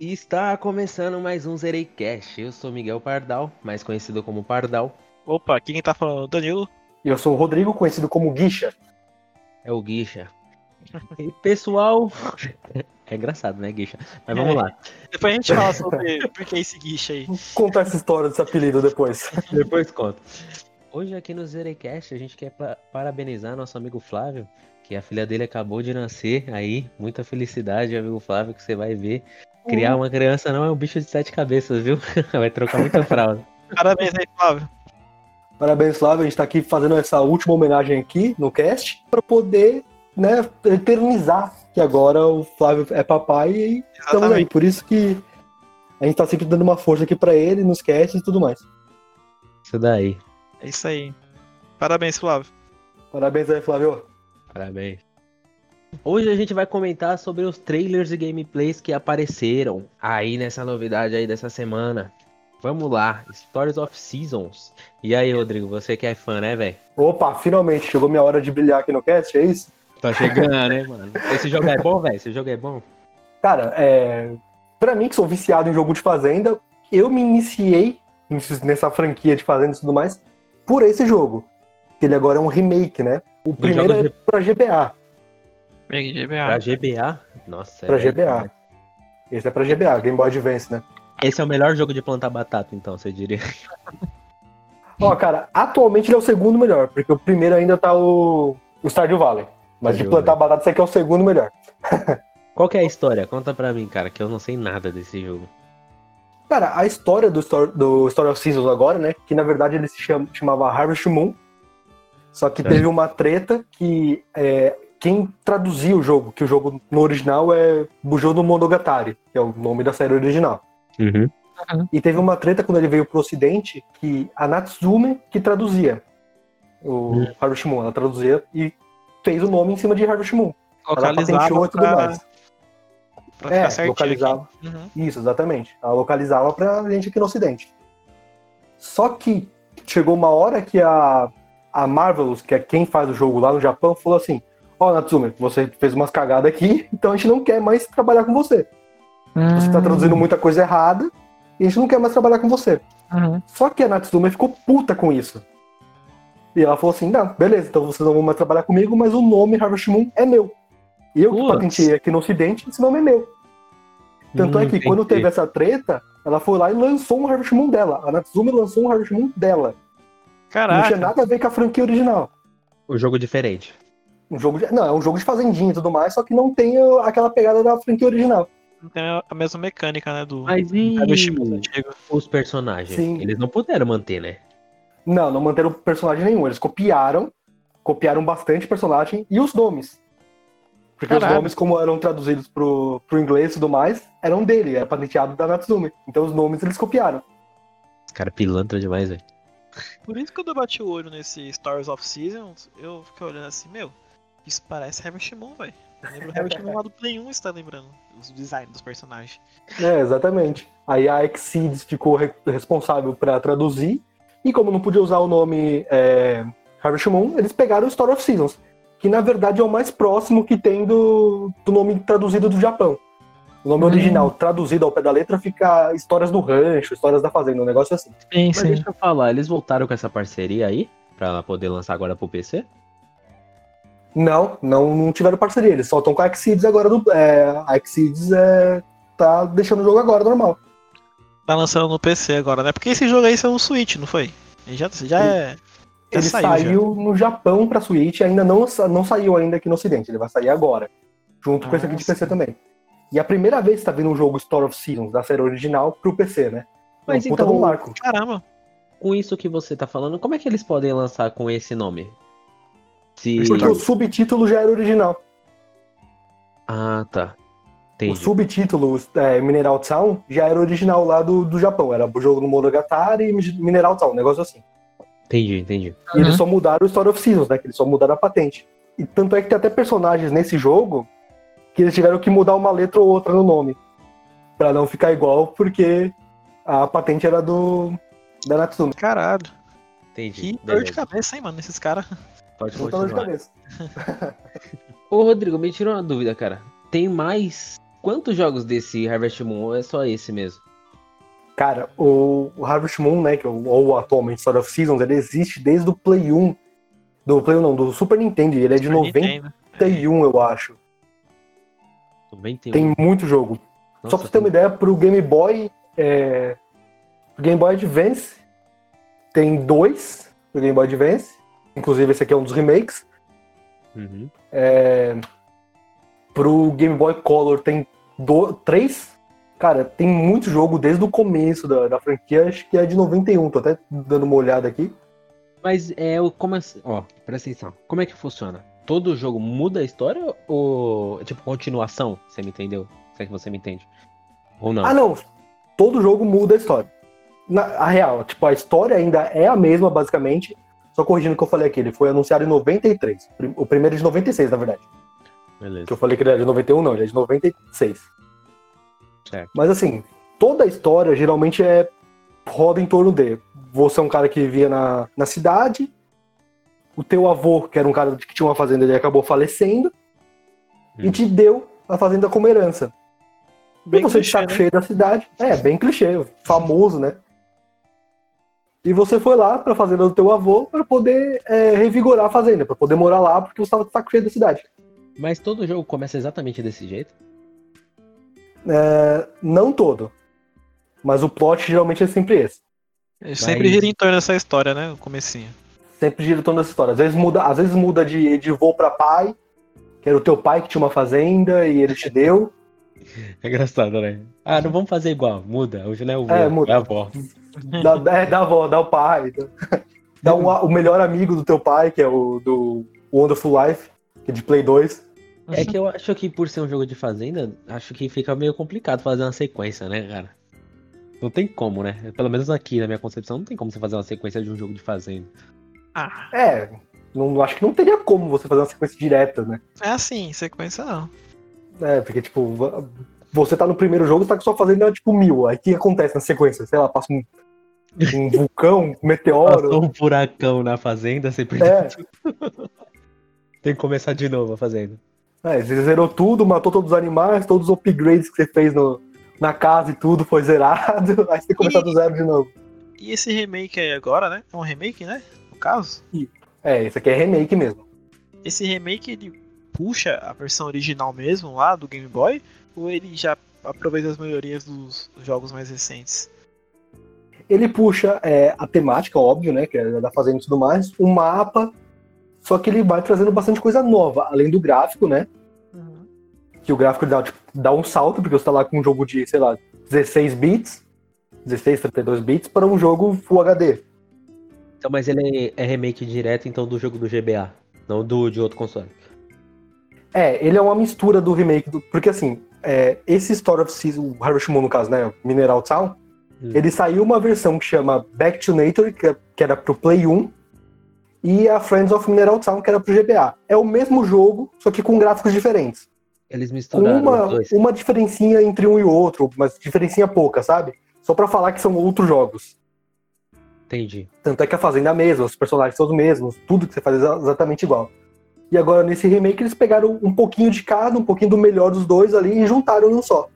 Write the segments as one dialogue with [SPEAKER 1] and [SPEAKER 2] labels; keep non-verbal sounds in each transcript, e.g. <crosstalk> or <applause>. [SPEAKER 1] E Está começando mais um Zereicast. Eu sou Miguel Pardal, mais conhecido como Pardal.
[SPEAKER 2] Opa, aqui quem tá falando? Danilo?
[SPEAKER 3] E eu sou o Rodrigo, conhecido como Guicha.
[SPEAKER 1] É o Guicha. E pessoal. <laughs> É engraçado, né, Guicha? Mas vamos
[SPEAKER 2] É.
[SPEAKER 1] lá.
[SPEAKER 2] Depois a gente fala
[SPEAKER 3] <laughs>
[SPEAKER 2] sobre por que esse guicho aí.
[SPEAKER 3] Contar essa história desse apelido depois.
[SPEAKER 1] Depois conto. Hoje aqui no Zerecast a gente quer pa- parabenizar nosso amigo Flávio, que a filha dele acabou de nascer aí. Muita felicidade, amigo Flávio, que você vai ver. Criar uma criança não é um bicho de sete cabeças, viu? <laughs> Vai trocar muita fralda.
[SPEAKER 2] Parabéns aí, Flávio.
[SPEAKER 3] <laughs> Parabéns, Flávio. A gente tá aqui fazendo essa última homenagem aqui no cast pra poder, né, eternizar que agora o Flávio é papai e estamos aí.
[SPEAKER 2] Exatamente.
[SPEAKER 3] Por isso que a gente tá sempre dando uma força aqui pra ele, nos casts e tudo mais.
[SPEAKER 1] Isso daí.
[SPEAKER 2] É isso aí. Parabéns, Flávio.
[SPEAKER 3] Parabéns aí, Flávio.
[SPEAKER 1] Parabéns. Hoje a gente vai comentar sobre os trailers e gameplays que apareceram aí nessa novidade aí dessa semana. Vamos lá, Stories of Seasons. E aí, Rodrigo, você que é fã, né, velho?
[SPEAKER 3] Opa, finalmente chegou minha hora de brilhar aqui no cast, é isso?
[SPEAKER 1] Tá chegando, né, mano? Esse jogo é bom, velho? Esse jogo é bom?
[SPEAKER 3] Cara, é... pra mim que sou viciado em jogo de fazenda, eu me iniciei nesses- nessa franquia de fazenda e tudo mais por esse jogo. Ele agora é um remake, né? O primeiro
[SPEAKER 1] jogo
[SPEAKER 3] é pra GBA.
[SPEAKER 2] Bem,
[SPEAKER 1] Pra
[SPEAKER 3] É,
[SPEAKER 2] GBA.
[SPEAKER 1] GBA? Nossa.
[SPEAKER 3] Pra
[SPEAKER 1] é-
[SPEAKER 3] GBA. Esse é pra GBA, Game Boy Advance, né?
[SPEAKER 1] Esse é o melhor jogo de plantar batata, então, você diria.
[SPEAKER 3] Ó, cara, atualmente ele é o segundo melhor, porque o primeiro ainda tá o, o Stardew Valley. Mas de
[SPEAKER 1] Stardew
[SPEAKER 3] plantar batata, esse aqui é o segundo melhor.
[SPEAKER 1] Qual que é a história? Conta pra mim, cara, que eu não sei nada desse jogo.
[SPEAKER 3] Cara, a história do, Stor- do Story of Seasons agora, né? Que na verdade ele se cham- chamava Harvest Moon. Só que
[SPEAKER 1] Certo.
[SPEAKER 3] teve uma treta que é, quem traduzia o jogo, que o jogo no original é Bujou do Monogatari, que é o nome da série original.
[SPEAKER 1] Uhum.
[SPEAKER 3] E teve uma treta quando ele veio pro ocidente que a Natsume que traduzia o
[SPEAKER 1] Hum.
[SPEAKER 3] Harvest Moon. Ela traduzia e fez o nome em cima de Harvest Moon. Ela patenteou
[SPEAKER 2] Localizado
[SPEAKER 3] e tudo
[SPEAKER 2] pra,
[SPEAKER 3] mais.
[SPEAKER 2] pra
[SPEAKER 3] É,
[SPEAKER 2] ficar certinho.
[SPEAKER 3] localizava.
[SPEAKER 2] aqui. Uhum.
[SPEAKER 3] Isso, exatamente. Ela localizava pra gente aqui no Ocidente. Só que chegou uma hora que a, a Marvelous, que é quem faz o jogo lá no Japão, falou assim: Ó, Natsume, você fez umas cagadas aqui, <laughs> então a gente não quer mais trabalhar com você.
[SPEAKER 2] Uhum.
[SPEAKER 3] Você
[SPEAKER 2] Ah.
[SPEAKER 3] tá traduzindo muita coisa errada e a gente não quer mais trabalhar com você.
[SPEAKER 2] Uhum.
[SPEAKER 3] Só que a Natsume ficou puta com isso. E ela falou assim: não, beleza, então vocês não vão mais trabalhar comigo, mas o nome Harvest Moon é meu. Eu que
[SPEAKER 1] Putz.
[SPEAKER 3] patenteei aqui no Ocidente, esse nome é meu. Tanto é que quando teve essa treta, ela foi lá e lançou um Harvest Moon dela. A Natsume lançou um Harvest Moon dela. Não tinha
[SPEAKER 2] Caraca.
[SPEAKER 3] nada a ver com a franquia original.
[SPEAKER 1] O jogo diferente.
[SPEAKER 3] Um jogo de- Não, é um jogo de fazendinha e tudo mais, só que não tem uh, aquela pegada da franquia original.
[SPEAKER 2] Não tem a mesma mecânica, né? Do
[SPEAKER 1] Mas e
[SPEAKER 2] Harvest Moon antigo.
[SPEAKER 1] os personagens?
[SPEAKER 3] Sim.
[SPEAKER 1] Eles não puderam manter, né?
[SPEAKER 3] Não, não manteram personagem nenhum. Eles copiaram, copiaram bastante personagem e os nomes. Porque
[SPEAKER 2] Caralho.
[SPEAKER 3] os nomes, como eram traduzidos pro, pro inglês e tudo mais, eram dele, era patenteado da Natsume. Então os nomes eles copiaram.
[SPEAKER 1] Os caras pilantra demais, velho.
[SPEAKER 2] Por isso que quando eu bati o olho nesse Stars of Seasons, eu fiquei olhando assim, meu, isso parece Harvest Moon, velho. Lembra o Harvest Moon lá do Play 1, você tá lembrando? Os designs dos personagens.
[SPEAKER 3] É, exatamente. Aí a Exceeds ficou re- responsável pra traduzir, e como não podia usar o nome é, Harvest Moon, eles pegaram o Story of Seasons, que na verdade é o mais próximo que tem do, do nome traduzido do Japão. O nome
[SPEAKER 2] Hum.
[SPEAKER 3] original, traduzido ao pé da letra, fica Histórias do Rancho, Histórias da Fazenda, um negócio assim.
[SPEAKER 2] Sim,
[SPEAKER 1] Mas deixa eu falar, eles voltaram com essa parceria aí? Pra ela poder lançar agora pro PC?
[SPEAKER 3] Não, não, não tiveram parceria, eles só estão com a Exceeds agora. Do, é, a Exceeds é, tá deixando o jogo agora, normal.
[SPEAKER 2] Tá lançando no PC agora, né? Porque esse jogo aí saiu no Switch, não foi? Ele já, já é. Já
[SPEAKER 3] Ele
[SPEAKER 2] saiu,
[SPEAKER 3] saiu,
[SPEAKER 2] já.
[SPEAKER 3] no Japão pra Switch, ainda não, sa- não saiu ainda aqui no Ocidente, ele vai sair agora. Junto com esse aqui de
[SPEAKER 2] Nossa.
[SPEAKER 3] PC também. E é a primeira vez que tá vindo um jogo Story of Seasons da série original pro PC, né?
[SPEAKER 1] Mas
[SPEAKER 3] um puta
[SPEAKER 1] então-
[SPEAKER 3] do marco.
[SPEAKER 2] Caramba,
[SPEAKER 1] Com isso que você tá falando, como é que eles podem lançar com esse nome? Se...
[SPEAKER 3] Porque o subtítulo já era original.
[SPEAKER 1] Ah, tá.
[SPEAKER 3] O
[SPEAKER 1] Entendi.
[SPEAKER 3] subtítulo é, Mineral Town já era original lá do, do Japão. Era o jogo no Monogatari e Mineral Town, um negócio assim.
[SPEAKER 1] Entendi, entendi.
[SPEAKER 3] E
[SPEAKER 2] Uhum.
[SPEAKER 3] eles só mudaram o Story of Seasons, né? Que eles só mudaram a patente. E tanto é que tem até personagens nesse jogo que eles tiveram que mudar uma letra ou outra no nome. Pra não ficar igual, porque a patente era do. da Natsume.
[SPEAKER 2] caralho.
[SPEAKER 1] Entendi.
[SPEAKER 2] Que dor de
[SPEAKER 1] Beleza.
[SPEAKER 2] cabeça, hein, mano, esses caras.
[SPEAKER 1] Pode
[SPEAKER 3] Não tá dor de
[SPEAKER 1] continuar.
[SPEAKER 3] cabeça.
[SPEAKER 1] Ô, Rodrigo, me tirou uma dúvida, cara. Tem mais Quantos jogos desse Harvest Moon ou é só esse mesmo?
[SPEAKER 3] Cara, o, o Harvest Moon, né, que, ou, ou atualmente Story of Seasons, ele existe desde o Play 1. Do Play 1 não, do Super Nintendo. e Ele é de
[SPEAKER 2] Super Nintendo.
[SPEAKER 3] 91, eu acho.
[SPEAKER 1] 91.
[SPEAKER 3] Tem muito jogo. Só pra você ter uma
[SPEAKER 1] tem-
[SPEAKER 3] ideia, pro Game Boy. É... pro Game Boy Advance tem dois pro Game Boy Advance. Inclusive, esse aqui é um dos remakes.
[SPEAKER 1] Uhum.
[SPEAKER 3] Pro Game Boy Color tem do... três. Cara, tem muito jogo desde o começo da, da franquia, acho que é de 91. Tô até dando uma olhada aqui.
[SPEAKER 1] Mas é o. Como assim- Ó, presta atenção. Como é que funciona? Todo jogo muda a história ou. é Tipo, continuação? Você me entendeu? Será que você me entende? Ou não?
[SPEAKER 3] Ah, não. Todo jogo muda a história. Na a real, tipo, a história ainda é a mesma, basicamente. Só corrigindo o que eu falei aqui, ele foi anunciado em 93. prim- O primeiro é de 96, na verdade.
[SPEAKER 1] Beleza.
[SPEAKER 3] Que eu falei que ele era de 91, não, ele é de 96.
[SPEAKER 1] Certo.
[SPEAKER 3] Mas assim, toda a história geralmente é roda em torno de você é um cara que vivia na, na cidade, o teu avô, que era um cara que tinha uma fazenda, ele acabou falecendo e
[SPEAKER 1] Hum.
[SPEAKER 3] te deu a fazenda como herança.
[SPEAKER 2] Bem
[SPEAKER 3] e você
[SPEAKER 2] clichê,
[SPEAKER 3] está
[SPEAKER 2] né?
[SPEAKER 3] cheio da cidade. É, bem clichê, famoso, né? E você foi lá pra fazenda do teu avô pra poder é, revigorar a fazenda, pra poder morar lá, porque você estava de saco cheio da cidade.
[SPEAKER 1] Mas todo jogo começa exatamente desse
[SPEAKER 3] <laughs>
[SPEAKER 1] jeito?
[SPEAKER 3] Não todo. Mas o plot geralmente é sempre esse.
[SPEAKER 2] Ele sempre gira em torno dessa história, né? O comecinho.
[SPEAKER 3] Sempre gira em torno dessa história. Às vezes muda, às vezes muda de, de vô pra pai, que era o teu pai que tinha uma fazenda e ele te deu.
[SPEAKER 1] É engraçado, né? Ah, não vamos fazer igual. Muda. Hoje não é o
[SPEAKER 3] É,
[SPEAKER 1] vô,
[SPEAKER 3] muda.
[SPEAKER 1] é a avó.
[SPEAKER 3] Dá, é, dá avó, dá o pai. dá- Dá um a- o melhor amigo do teu pai, que é o do Wonderful Life, que é de Play 2.
[SPEAKER 1] É que eu acho que por ser um jogo de fazenda, acho que fica meio complicado fazer uma sequência, né, cara? Não tem como, né? Pelo menos aqui, na minha concepção, não tem como você fazer uma sequência de um jogo de fazenda.
[SPEAKER 2] Ah,
[SPEAKER 3] É, não, acho que não teria como você fazer uma sequência direta, né?
[SPEAKER 2] é assim, sequência não.
[SPEAKER 3] É, porque, tipo, va- você tá no primeiro jogo, tá com sua fazenda, tipo, mil. Aí o que acontece na sequência? Sei lá, passa um, um vulcão, um meteoro.
[SPEAKER 1] Passou um furacão na fazenda, você perdeu.
[SPEAKER 3] É.
[SPEAKER 1] <laughs> Tem que começar de novo a fazenda.
[SPEAKER 3] É, você zerou tudo, matou todos os animais, todos os upgrades que você fez no, na casa e tudo foi zerado. <laughs> Aí você tem que começar do zero de novo.
[SPEAKER 2] E esse remake aí agora, né? É um remake, né? No caso.
[SPEAKER 3] É, esse aqui é remake mesmo.
[SPEAKER 2] Esse remake ele puxa a versão original mesmo lá do Game Boy? Ou ele já aproveita as melhorias dos jogos mais recentes?
[SPEAKER 3] Ele puxa é, a temática, óbvio, né? Que é da fazenda e tudo mais, o mapa. Só que ele vai trazendo bastante coisa nova, além do gráfico, né? Que o gráfico dá, tipo, dá um salto, porque você tá lá com um jogo de, sei lá, 16 bits, 16, 32 bits, para um jogo Full HD.
[SPEAKER 1] Então, mas ele é, é remake direto, então, do jogo do GBA, não do de outro console.
[SPEAKER 3] É, ele é uma mistura do remake do. Porque assim, é, esse Story of Seasons, o Harvest Moon, no caso, né? Mineral Town,
[SPEAKER 1] Hum.
[SPEAKER 3] ele saiu uma versão que chama Back to Nature, que, é- que era pro Play 1, e a Friends of Mineral Town, que era pro GBA. É o mesmo jogo, só que com gráficos diferentes.
[SPEAKER 1] Eles
[SPEAKER 3] Com
[SPEAKER 1] misturaram os
[SPEAKER 3] uma,
[SPEAKER 1] dois.
[SPEAKER 3] uma diferencinha entre um e outro, mas diferencinha pouca, sabe? Só pra falar que são outros jogos.
[SPEAKER 1] Entendi.
[SPEAKER 3] Tanto é que a fazenda é a mesma, os personagens são os mesmos, tudo que você faz é exa- exatamente igual. E agora nesse remake eles pegaram um pouquinho de cada, um pouquinho do melhor dos dois ali e juntaram num só.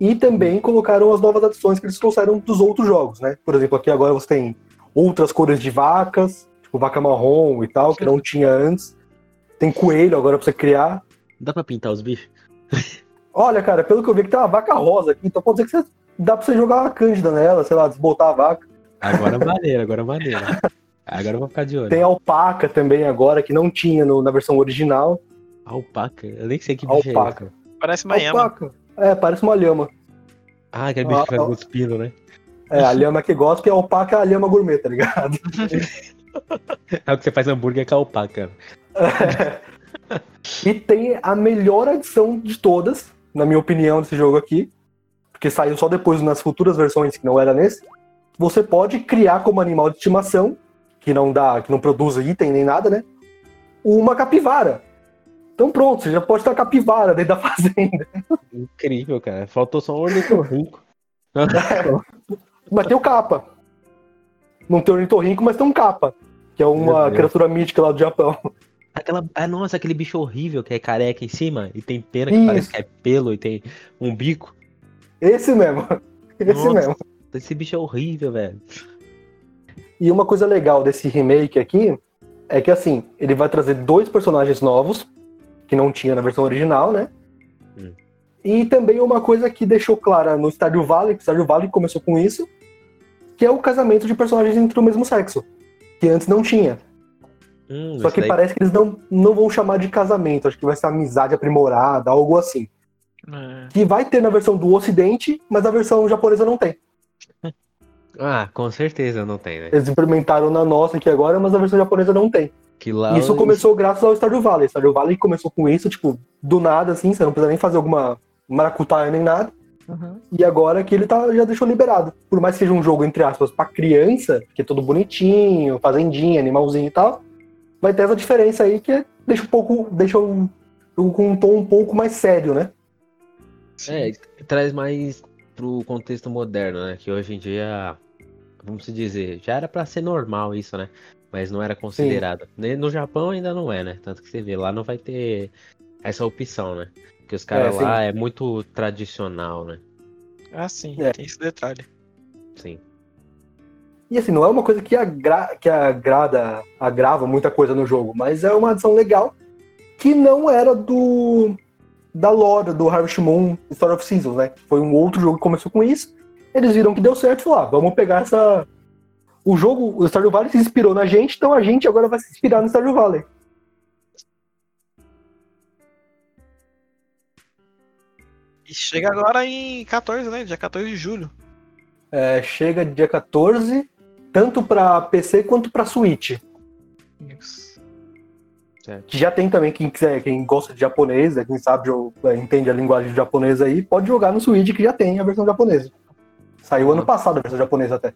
[SPEAKER 3] E também colocaram as novas adições que eles trouxeram dos outros jogos, né? Por exemplo, aqui agora você tem outras cores de vacas, tipo vaca marrom e tal, que não tinha antes. Tem coelho agora pra você criar.
[SPEAKER 1] Dá pra pintar os bichos?
[SPEAKER 3] Olha, cara, pelo que eu vi que tem uma vaca rosa aqui, então pode ser que você- dá pra você jogar uma cândida nela, sei lá, desbotar a vaca.
[SPEAKER 1] Agora é maneiro, agora é
[SPEAKER 3] <laughs>
[SPEAKER 1] maneiro. Agora eu vou ficar de olho.
[SPEAKER 3] Tem alpaca também agora, que não tinha no- na versão original.
[SPEAKER 1] Alpaca? Eu nem sei que bicho é esse.
[SPEAKER 3] Alpaca.
[SPEAKER 2] Parece Miami.
[SPEAKER 3] Alpaca. É, parece uma lhama.
[SPEAKER 1] Ah, aquele bicho que vai
[SPEAKER 3] Al-
[SPEAKER 1] cuspindo, né? <laughs>
[SPEAKER 3] É, a lhama que gosta e a alpaca é a lhama gourmet, tá ligado?
[SPEAKER 1] É o que você faz hambúrguer com a alpaca.
[SPEAKER 3] E tem a melhor adição de todas, na minha opinião, desse jogo aqui, porque saiu só depois nas futuras versões, que não era nesse. Você pode criar como animal de estimação, que não dá, que não produz item nem nada, né? Uma capivara. Então pronto, você já pode ter uma capivara dentro da <laughs> fazenda.
[SPEAKER 1] Incrível, cara. Faltou só um ornitorrinco.
[SPEAKER 3] Mas tem o capa. Não tem ornitorrinco, mas tem um capa, que é
[SPEAKER 1] Meu
[SPEAKER 3] uma
[SPEAKER 1] Deus.
[SPEAKER 3] criatura mítica lá do Japão. <laughs>
[SPEAKER 1] Aquela, ah, nossa, aquele bicho horrível que é careca em cima e tem pena que parece
[SPEAKER 3] Isso.
[SPEAKER 1] que é pelo e tem um bico.
[SPEAKER 3] Esse mesmo. Esse
[SPEAKER 1] Nossa.
[SPEAKER 3] mesmo.
[SPEAKER 1] Esse bicho é horrível, velho.
[SPEAKER 3] E uma coisa legal desse remake aqui é que assim, ele vai trazer dois personagens novos, que não tinha na versão original, né?
[SPEAKER 1] Hum.
[SPEAKER 3] E também uma coisa que deixou clara no Estádio Vale, que o Estádio Vale começou com isso, que é o casamento de personagens entre o mesmo sexo. Que antes não tinha.
[SPEAKER 1] Hum,
[SPEAKER 3] Só
[SPEAKER 1] esse
[SPEAKER 3] que
[SPEAKER 1] daí-
[SPEAKER 3] parece que eles não, não vão chamar de casamento, acho que vai ser amizade aprimorada, algo assim.
[SPEAKER 2] É.
[SPEAKER 3] Que vai ter na versão do Ocidente, mas na versão japonesa não tem.
[SPEAKER 1] Ah, com certeza não tem, né?
[SPEAKER 3] Eles implementaram na nossa aqui agora, mas na versão japonesa não tem.
[SPEAKER 1] Que lá
[SPEAKER 3] Isso começou graças ao Stardew Valley. Stardew Valley começou com isso, tipo, do nada, assim, você não precisa nem fazer alguma maracutaia nem nada. E agora que ele tá, já deixou liberado. Por mais que seja um jogo, entre aspas, pra criança, que é todo bonitinho, fazendinha, animalzinho e tal, vai ter essa diferença aí que deixa um pouco. deixa um, um- com um tom um pouco mais sério, né?
[SPEAKER 1] É, traz mais pro contexto moderno, né? Que hoje em dia, vamos se dizer, já era pra ser normal isso, né? Mas não era considerado. Ne- No Japão ainda não é, né? Tanto que você vê, lá não vai ter essa opção, né? Porque os caras
[SPEAKER 3] É,
[SPEAKER 1] lá é muito tradicional, né?
[SPEAKER 2] Ah, sim,
[SPEAKER 3] É.
[SPEAKER 2] tem esse detalhe.
[SPEAKER 1] Sim.
[SPEAKER 3] E assim, não é uma coisa que, agra que agrada, agrava muita coisa no jogo, mas é uma adição legal que não era do da lore do Harvest Moon Story of Seasons, né? Foi um outro jogo que começou com isso. Eles viram que deu certo e falaram, ah, vamos pegar essa... O jogo, o Stardew Valley se inspirou na gente, então a gente agora vai se inspirar no Stardew Valley.
[SPEAKER 2] E chega agora em 14, né? Dia 14 de julho.
[SPEAKER 3] É, chega dia 14, tanto pra PC quanto pra Switch. que já tem também quem quiser, quem gosta de japonês, né, quem sabe jo- é, entende a linguagem japonesa aí, pode jogar no Switch que já tem a versão japonesa. Saiu ano passado a versão japonesa até.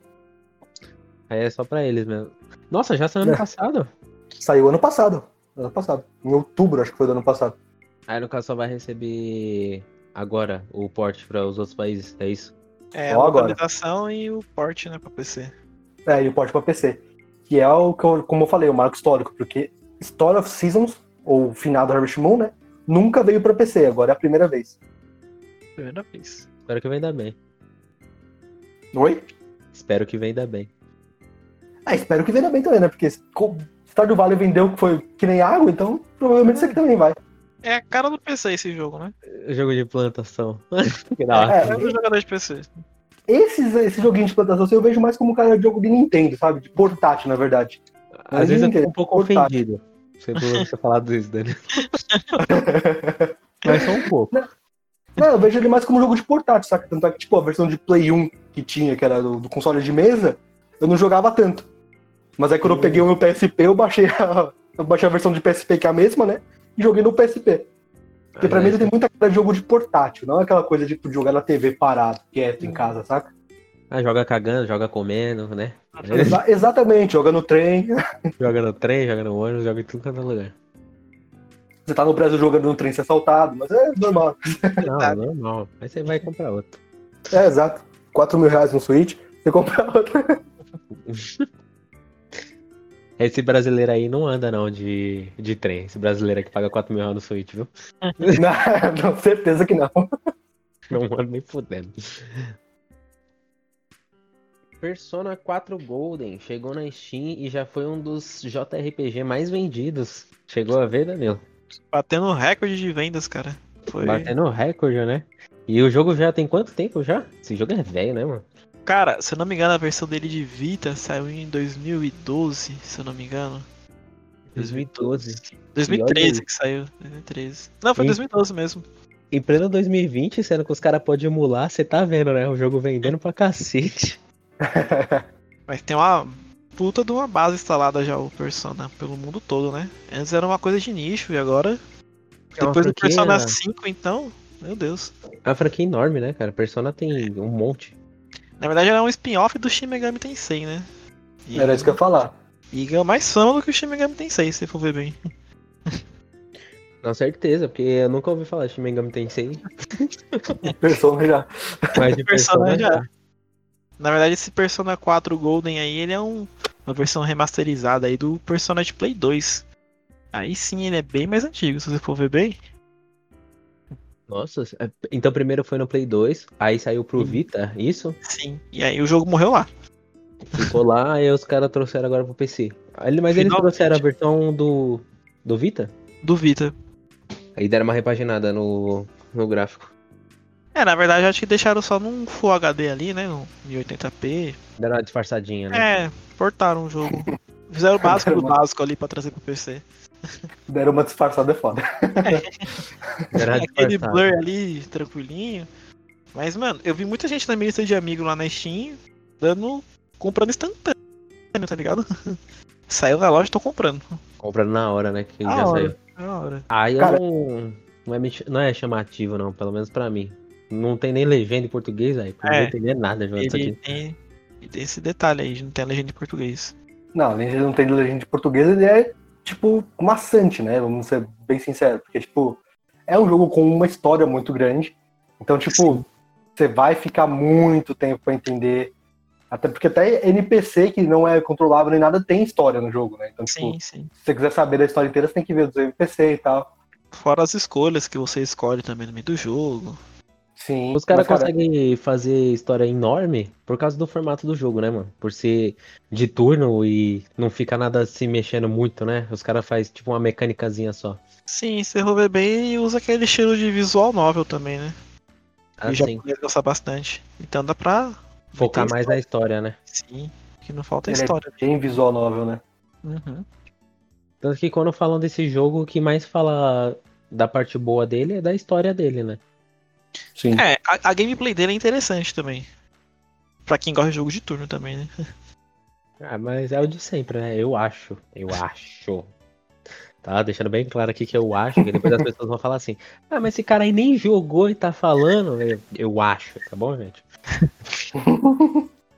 [SPEAKER 1] Aí é só pra eles mesmo. Nossa, já saiu ano
[SPEAKER 3] É.
[SPEAKER 1] passado?
[SPEAKER 3] Saiu ano passado. Ano passado. Em outubro, acho que foi do ano passado.
[SPEAKER 1] Aí no caso só vai receber agora o porte pra os outros países, é isso?
[SPEAKER 2] É, a
[SPEAKER 3] Ó, agora.
[SPEAKER 2] localização e o port, né, pra PC.
[SPEAKER 3] É, e o porte pra PC. Que é o que eu, como eu falei, o marco histórico, porque Story of Seasons, ou finado Harvest Moon, né? Nunca veio pra PC, agora é a primeira vez.
[SPEAKER 2] Primeira vez.
[SPEAKER 1] Espero que venda bem.
[SPEAKER 3] Oi?
[SPEAKER 1] Espero que venda bem.
[SPEAKER 3] Ah, espero que venha bem também, né? Porque co- Stardew Valley vendeu que foi que nem água, então provavelmente isso aqui também vai.
[SPEAKER 2] É a cara do PC esse jogo, né?
[SPEAKER 1] Jogo de plantação. <laughs> que da hora.
[SPEAKER 3] É,
[SPEAKER 2] É cara do jogador de PC.
[SPEAKER 3] Esses, esse joguinho de plantação assim, eu vejo mais como cara de jogo de Nintendo, sabe? De portátil, na verdade.
[SPEAKER 1] Às
[SPEAKER 3] Mas
[SPEAKER 1] vezes eu
[SPEAKER 3] entendo,
[SPEAKER 1] fico um pouco
[SPEAKER 3] portátil.
[SPEAKER 1] ofendido você, por você falar disso,
[SPEAKER 3] <laughs>
[SPEAKER 1] Dani. né? Mas só um pouco.
[SPEAKER 3] Não, eu vejo ele mais como um jogo de portátil, saca? Tanto é que, tipo, a versão de Play 1 que tinha, que era do, do console de mesa, eu não jogava tanto. Mas aí quando eu peguei o meu PSP, eu baixei a, eu baixei a versão de PSP, que é a mesma, né? E joguei no PSP. Porque
[SPEAKER 1] É
[SPEAKER 3] pra mim ele tem muita cara de jogo de portátil, não é aquela coisa tipo, de jogar na TV parado, quieto, em casa, saca?
[SPEAKER 1] Ah, joga cagando, joga comendo, né?
[SPEAKER 2] É
[SPEAKER 3] Exa- exatamente, joga no trem, <laughs>
[SPEAKER 1] joga no trem, joga no ônibus, joga em tudo quanto é lugar.
[SPEAKER 3] você tá no Brasil jogando no trem, você é assaltado, mas é normal.
[SPEAKER 1] Não, é normal. Aí você vai comprar outro.
[SPEAKER 3] É, exato. 4 mil reais no Switch, você compra <laughs> outra.
[SPEAKER 1] Esse brasileiro aí não anda não de, de trem. Esse brasileiro aí que paga 4 mil reais no Switch, viu?
[SPEAKER 3] Não, <laughs> não, certeza que não.
[SPEAKER 1] Não anda nem fudendo. Persona 4 Golden chegou na Steam e já foi um dos JRPG mais vendidos. Chegou a ver, Danilo?
[SPEAKER 2] Batendo um recorde de vendas, cara. Foi.
[SPEAKER 1] Batendo recorde, né? E o jogo já tem quanto tempo já? Esse jogo é velho, né, mano?
[SPEAKER 2] Cara, se eu não me engano, a versão dele de Vita saiu em 2012, se eu não me engano.
[SPEAKER 1] 2012.
[SPEAKER 2] 2013 que saiu. 2013. Não, foi
[SPEAKER 1] Sim.
[SPEAKER 2] 2012 mesmo.
[SPEAKER 1] Em pleno 2020, sendo que os caras podem emular, você tá vendo, né? O jogo vendendo pra cacete.
[SPEAKER 2] Mas tem uma puta de uma base instalada já o Persona pelo mundo todo, né? Antes era uma coisa de nicho e agora.
[SPEAKER 1] É uma
[SPEAKER 3] Então,
[SPEAKER 2] Depois do
[SPEAKER 1] franquia-
[SPEAKER 2] Persona 5, então. Meu Deus.
[SPEAKER 1] É uma franquia enorme, né, cara? Persona tem um monte.
[SPEAKER 2] Na verdade era um spin-off do Shin Megami Tensei, né? E,
[SPEAKER 3] Era isso que eu ia falar.
[SPEAKER 2] e ganhou mais fama do que o Shin Megami Tensei, se for ver bem.
[SPEAKER 1] Com certeza, porque eu nunca ouvi falar de Shin Megami Tensei.
[SPEAKER 3] Persona já.
[SPEAKER 1] Mas de
[SPEAKER 2] Persona
[SPEAKER 1] Persona
[SPEAKER 2] já. Na verdade, esse Persona 4 Golden aí, ele é um, uma versão remasterizada aí do Persona de Play 2. Aí sim ele é bem mais antigo, se você for ver bem.
[SPEAKER 1] Nossa, então primeiro foi no Play 2, aí saiu pro
[SPEAKER 2] Uhum.
[SPEAKER 1] Vita, isso?
[SPEAKER 2] Sim. E aí o jogo morreu lá.
[SPEAKER 1] Ficou lá, aí os caras trouxeram agora pro PC. Aí- Mas eles
[SPEAKER 2] Finalmente.
[SPEAKER 1] trouxeram a versão do, do Vita?
[SPEAKER 2] Do Vita.
[SPEAKER 1] Aí deram uma repaginada no, no gráfico.
[SPEAKER 2] É, na verdade acho que deixaram só num Full HD ali, né? Um 1080p.
[SPEAKER 1] Deram uma disfarçadinha, né?
[SPEAKER 2] É, portaram o jogo.
[SPEAKER 3] <laughs>
[SPEAKER 2] Fizeram o básico do básico ali pra trazer pro PC.
[SPEAKER 3] Deram uma disfarçada é foda.
[SPEAKER 1] Deram uma
[SPEAKER 2] É, <laughs> Aquele
[SPEAKER 1] disfarçada.
[SPEAKER 2] blur ali, tranquilinho. Mas, mano, eu vi muita gente na minha lista de amigo lá na Steam dando. comprando instantâneo, tá ligado? <laughs> Saiu da loja e tô comprando.
[SPEAKER 1] Comprando na hora, né? Que
[SPEAKER 2] Na
[SPEAKER 1] já
[SPEAKER 2] hora,
[SPEAKER 1] saiu.
[SPEAKER 2] Na hora.
[SPEAKER 1] Aí
[SPEAKER 3] Cara-
[SPEAKER 1] eu não, não, é, meti- não é chamativo, não, pelo menos pra mim. Não tem nem legenda em português, aí. porque Eu
[SPEAKER 2] É.
[SPEAKER 1] não entendi nada jogando isso
[SPEAKER 2] Ele
[SPEAKER 1] aqui.
[SPEAKER 2] tem, ele tem esse detalhe aí, de não tem a legenda em português.
[SPEAKER 3] Não, além de ele não ter legenda de português, ele é, tipo, maçante, né? Vamos ser bem sinceros. Porque, tipo, é um jogo com uma história muito grande. Então, tipo, você vai ficar muito tempo pra entender. Até porque até NPC que não é controlável nem nada tem história no jogo, né? Então, tipo,
[SPEAKER 2] Sim, sim.
[SPEAKER 3] se você quiser saber da história inteira, você tem que ver dos NPC e tal.
[SPEAKER 2] Fora as escolhas que você escolhe também no meio do jogo.
[SPEAKER 3] Sim.
[SPEAKER 1] Os caras
[SPEAKER 3] mas, cara,
[SPEAKER 1] conseguem fazer história enorme por causa do formato do jogo, né, mano? Por ser de turno e não ficar nada se mexendo muito, né? Os caras fazem tipo uma mecânicazinha só.
[SPEAKER 2] Sim, se for ver bem, ele usa aquele estilo de visual novel também, né? Que o
[SPEAKER 1] Assim,
[SPEAKER 2] japonês gosta bastante. Então dá pra
[SPEAKER 1] focar
[SPEAKER 2] meter
[SPEAKER 1] mais na história, né?
[SPEAKER 2] Sim, que não falta
[SPEAKER 3] ele
[SPEAKER 2] história.
[SPEAKER 3] é bem visual novel, né?
[SPEAKER 2] Uhum.
[SPEAKER 1] Tanto que quando falam desse jogo, o que mais fala da parte boa dele é da história dele, né?
[SPEAKER 3] Sim.
[SPEAKER 2] É, a, a gameplay dele é interessante também. Pra quem gosta de jogo de turno também, né? <laughs>
[SPEAKER 1] Ah, mas é o de sempre, né? Eu acho. Eu acho. Tá deixando bem claro aqui que eu acho, que
[SPEAKER 2] <laughs>
[SPEAKER 1] depois as pessoas vão falar assim: ah, mas esse cara aí nem jogou e tá falando. Eu, eu acho, tá bom,
[SPEAKER 2] <laughs>
[SPEAKER 1] gente?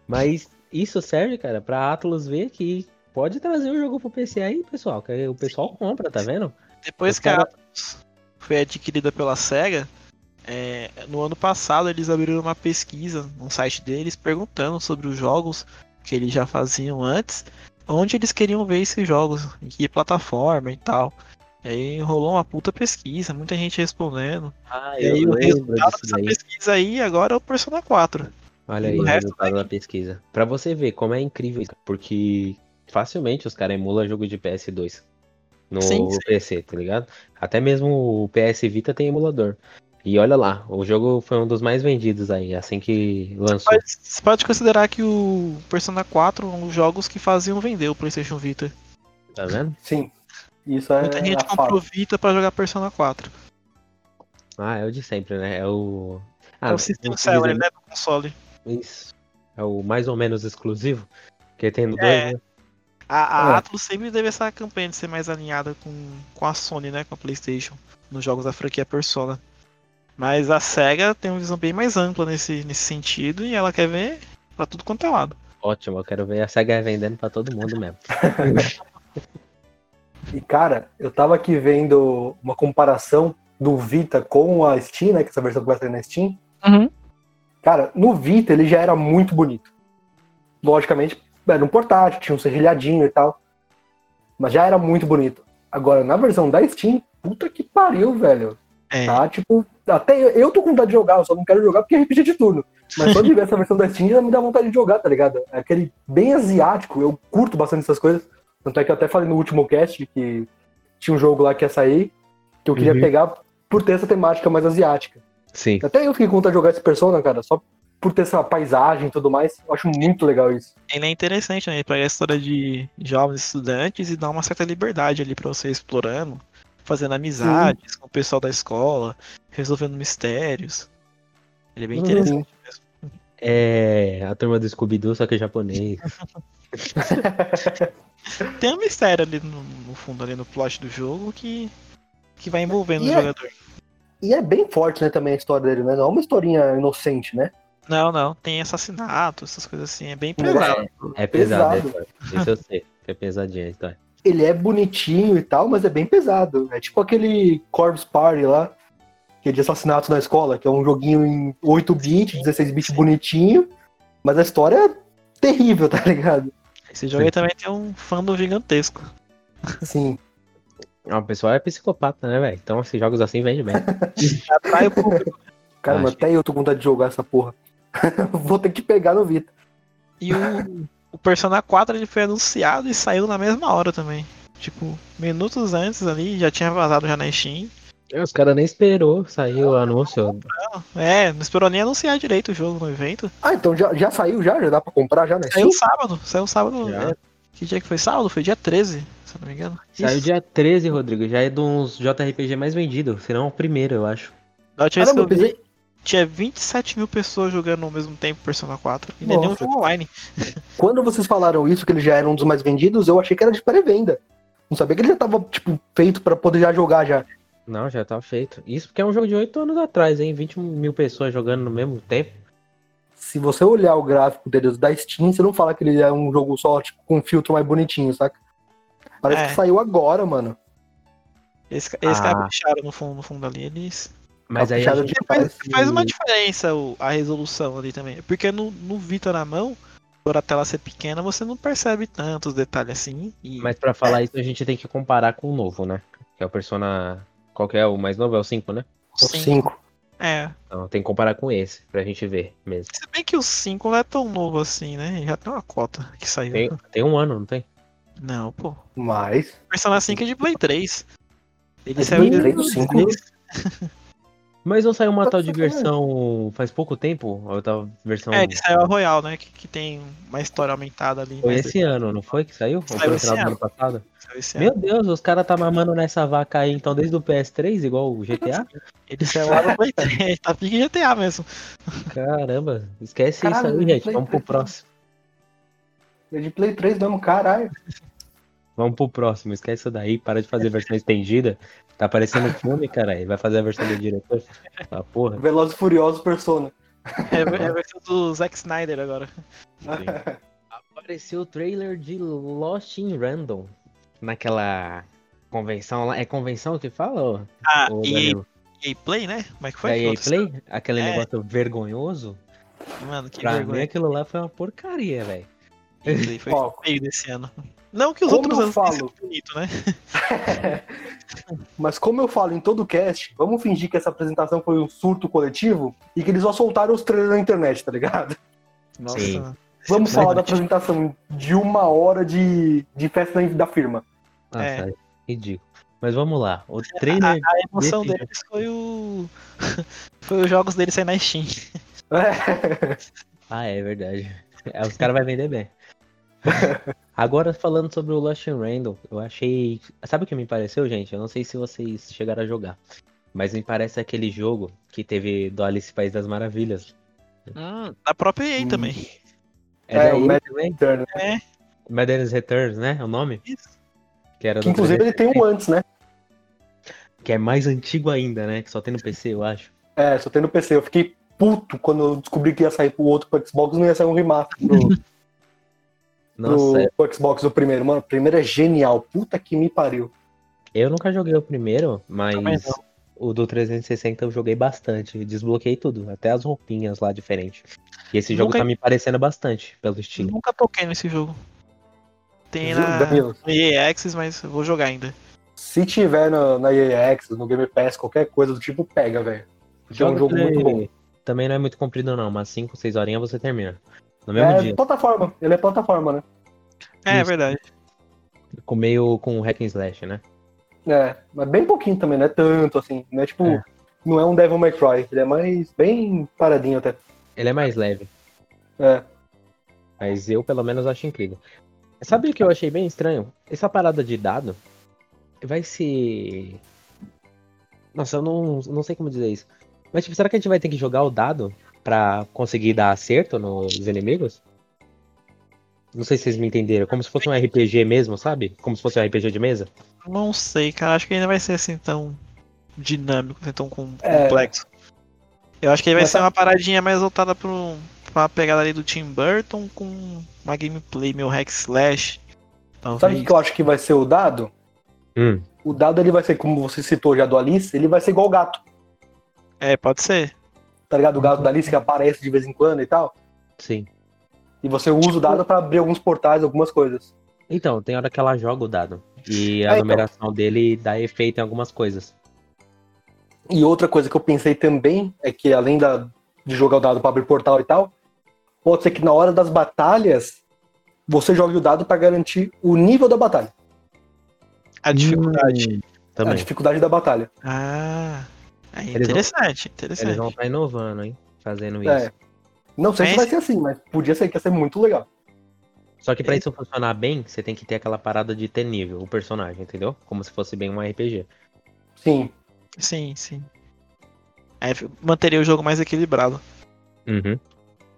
[SPEAKER 1] mas isso serve, cara, pra Atlas ver que pode trazer o jogo pro PC aí, pessoal. Que o pessoal compra, tá vendo?
[SPEAKER 2] Depois
[SPEAKER 1] O
[SPEAKER 2] que a
[SPEAKER 1] cara-
[SPEAKER 2] Atlas foi adquirida pela SEGA, é, no ano passado eles abriram uma pesquisa no site deles perguntando sobre os jogos que eles já faziam antes, onde eles queriam ver esses jogos, em que plataforma e tal. E aí rolou uma puta pesquisa, muita gente respondendo.
[SPEAKER 1] Ah,
[SPEAKER 2] E aí o resultado dessa pesquisa aí agora é o Persona 4.
[SPEAKER 1] Olha
[SPEAKER 2] E
[SPEAKER 1] aí
[SPEAKER 2] o
[SPEAKER 1] o
[SPEAKER 2] resto
[SPEAKER 1] resultado da pesquisa. Pra você ver como é incrível, isso, porque facilmente os caras emulam jogo de PS2 no
[SPEAKER 2] Sim, sim.
[SPEAKER 1] PC, tá ligado? Até mesmo o PS Vita tem emulador. E olha lá, o jogo foi um dos mais vendidos aí, assim que lançou.
[SPEAKER 2] Pode- Você pode considerar que o Persona 4 é um dos jogos que faziam vender o PlayStation Vita.
[SPEAKER 1] Tá vendo?
[SPEAKER 3] Sim. Isso é
[SPEAKER 2] Muita gente
[SPEAKER 3] a fala.
[SPEAKER 2] comprou Vita pra jogar Persona 4.
[SPEAKER 1] Ah, é o de sempre, né? É o. Ah,
[SPEAKER 2] é o
[SPEAKER 1] não
[SPEAKER 2] System
[SPEAKER 1] precisa
[SPEAKER 2] Seller,
[SPEAKER 1] nem-
[SPEAKER 2] né? Do console.
[SPEAKER 1] Isso. É o mais ou menos exclusivo. Porque tem no dois,
[SPEAKER 2] É.
[SPEAKER 1] né?
[SPEAKER 2] A, a
[SPEAKER 3] É.
[SPEAKER 2] Atlus sempre teve essa campanha de ser mais alinhada com, com a Sony, né? Com a PlayStation. Nos jogos da franquia Persona. Mas a SEGA tem uma visão bem mais ampla nesse, nesse sentido e ela quer ver pra tudo quanto é lado.
[SPEAKER 1] Ótimo, eu quero ver a SEGA vendendo pra todo mundo mesmo.
[SPEAKER 3] E cara, eu tava aqui vendo uma comparação do Vita com a Steam, né? Que essa versão que vai sair na Steam. Cara, no Vita ele já era muito bonito. Logicamente, era um portátil, tinha um serrilhadinho e tal. Mas já era muito bonito. Agora, na versão da Steam, puta que pariu, velho.
[SPEAKER 2] É.
[SPEAKER 3] Tá, tipo, até eu, eu tô com vontade de jogar, eu só não quero jogar porque é repetir de turno. Mas só de ver essa versão da Steam já me dá vontade de jogar, tá ligado? É aquele bem asiático, eu curto bastante essas coisas. Tanto é que eu até falei no último cast que tinha um jogo lá que ia sair, que eu queria
[SPEAKER 1] Uhum.
[SPEAKER 3] pegar por ter essa temática mais asiática.
[SPEAKER 1] Sim.
[SPEAKER 3] Até eu fiquei com vontade de jogar esse Persona, cara, só por ter essa paisagem e tudo mais. Eu acho muito legal isso.
[SPEAKER 2] Ele é interessante, né? Ele pega a história de jovens estudantes e dá uma certa liberdade ali pra você ir explorando, fazendo amizades com o pessoal da escola, resolvendo mistérios. Ele é bem
[SPEAKER 1] Uhum.
[SPEAKER 2] interessante mesmo.
[SPEAKER 1] É a turma do Scooby-Doo, só que é japonês.
[SPEAKER 2] Tem um mistério ali no, no fundo, ali no plot do jogo que, que vai envolvendo
[SPEAKER 3] E
[SPEAKER 2] o
[SPEAKER 3] é-
[SPEAKER 2] jogador.
[SPEAKER 3] E é bem forte, né, também a história dele, né? Não é uma historinha inocente, né?
[SPEAKER 2] Não, não. Tem assassinato, essas coisas assim. É bem
[SPEAKER 3] Ele é-
[SPEAKER 2] pesado.
[SPEAKER 1] É pesado,
[SPEAKER 3] Pesado.
[SPEAKER 1] pesado. Isso eu sei. que É pesadinho a história.
[SPEAKER 3] Ele é bonitinho e tal, mas é bem pesado. É tipo aquele Corpse Party lá, que é de assassinato na escola, que é um joguinho em 8 bits, 16 bits bonitinho, mas a história é terrível, <laughs> tá ligado?
[SPEAKER 2] Esse jogo aí também tem um fandom gigantesco.
[SPEAKER 3] Assim,
[SPEAKER 1] Ah, o pessoal é psicopata, né, velho? Então esses jogos assim vende bem.
[SPEAKER 2] Atrai o público.
[SPEAKER 3] Caramba,
[SPEAKER 1] Acho
[SPEAKER 3] até eu tô com vontade de jogar essa porra. <laughs> Vou ter que pegar no Vita.
[SPEAKER 2] E
[SPEAKER 3] <laughs>
[SPEAKER 2] o, o Persona 4 ele foi anunciado e saiu na mesma hora também. Tipo, minutos antes ali, já tinha vazado já na Steam.
[SPEAKER 1] Os caras nem esperou sair o anúncio.
[SPEAKER 2] É, não esperou nem anunciar direito o jogo no evento.
[SPEAKER 3] Ah, então já, já saiu, já? Já dá pra comprar já, né?
[SPEAKER 2] Saiu sábado, saiu sábado.
[SPEAKER 1] Já.
[SPEAKER 2] é, Que dia que foi? Sábado? Foi dia 13, se eu não me engano.
[SPEAKER 1] Saiu
[SPEAKER 2] Isso.
[SPEAKER 1] dia 13, Rodrigo. Já é de uns JRPG mais vendido. Se não o primeiro, eu acho.
[SPEAKER 2] Da última vez que
[SPEAKER 3] Caramba,
[SPEAKER 2] eu
[SPEAKER 3] eu
[SPEAKER 2] vi,
[SPEAKER 3] pensei...
[SPEAKER 2] tinha 27 mil pessoas jogando ao mesmo tempo Persona 4. E nem
[SPEAKER 3] Nossa.
[SPEAKER 2] nenhum jogo online.
[SPEAKER 3] Quando vocês falaram isso, que ele já era um dos mais vendidos, eu achei que era de pré-venda. Não sabia que ele já tava, tipo, feito pra poder já jogar já.
[SPEAKER 1] Não, já tá feito. Isso porque é um jogo de 8 anos atrás, hein? 20 mil pessoas jogando no mesmo tempo.
[SPEAKER 3] Se você olhar o gráfico deles da Steam, você não fala que ele é um jogo só, tipo, com um filtro mais bonitinho, saca? Parece
[SPEAKER 2] É.
[SPEAKER 3] que saiu agora, mano.
[SPEAKER 2] Eles, eles
[SPEAKER 1] Ah. É,
[SPEAKER 2] capricharam no fundo, no fundo ali. Eles...
[SPEAKER 1] Mas aí a
[SPEAKER 3] Caprichado
[SPEAKER 1] gente
[SPEAKER 3] de
[SPEAKER 1] faz,
[SPEAKER 3] preço.
[SPEAKER 2] Faz uma tipo diferença o- a resolução ali também. Porque no, no Vita na mão, por a tela ser pequena, você não percebe tantos detalhes assim. E
[SPEAKER 1] Mas pra falar isso, a gente tem que comparar com o novo, né? Que é o Persona... Qual que é o mais novo? É o 5, né?
[SPEAKER 2] o
[SPEAKER 3] O
[SPEAKER 2] 5,
[SPEAKER 3] 5.
[SPEAKER 2] É.
[SPEAKER 1] Então tem que comparar com esse, pra gente ver mesmo.
[SPEAKER 2] Se bem que o 5 não é tão novo assim, né? Já tem uma cota que saiu.
[SPEAKER 1] Tem, tem um ano, não tem?
[SPEAKER 2] Não, pô.
[SPEAKER 3] Mas.
[SPEAKER 2] O Persona 5 é de Play 3. Ele
[SPEAKER 3] É
[SPEAKER 2] saiu em
[SPEAKER 3] Play 3 ou
[SPEAKER 2] 2006.
[SPEAKER 1] Mas não saiu uma
[SPEAKER 3] Tá
[SPEAKER 1] tal de
[SPEAKER 3] sacanagem.
[SPEAKER 1] versão faz pouco tempo? Ou tal versão.
[SPEAKER 2] É, ele saiu a Royal, né? Que, que tem uma história aumentada ali.
[SPEAKER 1] Foi
[SPEAKER 2] né?
[SPEAKER 1] esse ano, não foi que saiu? Ou foi no final
[SPEAKER 2] Saiu esse É.
[SPEAKER 1] do ano passado?
[SPEAKER 2] Saiu esse
[SPEAKER 1] é. Meu
[SPEAKER 2] ano.
[SPEAKER 1] Deus, os caras tá mamando nessa vaca aí, então desde o PS3, igual o GTA?
[SPEAKER 2] Ele saiu lá no Play
[SPEAKER 1] <laughs>
[SPEAKER 2] 3. Tá pique GTA mesmo.
[SPEAKER 1] Caramba, esquece
[SPEAKER 3] Caralho,
[SPEAKER 1] isso aí,
[SPEAKER 3] eu
[SPEAKER 1] gente.
[SPEAKER 3] falei
[SPEAKER 1] Vamos pro
[SPEAKER 3] pra ele.
[SPEAKER 1] próximo.
[SPEAKER 3] É de Play 3 mesmo, caralho.
[SPEAKER 1] Vamos pro próximo, esquece isso daí, para de fazer versão estendida. Tá parecendo filme, caralho. Vai fazer a versão do diretor. Ah, porra.
[SPEAKER 3] Velozes e Furiosos Persona.
[SPEAKER 2] É,
[SPEAKER 1] Uhum.
[SPEAKER 2] é a versão do Zack Snyder agora.
[SPEAKER 1] Apareceu o trailer de Lost in Random. Naquela convenção lá. É convenção que fala? ô-
[SPEAKER 2] Ah,
[SPEAKER 1] ô,
[SPEAKER 2] e
[SPEAKER 1] Danilo?
[SPEAKER 2] EA Play, né? Como é que foi?
[SPEAKER 1] da
[SPEAKER 2] que
[SPEAKER 1] EA
[SPEAKER 2] aconteceu?
[SPEAKER 1] Play? Aquele
[SPEAKER 2] É.
[SPEAKER 1] negócio vergonhoso?
[SPEAKER 2] Mano, que
[SPEAKER 1] pra mim é
[SPEAKER 2] vergonha.
[SPEAKER 1] aquilo lá foi uma porcaria, velho.
[SPEAKER 2] EA Play foi
[SPEAKER 3] Ó,
[SPEAKER 2] feio desse ano. Não que os
[SPEAKER 3] Como
[SPEAKER 2] outros
[SPEAKER 3] eu
[SPEAKER 2] anos tenham
[SPEAKER 3] falo?
[SPEAKER 2] sido bonito, né?
[SPEAKER 3] Mas como eu falo em todo cast, vamos fingir que essa apresentação foi um surto coletivo e que eles só soltaram os trailers na internet, tá ligado?
[SPEAKER 2] Nossa.
[SPEAKER 1] Sim.
[SPEAKER 2] mano.
[SPEAKER 3] Vamos
[SPEAKER 1] Sim.
[SPEAKER 3] falar da apresentação de uma hora de, de festa da firma.
[SPEAKER 1] Nossa,
[SPEAKER 2] É.
[SPEAKER 1] ridículo. Mas vamos lá. O trailer.
[SPEAKER 2] A emoção
[SPEAKER 1] Desse
[SPEAKER 2] deles foi o. <laughs> foi os jogos deles sair na Steam.
[SPEAKER 3] É, <laughs>
[SPEAKER 1] Ah, é verdade. <laughs> É, Os caras vão vender
[SPEAKER 3] <laughs>
[SPEAKER 1] bem. Agora falando sobre o Lost in Random, eu achei. Sabe o que me pareceu, gente? Eu não sei se vocês chegaram a jogar. Mas me parece aquele jogo que teve do Alice País das Maravilhas.
[SPEAKER 2] da própria EA
[SPEAKER 3] Hum.
[SPEAKER 2] também.
[SPEAKER 1] É,
[SPEAKER 3] É,
[SPEAKER 1] daí
[SPEAKER 3] o Mad-
[SPEAKER 1] também?
[SPEAKER 3] Interna.
[SPEAKER 1] Madden's Returns, né? É O nome?
[SPEAKER 2] Isso.
[SPEAKER 1] Que era
[SPEAKER 3] Que
[SPEAKER 1] do
[SPEAKER 3] inclusive ele tem um antes, né?
[SPEAKER 1] Que é mais antigo ainda, né? Que só tem no PC, eu acho.
[SPEAKER 3] É, só tem no PC. Eu fiquei puto quando eu descobri que ia sair pro outro pro Xbox não ia sair um remaster pro,
[SPEAKER 1] Nossa, é.
[SPEAKER 3] pro- pro Xbox do primeiro. Mano, o primeiro é genial. Puta que me pariu.
[SPEAKER 1] Eu nunca joguei o primeiro,
[SPEAKER 2] Também
[SPEAKER 1] mas o do 360 eu joguei bastante. Desbloqueei tudo, até as roupinhas lá diferentes. E esse jogo
[SPEAKER 2] Nunca-
[SPEAKER 1] tá me parecendo bastante, pelo estilo.
[SPEAKER 2] Nunca toquei nesse jogo. Tem
[SPEAKER 3] Viu,
[SPEAKER 2] na
[SPEAKER 3] Danilo?
[SPEAKER 2] no EA Access, mas eu vou jogar ainda.
[SPEAKER 3] Se tiver na, na EA Access, no Game Pass, qualquer coisa do tipo, pega, velho. Porque é um jogo
[SPEAKER 1] que
[SPEAKER 3] muito bom.
[SPEAKER 1] Também não é muito comprido, não, mas 5, 6 horinhas você termina. No mesmo
[SPEAKER 3] é
[SPEAKER 1] dia.
[SPEAKER 3] plataforma. Ele é plataforma, né?
[SPEAKER 2] É,
[SPEAKER 1] Isso.
[SPEAKER 2] verdade.
[SPEAKER 1] Com meio com hack and slash, né?
[SPEAKER 3] É, mas bem pouquinho também, não é tanto assim. Não é tipo.
[SPEAKER 1] É.
[SPEAKER 3] Não é um Devil May Cry. Ele é mais bem paradinho até.
[SPEAKER 1] Ele é mais leve.
[SPEAKER 3] É.
[SPEAKER 1] Mas eu, pelo menos, acho incrível. Sabe o que eu achei bem estranho? Essa parada de dado vai ser. Nossa, eu não, não sei como dizer isso. Mas, tipo, será que a gente vai ter que jogar o dado pra conseguir dar acerto nos inimigos? Não sei se vocês me entenderam. Como se fosse um RPG mesmo, sabe? Como se fosse um RPG de mesa.
[SPEAKER 2] Não sei, cara. Acho que ele não vai ser assim tão dinâmico, assim, tão com-
[SPEAKER 3] É.
[SPEAKER 2] complexo. Eu acho que ele vai
[SPEAKER 3] Mas
[SPEAKER 2] ser
[SPEAKER 3] tá-
[SPEAKER 2] uma paradinha mais voltada pra, um, pra uma pegada ali do Tim Burton com uma gameplay meio hack slash.
[SPEAKER 3] Sabe o
[SPEAKER 2] Talvez.
[SPEAKER 3] que eu acho que vai ser o dado?
[SPEAKER 1] Hum.
[SPEAKER 3] O dado ele vai ser, como você citou já do Alice, ele vai ser igual o gato.
[SPEAKER 2] É, pode ser.
[SPEAKER 3] Tá ligado? O gato da Alice que aparece de vez em quando e tal.
[SPEAKER 1] Sim.
[SPEAKER 3] E você usa o dado pra abrir alguns portais, algumas coisas.
[SPEAKER 1] Então, tem hora que ela joga o dado. E
[SPEAKER 3] É,
[SPEAKER 1] a
[SPEAKER 3] então.
[SPEAKER 1] numeração dele dá efeito em algumas coisas.
[SPEAKER 3] E outra coisa que eu pensei também é que além da, de jogar o dado para abrir portal e tal, pode ser que na hora das batalhas você jogue o dado para garantir o nível da batalha,
[SPEAKER 1] Hum.
[SPEAKER 2] A dificuldade.
[SPEAKER 3] a
[SPEAKER 1] Também.
[SPEAKER 3] dificuldade da batalha.
[SPEAKER 2] Ah, é
[SPEAKER 1] vão- Eles
[SPEAKER 2] interessante, interessante.
[SPEAKER 1] vão estar inovando, hein? Fazendo isso.
[SPEAKER 3] É. Não sei se
[SPEAKER 2] Mas-
[SPEAKER 3] vai ser assim, mas podia ser que ia ser muito legal.
[SPEAKER 1] Só que pra
[SPEAKER 2] É.
[SPEAKER 1] isso funcionar bem, você tem que ter aquela parada de ter nível, o personagem, entendeu? Como se fosse bem um RPG.
[SPEAKER 3] Sim.
[SPEAKER 2] Sim, sim. É, manteria o jogo mais equilibrado.
[SPEAKER 1] Uhum.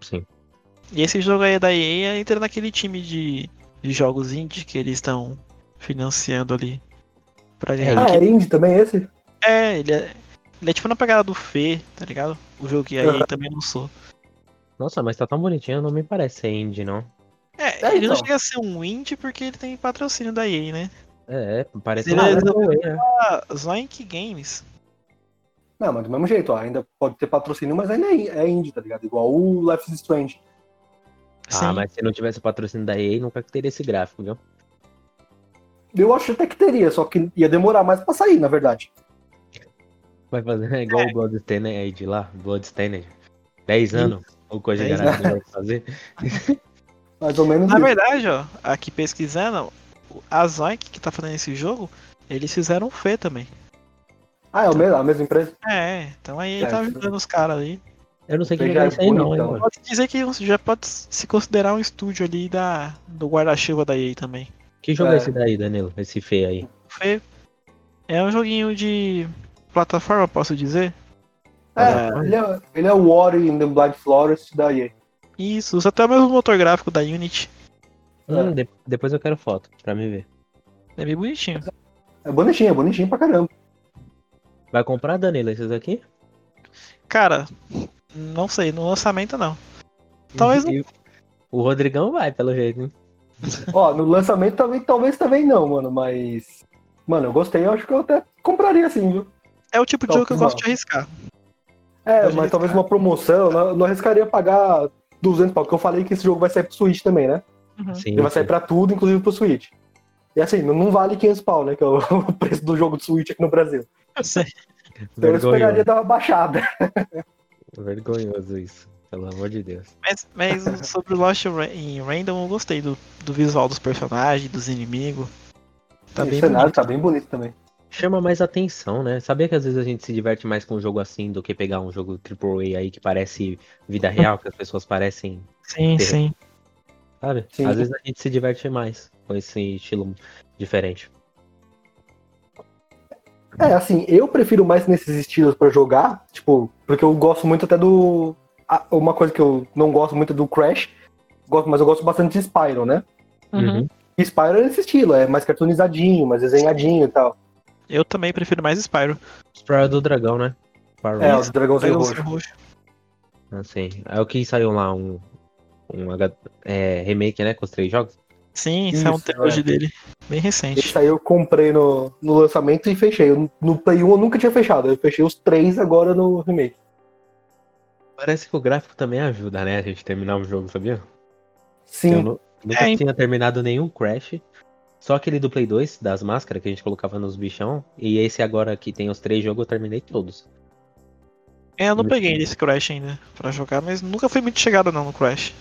[SPEAKER 1] Sim.
[SPEAKER 2] E esse jogo aí da EA entra naquele time de, de jogos indie que eles estão financiando ali.
[SPEAKER 1] Ah,
[SPEAKER 2] Pra
[SPEAKER 3] Ah,
[SPEAKER 2] gente.
[SPEAKER 3] é indie também esse?
[SPEAKER 2] É, ele é, ele é tipo na pegada do Fê, tá ligado? O jogo que a EA
[SPEAKER 3] Aham.
[SPEAKER 2] também lançou.
[SPEAKER 1] Nossa, mas tá tão bonitinho, não me parece ser indie, não.
[SPEAKER 2] É,
[SPEAKER 3] É,
[SPEAKER 2] ele não
[SPEAKER 3] então.
[SPEAKER 2] chega a ser um indie porque ele tem patrocínio da EA, né?
[SPEAKER 1] É, é parece
[SPEAKER 2] Ele
[SPEAKER 1] uma
[SPEAKER 2] é
[SPEAKER 1] AAA, né?
[SPEAKER 2] Ah, Zoink Games.
[SPEAKER 3] Não, mas do mesmo jeito, ó, ainda pode ter patrocínio, mas ainda é é indie, tá ligado? Igual o Life is Strange.
[SPEAKER 2] assim.
[SPEAKER 1] Ah, mas se não tivesse o patrocínio da EA, nunca teria esse gráfico, viu?
[SPEAKER 3] Eu acho até que teria, só que ia demorar mais pra sair, na verdade.
[SPEAKER 1] Vai fazer é igual o Bloodstained aí de lá, Bloodstained. 10 anos, ou coisa de
[SPEAKER 2] Dez
[SPEAKER 1] garagem vai fazer.
[SPEAKER 3] Mais ou menos
[SPEAKER 2] Na
[SPEAKER 3] isso.
[SPEAKER 2] verdade, ó, aqui pesquisando, a Zoink que tá fazendo esse jogo, eles fizeram um Fê também.
[SPEAKER 3] Ah, é o mesmo- a mesma empresa?
[SPEAKER 2] É, então aí ele
[SPEAKER 3] É,
[SPEAKER 2] tá
[SPEAKER 3] isso.
[SPEAKER 2] ajudando os caras ali.
[SPEAKER 1] Eu não sei que lugar
[SPEAKER 3] Pegar
[SPEAKER 1] é isso aí, não, hein,
[SPEAKER 3] bonitão.
[SPEAKER 1] mano.
[SPEAKER 2] Pode dizer que já pode se considerar um estúdio ali da, do guarda-chuva da EA também.
[SPEAKER 1] Que jogo é
[SPEAKER 3] É.
[SPEAKER 1] esse daí, Danilo? Esse feio aí.
[SPEAKER 2] Fê é um joguinho de plataforma, posso dizer?
[SPEAKER 3] É, ele é, ele é o Water in the Blind Forest da EA.
[SPEAKER 2] Isso, usa até o mesmo motor gráfico da Unity.
[SPEAKER 1] Hum, de- depois eu quero foto pra me ver.
[SPEAKER 2] É bem bonitinho.
[SPEAKER 3] É bonitinho, é bonitinho pra caramba.
[SPEAKER 1] Vai comprar, Danilo, esses aqui?
[SPEAKER 2] Cara, não sei, no lançamento não. Talvez não.
[SPEAKER 1] E- O Rodrigão vai, pelo jeito, hein?
[SPEAKER 3] Ó, no lançamento também, talvez também não, mano, mas. Mano, eu gostei, eu acho que eu até compraria assim, viu?
[SPEAKER 2] É o tipo de
[SPEAKER 3] Top,
[SPEAKER 2] jogo que eu
[SPEAKER 3] mano.
[SPEAKER 2] gosto de arriscar.
[SPEAKER 3] É,
[SPEAKER 2] Pode
[SPEAKER 3] mas
[SPEAKER 2] arriscar.
[SPEAKER 3] talvez uma promoção, eu não arriscaria pagar 200 pau, porque eu falei que esse jogo vai sair pro Switch também, né?
[SPEAKER 2] Uhum.
[SPEAKER 1] Sim,
[SPEAKER 3] Ele vai sair
[SPEAKER 1] sim.
[SPEAKER 3] pra tudo, inclusive pro Switch. E assim, não- não vale 500 pau, né? Que é o o <laughs> preço do jogo do Switch aqui no Brasil. Então eu esperaria
[SPEAKER 1] vergonhoso,
[SPEAKER 3] dar uma baixada.
[SPEAKER 1] vergonhoso isso, pelo amor de Deus.
[SPEAKER 2] <laughs> Mas, mas sobre o Lost Ra- em Random eu gostei do, do visual dos personagens, dos inimigos. Tá
[SPEAKER 3] o
[SPEAKER 2] bem
[SPEAKER 3] cenário
[SPEAKER 2] bonito.
[SPEAKER 3] tá bem bonito também.
[SPEAKER 1] Chama mais atenção, né? Sabia que às vezes a gente se diverte mais com um jogo assim do que pegar um jogo AAA aí que parece vida real, que as pessoas parecem,
[SPEAKER 2] Sim, sim.
[SPEAKER 1] sabe?
[SPEAKER 3] Sim.
[SPEAKER 1] Às vezes a gente se diverte mais com esse estilo diferente.
[SPEAKER 3] É, assim, eu prefiro mais nesses estilos pra jogar, tipo, porque eu gosto muito até do. ah, Uma coisa que eu não gosto muito é do Crash, gosto, mas eu gosto bastante de Spyro, né?
[SPEAKER 1] Uhum.
[SPEAKER 3] E Spyro é nesse estilo, é mais cartoonizadinho, mais desenhadinho e tal.
[SPEAKER 2] Eu também prefiro mais Spyro.
[SPEAKER 1] Spyro do Dragão, né? Spyro.
[SPEAKER 3] É, o dragãozinho
[SPEAKER 2] Dragão
[SPEAKER 3] roxo.
[SPEAKER 2] Roxo.
[SPEAKER 1] Assim, é o que saiu lá, um, um H- é, remake, né? Com os três jogos.
[SPEAKER 2] Sim, isso é um
[SPEAKER 3] Isso,
[SPEAKER 2] trilogy
[SPEAKER 3] é.
[SPEAKER 2] dele. Bem
[SPEAKER 3] Esse
[SPEAKER 2] recente.
[SPEAKER 3] aí eu comprei no, no lançamento e fechei. Eu- no Play 1 eu nunca tinha fechado, eu fechei os três agora no remake.
[SPEAKER 1] Parece que o gráfico também ajuda, né? A gente terminar um jogo, sabia? Eu
[SPEAKER 3] Sim,
[SPEAKER 1] nu- nunca
[SPEAKER 2] É,
[SPEAKER 1] tinha terminado nenhum Crash. Só aquele do Play 2, das máscaras que a gente colocava nos bichão. E esse agora que tem os três jogos, eu terminei todos.
[SPEAKER 2] É, eu não
[SPEAKER 1] Muito
[SPEAKER 2] peguei esse Crash ainda pra jogar, mas nunca fui muito chegado não no Crash.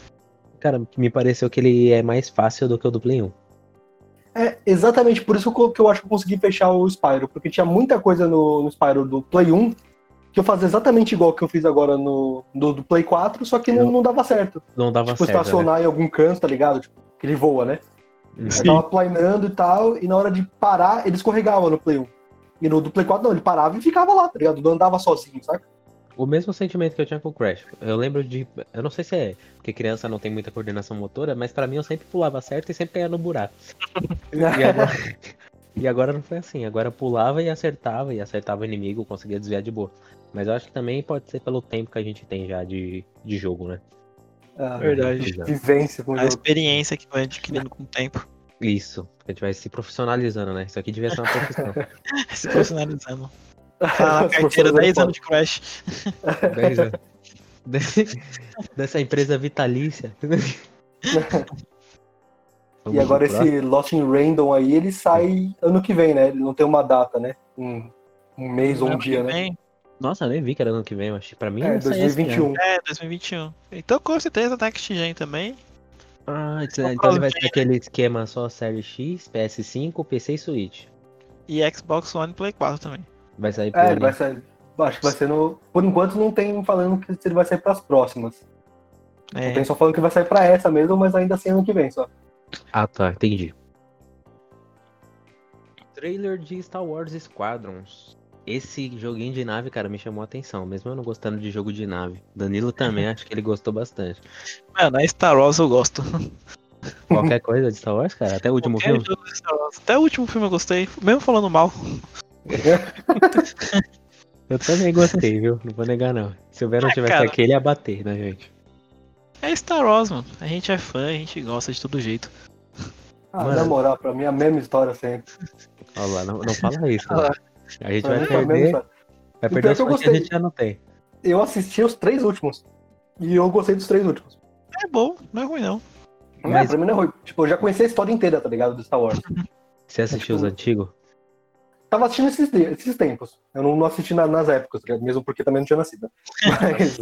[SPEAKER 1] Cara, me pareceu que ele é mais fácil do que o do Play 1.
[SPEAKER 3] é exatamente por isso que eu- que eu acho que eu consegui fechar o Spyro, porque tinha muita coisa no, no Spyro do Play 1 que eu fazia exatamente igual que eu fiz agora no do, do Play 4, só que não, não dava certo.
[SPEAKER 1] Não dava
[SPEAKER 3] tipo,
[SPEAKER 1] certo. Né?
[SPEAKER 3] estacionar em algum canto, tá ligado? Tipo, que ele voa, né?
[SPEAKER 1] Uhum.
[SPEAKER 3] Eu tava planeando e tal, e na hora de parar, ele escorregava no Play 1. E no do Play 4 não, ele parava e ficava lá, tá ligado? Não andava sozinho, sabe?
[SPEAKER 1] O mesmo sentimento que eu tinha com o Crash. Eu lembro de. Eu não sei se é porque criança não tem muita coordenação motora, mas pra mim eu sempre pulava certo e sempre caía no buraco. E agora, <laughs> e agora não foi assim. Agora eu pulava e acertava, e acertava o inimigo, conseguia desviar de boa. Mas eu acho que também pode ser pelo tempo que a gente tem já de, de jogo, né?
[SPEAKER 3] Ah,
[SPEAKER 2] Verdade. Ah,
[SPEAKER 1] Já.
[SPEAKER 3] vivência com o
[SPEAKER 2] A
[SPEAKER 3] jogo.
[SPEAKER 2] experiência que vai adquirindo com o tempo,
[SPEAKER 1] Isso. A gente vai se profissionalizando, né? Isso aqui devia ser uma
[SPEAKER 3] <laughs>
[SPEAKER 1] profissão.
[SPEAKER 2] se profissionalizando. Tá na carteira
[SPEAKER 3] Profissionalizando
[SPEAKER 2] 10
[SPEAKER 3] foda.
[SPEAKER 2] anos de Crash.
[SPEAKER 1] Dez anos. <laughs> Dessa empresa vitalícia. Vamos
[SPEAKER 3] <laughs> E agora
[SPEAKER 1] procurar.
[SPEAKER 3] esse Lost in Random aí, ele sai ano que vem, né? Ele não tem uma data, né? Um, um mês ou um
[SPEAKER 2] Ano que
[SPEAKER 3] dia, né?
[SPEAKER 2] vem.
[SPEAKER 1] Nossa, eu nem vi que era ano que vem, mas pra mim
[SPEAKER 3] É,
[SPEAKER 1] não sai esse né? ano.
[SPEAKER 3] 2021.
[SPEAKER 2] É, 2021. Então com certeza Next Gen também.
[SPEAKER 1] Ah,
[SPEAKER 2] Só
[SPEAKER 1] então então
[SPEAKER 2] pra
[SPEAKER 1] ele vai ter aquele esquema só série X, PS5, PC e Switch.
[SPEAKER 2] E Xbox One e Play 4 também.
[SPEAKER 1] Vai sair por
[SPEAKER 3] É, ele
[SPEAKER 1] ali.
[SPEAKER 3] vai sair. Acho que vai ser no. Por enquanto não tem falando que ele vai sair pras próximas.
[SPEAKER 2] É,
[SPEAKER 3] Tem só falando que vai sair pra essa mesmo, mas ainda assim ano que
[SPEAKER 1] <laughs>
[SPEAKER 3] vem só.
[SPEAKER 1] Ah, tá, entendi. Trailer de Star Wars Squadrons. Esse joguinho de nave, cara, me chamou a atenção. Mesmo eu não gostando de jogo de nave. Danilo também, acho que ele gostou bastante.
[SPEAKER 2] mano, a Star Wars eu gosto.
[SPEAKER 1] Qualquer coisa de Star Wars, cara, até o último
[SPEAKER 2] Qualquer
[SPEAKER 1] filme.
[SPEAKER 2] jogo de Star Wars. Até o último filme eu gostei, mesmo falando mal.
[SPEAKER 1] Eu também gostei, viu? Não vou negar, não. Se o Venom
[SPEAKER 2] Ah,
[SPEAKER 1] tivesse
[SPEAKER 2] cara.
[SPEAKER 1] aqui, ele ia bater, né, gente?
[SPEAKER 2] É Star Wars, mano. A gente é fã, a gente gosta de todo jeito.
[SPEAKER 3] Ah,
[SPEAKER 1] Mano.
[SPEAKER 3] na moral, pra mim é a mesma história sempre.
[SPEAKER 1] Olha lá, não, não fala isso.
[SPEAKER 2] Ah,
[SPEAKER 1] Né? A gente
[SPEAKER 3] Pra
[SPEAKER 1] vai
[SPEAKER 3] mim é a mesma
[SPEAKER 1] perder,
[SPEAKER 3] história.
[SPEAKER 1] vai
[SPEAKER 3] E
[SPEAKER 1] perder
[SPEAKER 3] pior
[SPEAKER 1] os
[SPEAKER 3] que eu
[SPEAKER 1] pontos que a
[SPEAKER 3] gostei.
[SPEAKER 1] gente já não tem.
[SPEAKER 3] Eu assisti os três últimos. E eu gostei dos três últimos.
[SPEAKER 2] É bom, não é ruim não.
[SPEAKER 3] Mas...
[SPEAKER 1] Mas-
[SPEAKER 3] É, pra mim não é ruim. Tipo, eu já conheci a história inteira, tá ligado? Do Star Wars.
[SPEAKER 1] Você assistiu os
[SPEAKER 3] tipo-
[SPEAKER 1] antigos?
[SPEAKER 3] Tava assistindo esses, dias- esses tempos. Eu não, não assisti na- nas épocas, tá ligado? mesmo porque também não
[SPEAKER 1] <laughs>
[SPEAKER 3] tinha nascido. Mas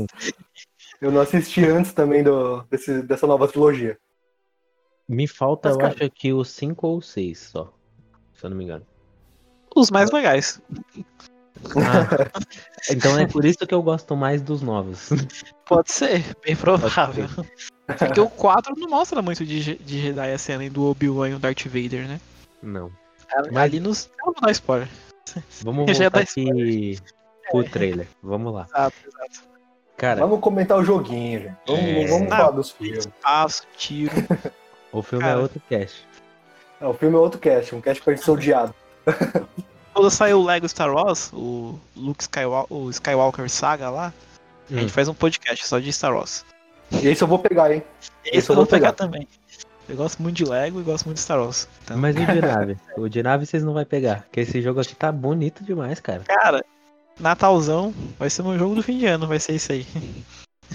[SPEAKER 3] eu não assisti antes também do, desse- dessa nova trilogia.
[SPEAKER 1] Me falta,
[SPEAKER 3] Mas,
[SPEAKER 1] eu
[SPEAKER 3] cara-
[SPEAKER 1] acho que o 5 ou 6 só. Se eu não me engano.
[SPEAKER 2] Os mais legais.
[SPEAKER 1] Ah, então é por isso que eu gosto mais dos novos.
[SPEAKER 2] Pode ser, bem <laughs> provável.
[SPEAKER 1] Pode
[SPEAKER 2] Porque o 4 não mostra muito de, Je- de Jedi a cena do Obi-Wan e o Darth Vader, né?
[SPEAKER 1] Não.
[SPEAKER 2] Mas... Ali nos. Eu não vou dar spoiler.
[SPEAKER 1] Vamos
[SPEAKER 2] Eu <laughs> já é ia
[SPEAKER 1] voltar
[SPEAKER 2] dar
[SPEAKER 1] aqui pro trailer. Vamos lá.
[SPEAKER 2] Exato, exato.
[SPEAKER 1] Cara,
[SPEAKER 3] Vamos comentar o joguinho, gente. Vamos,
[SPEAKER 1] É.
[SPEAKER 3] vamos falar dos filmes.
[SPEAKER 2] Espaço, tiro.
[SPEAKER 1] o filme
[SPEAKER 2] cara.
[SPEAKER 1] é outro cast.
[SPEAKER 3] É, o filme é outro cast, um cast pra gente ser odiado.
[SPEAKER 2] Quando saiu o Lego Star Wars, o Luke Skywalker, o Skywalker Saga lá, a gente faz um podcast só de Star Wars.
[SPEAKER 3] E esse eu vou pegar, hein?
[SPEAKER 2] Esse
[SPEAKER 3] eu
[SPEAKER 2] eu vou
[SPEAKER 3] vou
[SPEAKER 2] pegar também. Eu gosto muito de Lego e gosto muito de Star Wars. Então,
[SPEAKER 1] Mas e o
[SPEAKER 2] <laughs>
[SPEAKER 1] de nave? O de nave vocês não vão pegar. Porque esse jogo aqui tá bonito demais, cara.
[SPEAKER 2] Cara, Natalzão vai ser meu jogo do fim de ano, vai ser isso aí. <laughs>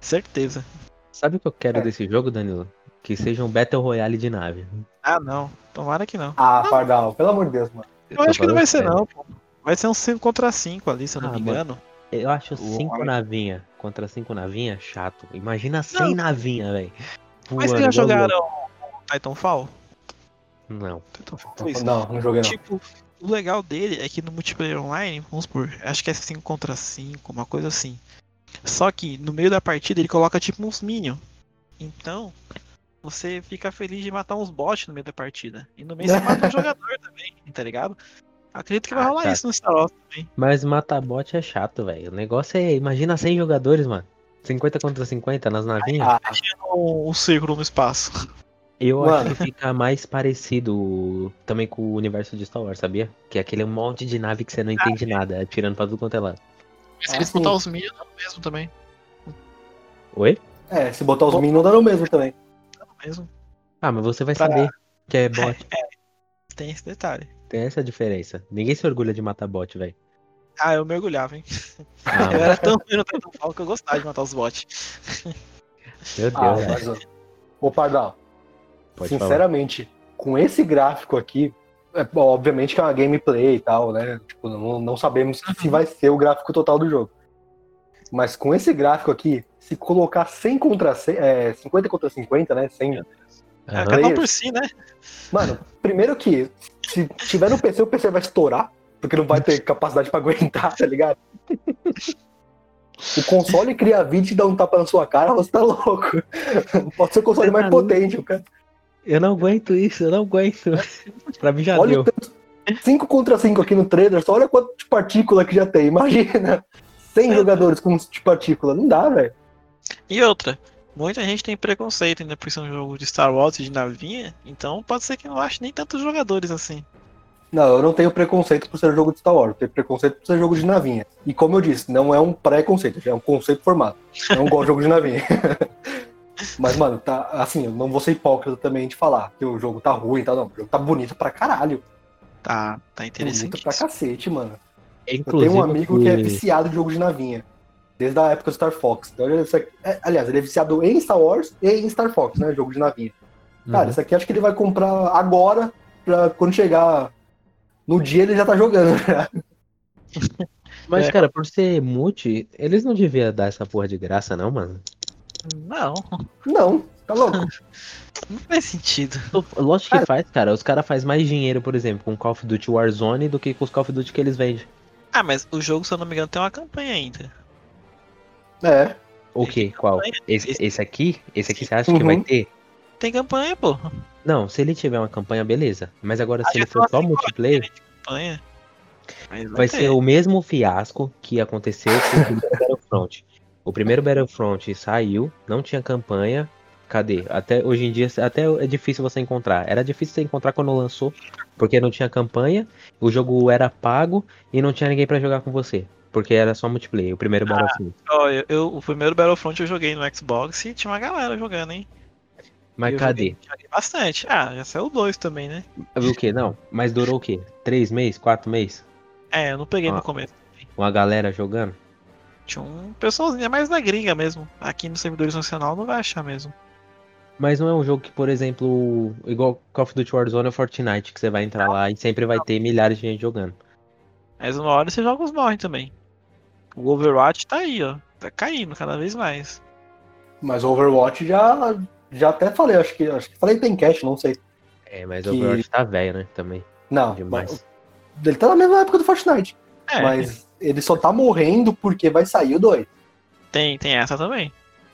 [SPEAKER 2] Certeza.
[SPEAKER 1] Sabe o que eu quero
[SPEAKER 3] É.
[SPEAKER 1] desse jogo, Danilo? Que seja um Battle Royale de nave.
[SPEAKER 2] Ah, não. Tomara que não.
[SPEAKER 3] Ah, Pardal, pelo amor de Deus, mano.
[SPEAKER 2] Eu acho que
[SPEAKER 1] falando
[SPEAKER 2] não vai ser,
[SPEAKER 1] sério.
[SPEAKER 2] não, pô. Vai ser um 5 contra 5 ali, se eu não
[SPEAKER 1] Ah,
[SPEAKER 2] me
[SPEAKER 1] mano.
[SPEAKER 2] engano.
[SPEAKER 1] Eu acho
[SPEAKER 2] O
[SPEAKER 1] 5
[SPEAKER 2] homem-
[SPEAKER 1] navinha contra 5 navinha chato. Imagina 100 navinha, velho.
[SPEAKER 2] Mas vocês já jogaram o Titanfall?
[SPEAKER 1] Não.
[SPEAKER 2] Titanfall foi isso.
[SPEAKER 3] Não, não joguei não.
[SPEAKER 2] Tipo, o legal dele é que no multiplayer online, vamos supor, acho que é 5 contra 5, uma coisa assim. Só que no meio da partida ele coloca tipo uns minions. Então, você fica feliz de matar uns bots no meio da partida. E no meio
[SPEAKER 3] <laughs>
[SPEAKER 2] você mata um jogador também, tá ligado? Acredito que vai
[SPEAKER 1] Ah,
[SPEAKER 2] rolar
[SPEAKER 1] tá.
[SPEAKER 2] isso no Star Wars. né?
[SPEAKER 1] Mas matar bot é chato, velho. O negócio é. Imagina 100 jogadores, mano. 50 contra 50 nas navinhas.
[SPEAKER 3] Ah,
[SPEAKER 2] Um, um círculo no espaço.
[SPEAKER 1] eu
[SPEAKER 3] mano.
[SPEAKER 1] acho que fica mais parecido também com o universo de Star Wars, sabia? Que é aquele monte de nave que você não entende nada, atirando pra tudo quanto é lado.
[SPEAKER 2] Mas
[SPEAKER 3] Ah, sim.
[SPEAKER 2] os minions, dá no mesmo também.
[SPEAKER 1] Oi?
[SPEAKER 3] é, se botar os meninos não dá no mesmo também.
[SPEAKER 2] Dá no É mesmo.
[SPEAKER 1] Ah, mas você vai
[SPEAKER 2] Pra-
[SPEAKER 1] saber que
[SPEAKER 3] <laughs>
[SPEAKER 1] é bot.
[SPEAKER 2] Tem esse detalhe.
[SPEAKER 1] Tem essa diferença. Ninguém se orgulha de matar bot, velho.
[SPEAKER 2] Ah, eu mergulhava, hein?
[SPEAKER 1] Ah,
[SPEAKER 3] É.
[SPEAKER 2] Eu era tão ruim no Titanfall que eu gostava de matar os bots.
[SPEAKER 1] meu Deus,
[SPEAKER 3] Ah,
[SPEAKER 1] velho.
[SPEAKER 3] mas, ó, ô Pardal,
[SPEAKER 1] Pode falar.
[SPEAKER 3] sinceramente, com esse gráfico aqui, é, bom, obviamente que é uma gameplay e tal, né? Tipo, não, não sabemos
[SPEAKER 2] Uhum.
[SPEAKER 3] se vai ser o gráfico total do jogo. Mas com esse gráfico aqui, se colocar 100 contra 100, é, 50 contra 50, né? 100,
[SPEAKER 2] É,
[SPEAKER 1] Aham.
[SPEAKER 2] cada um
[SPEAKER 3] Players.
[SPEAKER 2] por si, né?
[SPEAKER 3] Mano, primeiro que se tiver no PC, o PC vai estourar, porque não vai ter capacidade pra <laughs> aguentar, tá ligado? O console cria vídeo e dá um tapa na sua cara, você tá louco. Pode ser o console
[SPEAKER 1] Você tá
[SPEAKER 3] mais
[SPEAKER 1] louco.
[SPEAKER 3] potente, o cara.
[SPEAKER 1] Eu não aguento isso, eu não aguento. <laughs> pra mim já
[SPEAKER 3] Olha
[SPEAKER 1] deu.
[SPEAKER 3] o tanto. 5 contra 5 aqui no trailer, só olha quanto de partícula que já tem, imagina. 100 jogadores com de partícula, não dá, velho.
[SPEAKER 2] E outra, muita gente tem preconceito ainda por ser um jogo de Star Wars e de navinha, então pode ser que não ache nem tantos jogadores assim.
[SPEAKER 3] Não, eu não tenho preconceito por ser jogo de Star Wars, eu tenho preconceito por ser jogo de navinha. E como eu disse, não é um pré-conceito, é um conceito formado. Eu Não gosto de jogo de navinha. <laughs> Mas, mano, tá assim, eu não vou ser hipócrita também de falar que o jogo tá ruim e tal, não. O jogo tá bonito pra caralho.
[SPEAKER 2] Tá, tá interessante.
[SPEAKER 3] Bonito pra cacete, mano. Eu
[SPEAKER 1] Inclusive,
[SPEAKER 3] tenho um amigo que é
[SPEAKER 1] que-
[SPEAKER 3] viciado em jogo de navinha. Desde a época do Star Fox. Então, ele é vici- é, aliás, ele é viciado em Star Wars e em Star Fox, né? Jogo de navinha.
[SPEAKER 1] Uhum.
[SPEAKER 3] Cara, isso aqui acho que ele vai comprar agora, pra quando chegar no dia ele já tá jogando. já.
[SPEAKER 1] Mas,
[SPEAKER 2] É.
[SPEAKER 1] cara, por ser multi, eles não deviam dar essa porra de graça, não, mano.
[SPEAKER 2] Não,
[SPEAKER 3] Não,
[SPEAKER 1] <laughs>
[SPEAKER 3] tá louco.
[SPEAKER 2] não faz sentido.
[SPEAKER 1] Lógico que
[SPEAKER 3] Cara-
[SPEAKER 1] faz, cara. Os caras fazem mais dinheiro, por exemplo, com Call of Duty Warzone do que com os Call of Duty que eles vendem.
[SPEAKER 2] Ah, mas o jogo, se eu não me engano, tem uma campanha ainda.
[SPEAKER 3] É.
[SPEAKER 1] O quê? Qual?
[SPEAKER 2] campanha.
[SPEAKER 1] Esse,
[SPEAKER 2] Esse-
[SPEAKER 1] esse aqui? Esse aqui você acha que vai
[SPEAKER 3] Uhum.
[SPEAKER 1] ter?
[SPEAKER 2] Tem campanha, pô.
[SPEAKER 1] Não, se ele tiver uma campanha, beleza. Mas agora,
[SPEAKER 2] Ah,
[SPEAKER 1] se
[SPEAKER 2] já
[SPEAKER 1] ele for
[SPEAKER 2] tô
[SPEAKER 1] só
[SPEAKER 2] assim,
[SPEAKER 1] multiplayer,
[SPEAKER 2] Campanha. Mas
[SPEAKER 1] vai
[SPEAKER 2] ter.
[SPEAKER 1] ser o mesmo fiasco que aconteceu com o primeiro Battlefront. O primeiro Battlefront saiu, não tinha campanha. Cadê? Até hoje em dia, até é difícil você encontrar. Era difícil você encontrar quando lançou, porque não tinha campanha, o jogo era pago e não tinha ninguém pra jogar com você. Porque era só multiplayer, o primeiro Battlefront.
[SPEAKER 2] Ó, eu, eu- o primeiro Battlefront eu joguei no Xbox e tinha uma galera jogando, hein?
[SPEAKER 1] Mas
[SPEAKER 2] eu
[SPEAKER 1] cadê?
[SPEAKER 2] Joguei, joguei bastante. Ah, já saiu dois também, né?
[SPEAKER 1] O quê? Não. Mas durou o quê? Três meses? Quatro meses?
[SPEAKER 2] É, eu não peguei
[SPEAKER 1] Ah.
[SPEAKER 2] no começo.
[SPEAKER 1] Uma galera jogando?
[SPEAKER 2] Tinha um pessoalzinho, é mais da gringa mesmo. Aqui nos servidores nacional não vai achar mesmo.
[SPEAKER 1] Mas não é um jogo que, por exemplo, igual Call of Duty Warzone ou Fortnite, que você vai entrar lá e sempre vai ter milhares de gente jogando.
[SPEAKER 2] Mas uma hora esses jogos morrem também. O Overwatch tá aí, ó. Tá caindo cada vez mais.
[SPEAKER 3] Mas o Overwatch já, já até falei, acho que acho que falei tem cash, não sei.
[SPEAKER 1] É, mas
[SPEAKER 3] Que-
[SPEAKER 1] o Overwatch tá velho, né? Também.
[SPEAKER 3] Não,
[SPEAKER 1] Demais.
[SPEAKER 3] mas- ele tá na mesma época do Fortnite.
[SPEAKER 2] É,
[SPEAKER 3] Mas ele só tá morrendo porque vai sair o 2.
[SPEAKER 2] tem, tem essa também.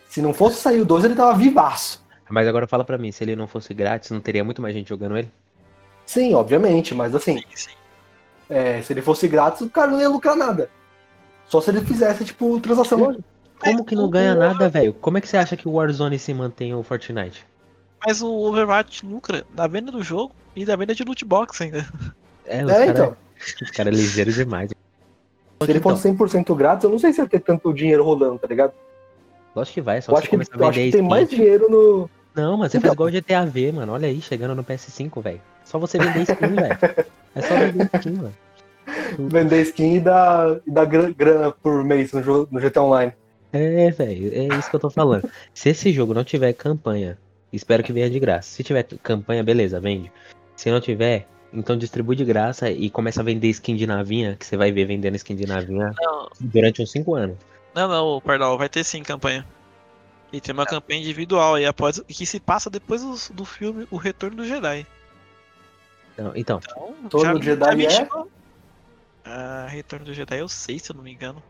[SPEAKER 3] Se não fosse sair o 2, ele tava vivaço.
[SPEAKER 1] Mas agora fala pra mim, se ele não fosse grátis, não teria muito mais gente jogando ele?
[SPEAKER 3] Sim, obviamente, mas assim,
[SPEAKER 2] sim.
[SPEAKER 3] é, se ele fosse grátis, o cara não ia lucrar nada. Só se ele fizesse, tipo, transação lógica.
[SPEAKER 1] Como que não ganha nada, velho? Como é que você acha que o Warzone se mantém o Fortnite?
[SPEAKER 2] Mas o Overwatch lucra da venda do jogo e da venda de loot box ainda.
[SPEAKER 1] É, os
[SPEAKER 3] É,
[SPEAKER 1] caras
[SPEAKER 3] então.
[SPEAKER 1] cara é ligeiro demais.
[SPEAKER 3] Se ele
[SPEAKER 1] então.
[SPEAKER 3] fosse 100% grátis, eu não sei se ia ter tanto dinheiro rolando, tá ligado?
[SPEAKER 1] Lógico que vai, é só
[SPEAKER 3] Eu
[SPEAKER 1] você
[SPEAKER 3] acho que,
[SPEAKER 1] começar a
[SPEAKER 3] eu
[SPEAKER 1] vender
[SPEAKER 3] acho que tem
[SPEAKER 1] skin.
[SPEAKER 3] mais dinheiro no.
[SPEAKER 1] Não, mas você
[SPEAKER 3] Então-
[SPEAKER 1] faz igual o GTA V, mano. Olha aí, chegando no PS5, velho. Só você vender skin, velho. É só vender skin, mano.
[SPEAKER 3] Vender skin e dar, e dar gra- grana por mês no, jogo, no GTA Online.
[SPEAKER 1] É, velho, é isso que eu tô falando. Se esse jogo não tiver campanha, espero que venha de graça. Se tiver campanha, beleza, vende. Se não tiver, então distribui de graça e começa a vender skin de navinha, que você vai ver vendendo skin de navinha
[SPEAKER 2] Não,
[SPEAKER 1] durante uns 5 anos.
[SPEAKER 2] não, não, perdão, vai ter sim campanha. E tem uma campanha individual aí após que se passa depois do, do filme O Retorno do Jedi.
[SPEAKER 1] Então, então,
[SPEAKER 2] Então,
[SPEAKER 3] Retorno do Jedi é?
[SPEAKER 2] chegou. Ah, Retorno do Jedi eu sei, se eu não me engano.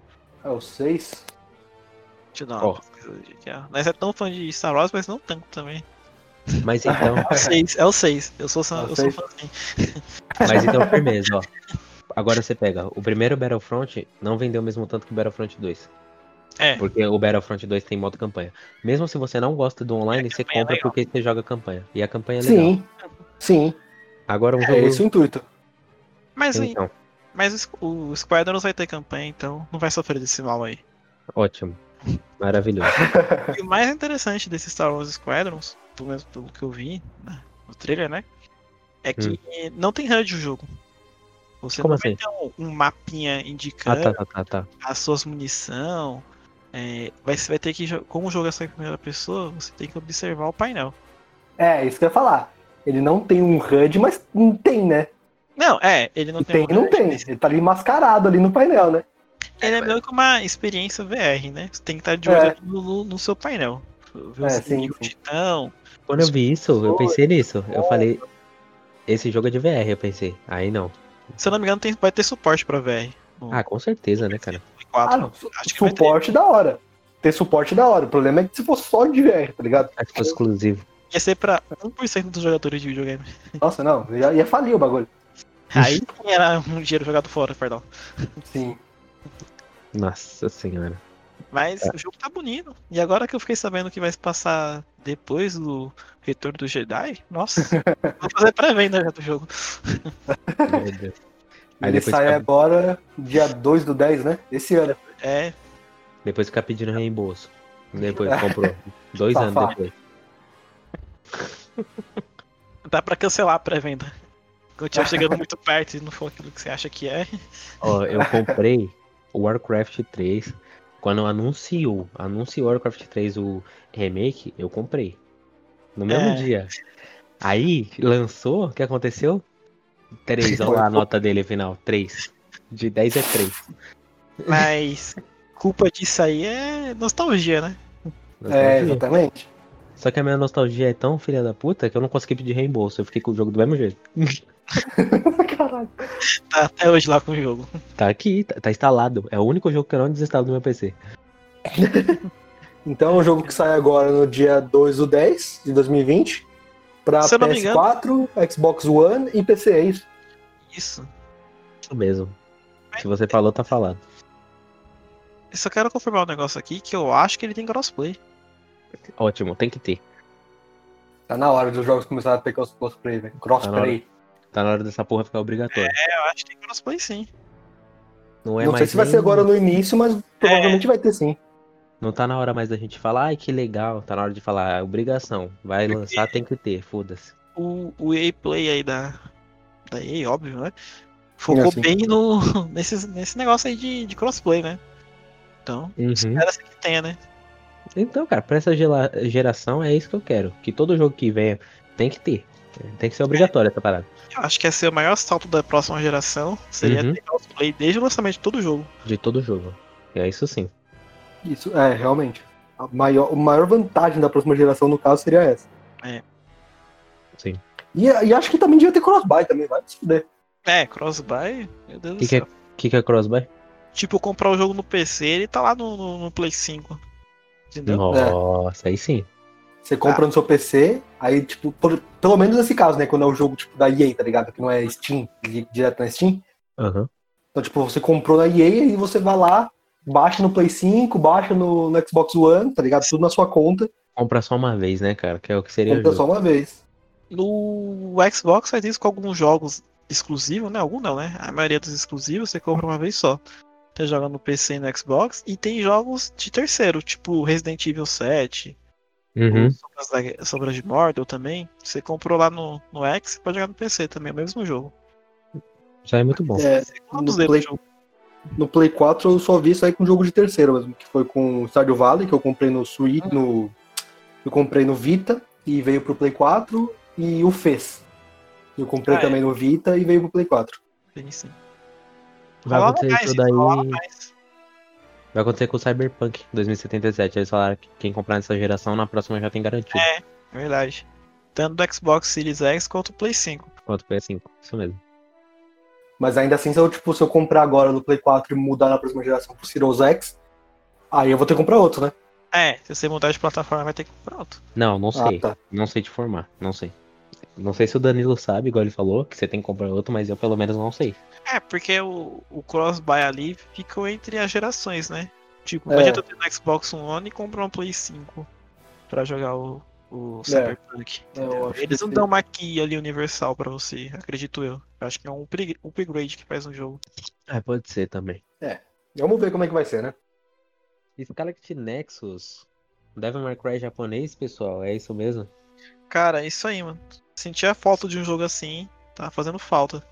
[SPEAKER 3] É o 6.
[SPEAKER 2] Deixa eu dar uma
[SPEAKER 1] Ó.
[SPEAKER 2] pesquisada de que é. Nós é tão fã de Star Wars, mas não tanto também.
[SPEAKER 1] mas então,
[SPEAKER 2] É o 6, é o 6. Eu sou,
[SPEAKER 3] É
[SPEAKER 2] san-
[SPEAKER 3] o
[SPEAKER 2] eu sou
[SPEAKER 3] seis.
[SPEAKER 2] fã sim.
[SPEAKER 1] mas então firmeza, ó. Agora você pega, o primeiro Battlefront não vendeu o mesmo tanto que o Battlefront 2.
[SPEAKER 2] É.
[SPEAKER 1] Porque o Battlefront 2 tem modo campanha. Mesmo se você não gosta do online, você
[SPEAKER 2] campanha é
[SPEAKER 1] compra
[SPEAKER 2] legal.
[SPEAKER 1] porque você joga campanha. E a campanha é legal.
[SPEAKER 3] Sim. Sim.
[SPEAKER 1] Agora um
[SPEAKER 3] É
[SPEAKER 1] jogo.
[SPEAKER 3] esse o intuito.
[SPEAKER 2] Mas, o-
[SPEAKER 1] Então,
[SPEAKER 2] mas o Squ- o Squadrons vai ter campanha, então não vai sofrer desse mal
[SPEAKER 3] <laughs>
[SPEAKER 2] aí.
[SPEAKER 1] ótimo. Maravilhoso.
[SPEAKER 2] E o mais interessante desse Star Wars Squadrons, pelo menos pelo que eu vi né, no trailer, né? É que não tem HUD o jogo. Você
[SPEAKER 1] Hum. Como assim?
[SPEAKER 2] não vai ter um, um mapinha
[SPEAKER 1] Ah,
[SPEAKER 2] indicando
[SPEAKER 1] tá, tá, tá, tá.
[SPEAKER 2] as suas munição. É, vai, você vai ter que, jo- como o jogo é só em primeira pessoa, você tem que observar o painel.
[SPEAKER 3] É, isso que eu ia falar. Ele não tem um HUD, mas não tem, né?
[SPEAKER 2] Não, é, ele não tem.
[SPEAKER 3] Tem, não
[SPEAKER 2] HUD,
[SPEAKER 3] tem. Ele tá ali mascarado ali no painel, né?
[SPEAKER 2] Ele é meio que uma experiência VR, né? Você tem que estar de olho
[SPEAKER 3] É.
[SPEAKER 2] ali no, no- no seu painel. Ver
[SPEAKER 3] É,
[SPEAKER 2] os
[SPEAKER 3] sim,
[SPEAKER 2] inimigos
[SPEAKER 3] sim.
[SPEAKER 2] titão.
[SPEAKER 1] Quando eu vi isso, eu pensei nisso. Eu falei, esse jogo é de VR, eu pensei. Aí não.
[SPEAKER 2] Se eu não me engano, tem, vai ter suporte pra VR. No
[SPEAKER 1] Ah, com certeza, né, cara?
[SPEAKER 2] Play 4.
[SPEAKER 3] Ah, não. Su-
[SPEAKER 2] Acho que vai ter.
[SPEAKER 3] suporte da hora. Ter suporte da hora. O problema é que se fosse só de VR, tá ligado?
[SPEAKER 1] <laughs> Acho que foi exclusivo.
[SPEAKER 2] Ia ser pra 1% dos jogadores de
[SPEAKER 3] <laughs>
[SPEAKER 2] videogame.
[SPEAKER 3] Nossa, não. Ia, ia falir o bagulho.
[SPEAKER 2] Aí sim era um dinheiro jogado fora, perdão.
[SPEAKER 3] Sim.
[SPEAKER 1] Nossa senhora.
[SPEAKER 3] É.
[SPEAKER 2] Mas o jogo tá bonito. E agora que eu fiquei sabendo que vai se passar depois do Retorno do Jedi,
[SPEAKER 3] <laughs>
[SPEAKER 2] nossa, vou fazer pré-venda já do jogo.
[SPEAKER 1] Meu Deus. Aí
[SPEAKER 3] ele
[SPEAKER 1] depois
[SPEAKER 3] sai
[SPEAKER 1] fica-
[SPEAKER 3] agora, dia 2 do 10, né? Esse ano.
[SPEAKER 2] É,
[SPEAKER 1] Depois ficar pedindo reembolso. <laughs> Depois comprou. Dois anos
[SPEAKER 3] Safado.
[SPEAKER 1] depois.
[SPEAKER 2] dá pra cancelar a pré-venda. Quando tiver
[SPEAKER 3] <laughs>
[SPEAKER 2] chegando muito perto e não for aquilo que você acha que é.
[SPEAKER 1] Ó, eu comprei o Warcraft 3. Quando anunciou, anunciou o Warcraft 3 o remake, eu comprei. No mesmo
[SPEAKER 2] É.
[SPEAKER 1] dia. Aí lançou, o que aconteceu?
[SPEAKER 3] <laughs>
[SPEAKER 1] Três, olha lá a nota dele final, três. De 10 é 3.
[SPEAKER 2] Mas culpa disso aí é nostalgia, né?
[SPEAKER 3] É, exatamente.
[SPEAKER 1] Só que a minha nostalgia é tão filha da puta que eu não consegui pedir reembolso. Eu fiquei com o jogo do mesmo jeito.
[SPEAKER 3] Caralho.
[SPEAKER 2] Tá até hoje lá com o jogo.
[SPEAKER 1] Tá aqui, tá, tá instalado. É o único jogo que eu não desinstalo do meu PC.
[SPEAKER 3] Então, o jogo que sai agora no dia 2 do 10 de 2020 pra
[SPEAKER 2] Se eu não me
[SPEAKER 3] PS4, Xbox One e PC, é isso?
[SPEAKER 2] Isso.
[SPEAKER 1] Isso mesmo. Se você falou, tá falado.
[SPEAKER 2] Eu só quero confirmar um negócio aqui que eu acho que ele tem crossplay.
[SPEAKER 1] Ótimo, tem que ter.
[SPEAKER 3] Tá na hora dos jogos começarem a ter cross- crossplay, velho. Crossplay.
[SPEAKER 1] Tá na hora dessa porra ficar obrigatória.
[SPEAKER 2] É, eu acho que tem crossplay sim.
[SPEAKER 1] Não é
[SPEAKER 3] não sei
[SPEAKER 1] mais
[SPEAKER 3] se vai
[SPEAKER 1] nem-
[SPEAKER 3] ser agora no início, mas
[SPEAKER 2] É.
[SPEAKER 3] provavelmente vai ter sim.
[SPEAKER 1] Não tá na hora mais da gente falar, ai que legal, tá na hora de falar, é obrigação. Vai
[SPEAKER 3] Uhum.
[SPEAKER 1] lançar, tem que ter, foda-se.
[SPEAKER 2] O, o EA Play aí da, da EA, óbvio, né? Focou
[SPEAKER 3] Sim, sim.
[SPEAKER 2] bem no, <laughs> nesse, nesse negócio aí de, de crossplay, né? Então,
[SPEAKER 1] Uhum.
[SPEAKER 3] Uhum.
[SPEAKER 2] espera-se que tenha, né?
[SPEAKER 1] Então, cara, pra essa gela- geração é isso que eu quero. Que todo jogo que venha tem que ter. Tem que ser obrigatório essa parada.
[SPEAKER 2] Eu acho que ia ser o maior salto da próxima geração. Seria
[SPEAKER 1] Uhum.
[SPEAKER 2] ter crossplay desde o lançamento de todo o jogo.
[SPEAKER 1] De todo jogo. É isso sim.
[SPEAKER 3] Isso, é, realmente. A maior, a maior vantagem da próxima geração, no caso, seria essa.
[SPEAKER 2] É.
[SPEAKER 1] Sim.
[SPEAKER 3] E, e acho que também devia ter crossbuy também, vai se fuder.
[SPEAKER 2] É, crossbuy, meu Deus
[SPEAKER 1] Que
[SPEAKER 2] do
[SPEAKER 1] que é-
[SPEAKER 2] céu.
[SPEAKER 1] O que, que é crossbuy?
[SPEAKER 2] Tipo, eu comprar o jogo no PC, ele tá lá no, no, no Play 5. Entendeu?
[SPEAKER 3] é.
[SPEAKER 1] Nossa, aí sim.
[SPEAKER 3] Você
[SPEAKER 2] Tá.
[SPEAKER 3] compra no seu PC, aí, tipo, por- pelo menos nesse caso, né? Quando é o jogo tipo, da EA, tá ligado? Que não é Steam, di- direto na Steam.
[SPEAKER 1] Aham.
[SPEAKER 3] Então, tipo, você comprou na EA e você vai lá, baixa no Play 5, baixa no, no Xbox One, tá ligado? Tudo na sua conta,
[SPEAKER 1] Compra só uma vez, né, cara? Que é o que seria.
[SPEAKER 3] compra
[SPEAKER 1] justo.
[SPEAKER 3] só uma vez.
[SPEAKER 2] No Xbox faz isso com alguns jogos exclusivos, né? Algum não, né? A maioria dos exclusivos você compra uma vez só. Você joga no PC e no Xbox. E tem jogos de terceiro, tipo Resident Evil 7,
[SPEAKER 1] Uhum.
[SPEAKER 2] ou Sombras, da- Sombras de Mordor também. Você comprou lá no, no X, você pode jogar no PC também, é o mesmo jogo.
[SPEAKER 1] Isso aí é muito bom.
[SPEAKER 3] É,
[SPEAKER 2] Você
[SPEAKER 3] no
[SPEAKER 2] conduz ele
[SPEAKER 3] Play-
[SPEAKER 2] no jogo.
[SPEAKER 3] no Play 4 eu só vi isso aí com jogo de terceiro mesmo, que foi com o Stardew Valley, que eu comprei no Switch, no... Eu comprei no Vita e veio pro Play 4 e o Fez. Eu comprei
[SPEAKER 2] Ah, é.
[SPEAKER 3] também no Vita e veio pro Play 4.
[SPEAKER 2] Tem sim.
[SPEAKER 1] Vai
[SPEAKER 2] Rolava
[SPEAKER 1] acontecer
[SPEAKER 2] mais,
[SPEAKER 1] isso
[SPEAKER 2] gente, rolava
[SPEAKER 1] daí.
[SPEAKER 2] mais.
[SPEAKER 1] Vai acontecer com o Cyberpunk 2077. Eles falaram que quem comprar nessa geração, na próxima já tem garantido.
[SPEAKER 2] É. Verdade. Tanto do Xbox Series X quanto do Play 5.
[SPEAKER 1] Quanto PS5. Isso mesmo.
[SPEAKER 3] Mas ainda assim, se eu, tipo, se eu comprar agora no Play 4 e mudar na próxima geração pro Series X, aí eu vou ter que comprar outro, né?
[SPEAKER 2] É, se você mudar de plataforma vai ter que comprar outro.
[SPEAKER 1] Não, não sei.
[SPEAKER 3] tá.
[SPEAKER 1] Não sei te formar. Não sei. Não sei se o Danilo sabe, igual ele falou, que você tem que comprar outro, mas eu pelo menos não sei.
[SPEAKER 2] É, porque o, o cross-buy ali ficou entre as gerações, né? Tipo,
[SPEAKER 3] É.
[SPEAKER 2] imagina eu ter um Xbox One e comprar um Play 5 pra jogar o, o Cyberpunk.
[SPEAKER 3] É. Eu
[SPEAKER 2] entendeu?
[SPEAKER 3] acho
[SPEAKER 2] Eles
[SPEAKER 3] que
[SPEAKER 2] não
[SPEAKER 3] sim.
[SPEAKER 2] dão uma key ali universal pra você, acredito eu. Eu acho que é um upgra- upgrade que faz no jogo.
[SPEAKER 1] Ah, pode ser também.
[SPEAKER 3] Vamos ver como é que vai ser, né?
[SPEAKER 1] Scarlet Nexus. Devil May Cry japonês, pessoal. É isso mesmo?
[SPEAKER 2] Cara, é isso aí, mano. Sentia a falta de um jogo assim, tá fazendo
[SPEAKER 3] <laughs>
[SPEAKER 2] falta.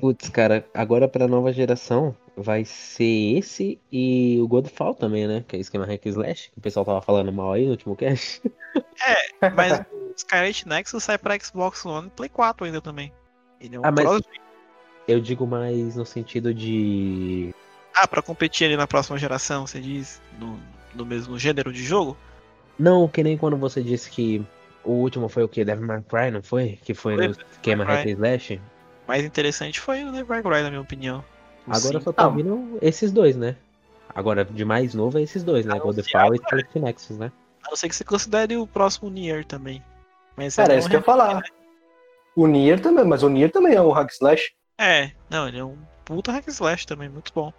[SPEAKER 1] Putz, cara, agora pra nova geração vai ser esse e o Godfall também, né? Que é esquema hack and slash, que o pessoal tava falando mal aí no último cast.
[SPEAKER 2] Mas o Skynet Nexus sai pra Xbox One e Play 4 ainda também. Ele é um
[SPEAKER 1] Ah, mas-
[SPEAKER 2] cross-
[SPEAKER 1] Eu digo mais no sentido de.
[SPEAKER 2] Ah, pra competir ali na próxima geração, você diz? No, no mesmo gênero de jogo?
[SPEAKER 1] Não, que nem quando você disse que o último foi o quê? Devil May Cry, não foi? Que foi
[SPEAKER 2] Foi,
[SPEAKER 1] no esquema
[SPEAKER 2] May
[SPEAKER 1] hack
[SPEAKER 2] Cry.
[SPEAKER 1] and slash.
[SPEAKER 2] mais interessante foi o Devil May Cry, na minha opinião. O
[SPEAKER 1] Agora
[SPEAKER 2] cinco.
[SPEAKER 1] só tá
[SPEAKER 3] Ah,
[SPEAKER 1] vindo esses dois, né? Agora, de mais novo é esses dois,
[SPEAKER 2] Ah,
[SPEAKER 1] né? Godfall e Scarlet Nexus, né?
[SPEAKER 2] A não ser que você considere o próximo Nier também. Mas
[SPEAKER 3] Cara,
[SPEAKER 2] é
[SPEAKER 3] é isso que eu ia falar. O Nier também, mas o Nier também é um hack slash.
[SPEAKER 2] É, não, ele é um puta hack slash também, muito bom.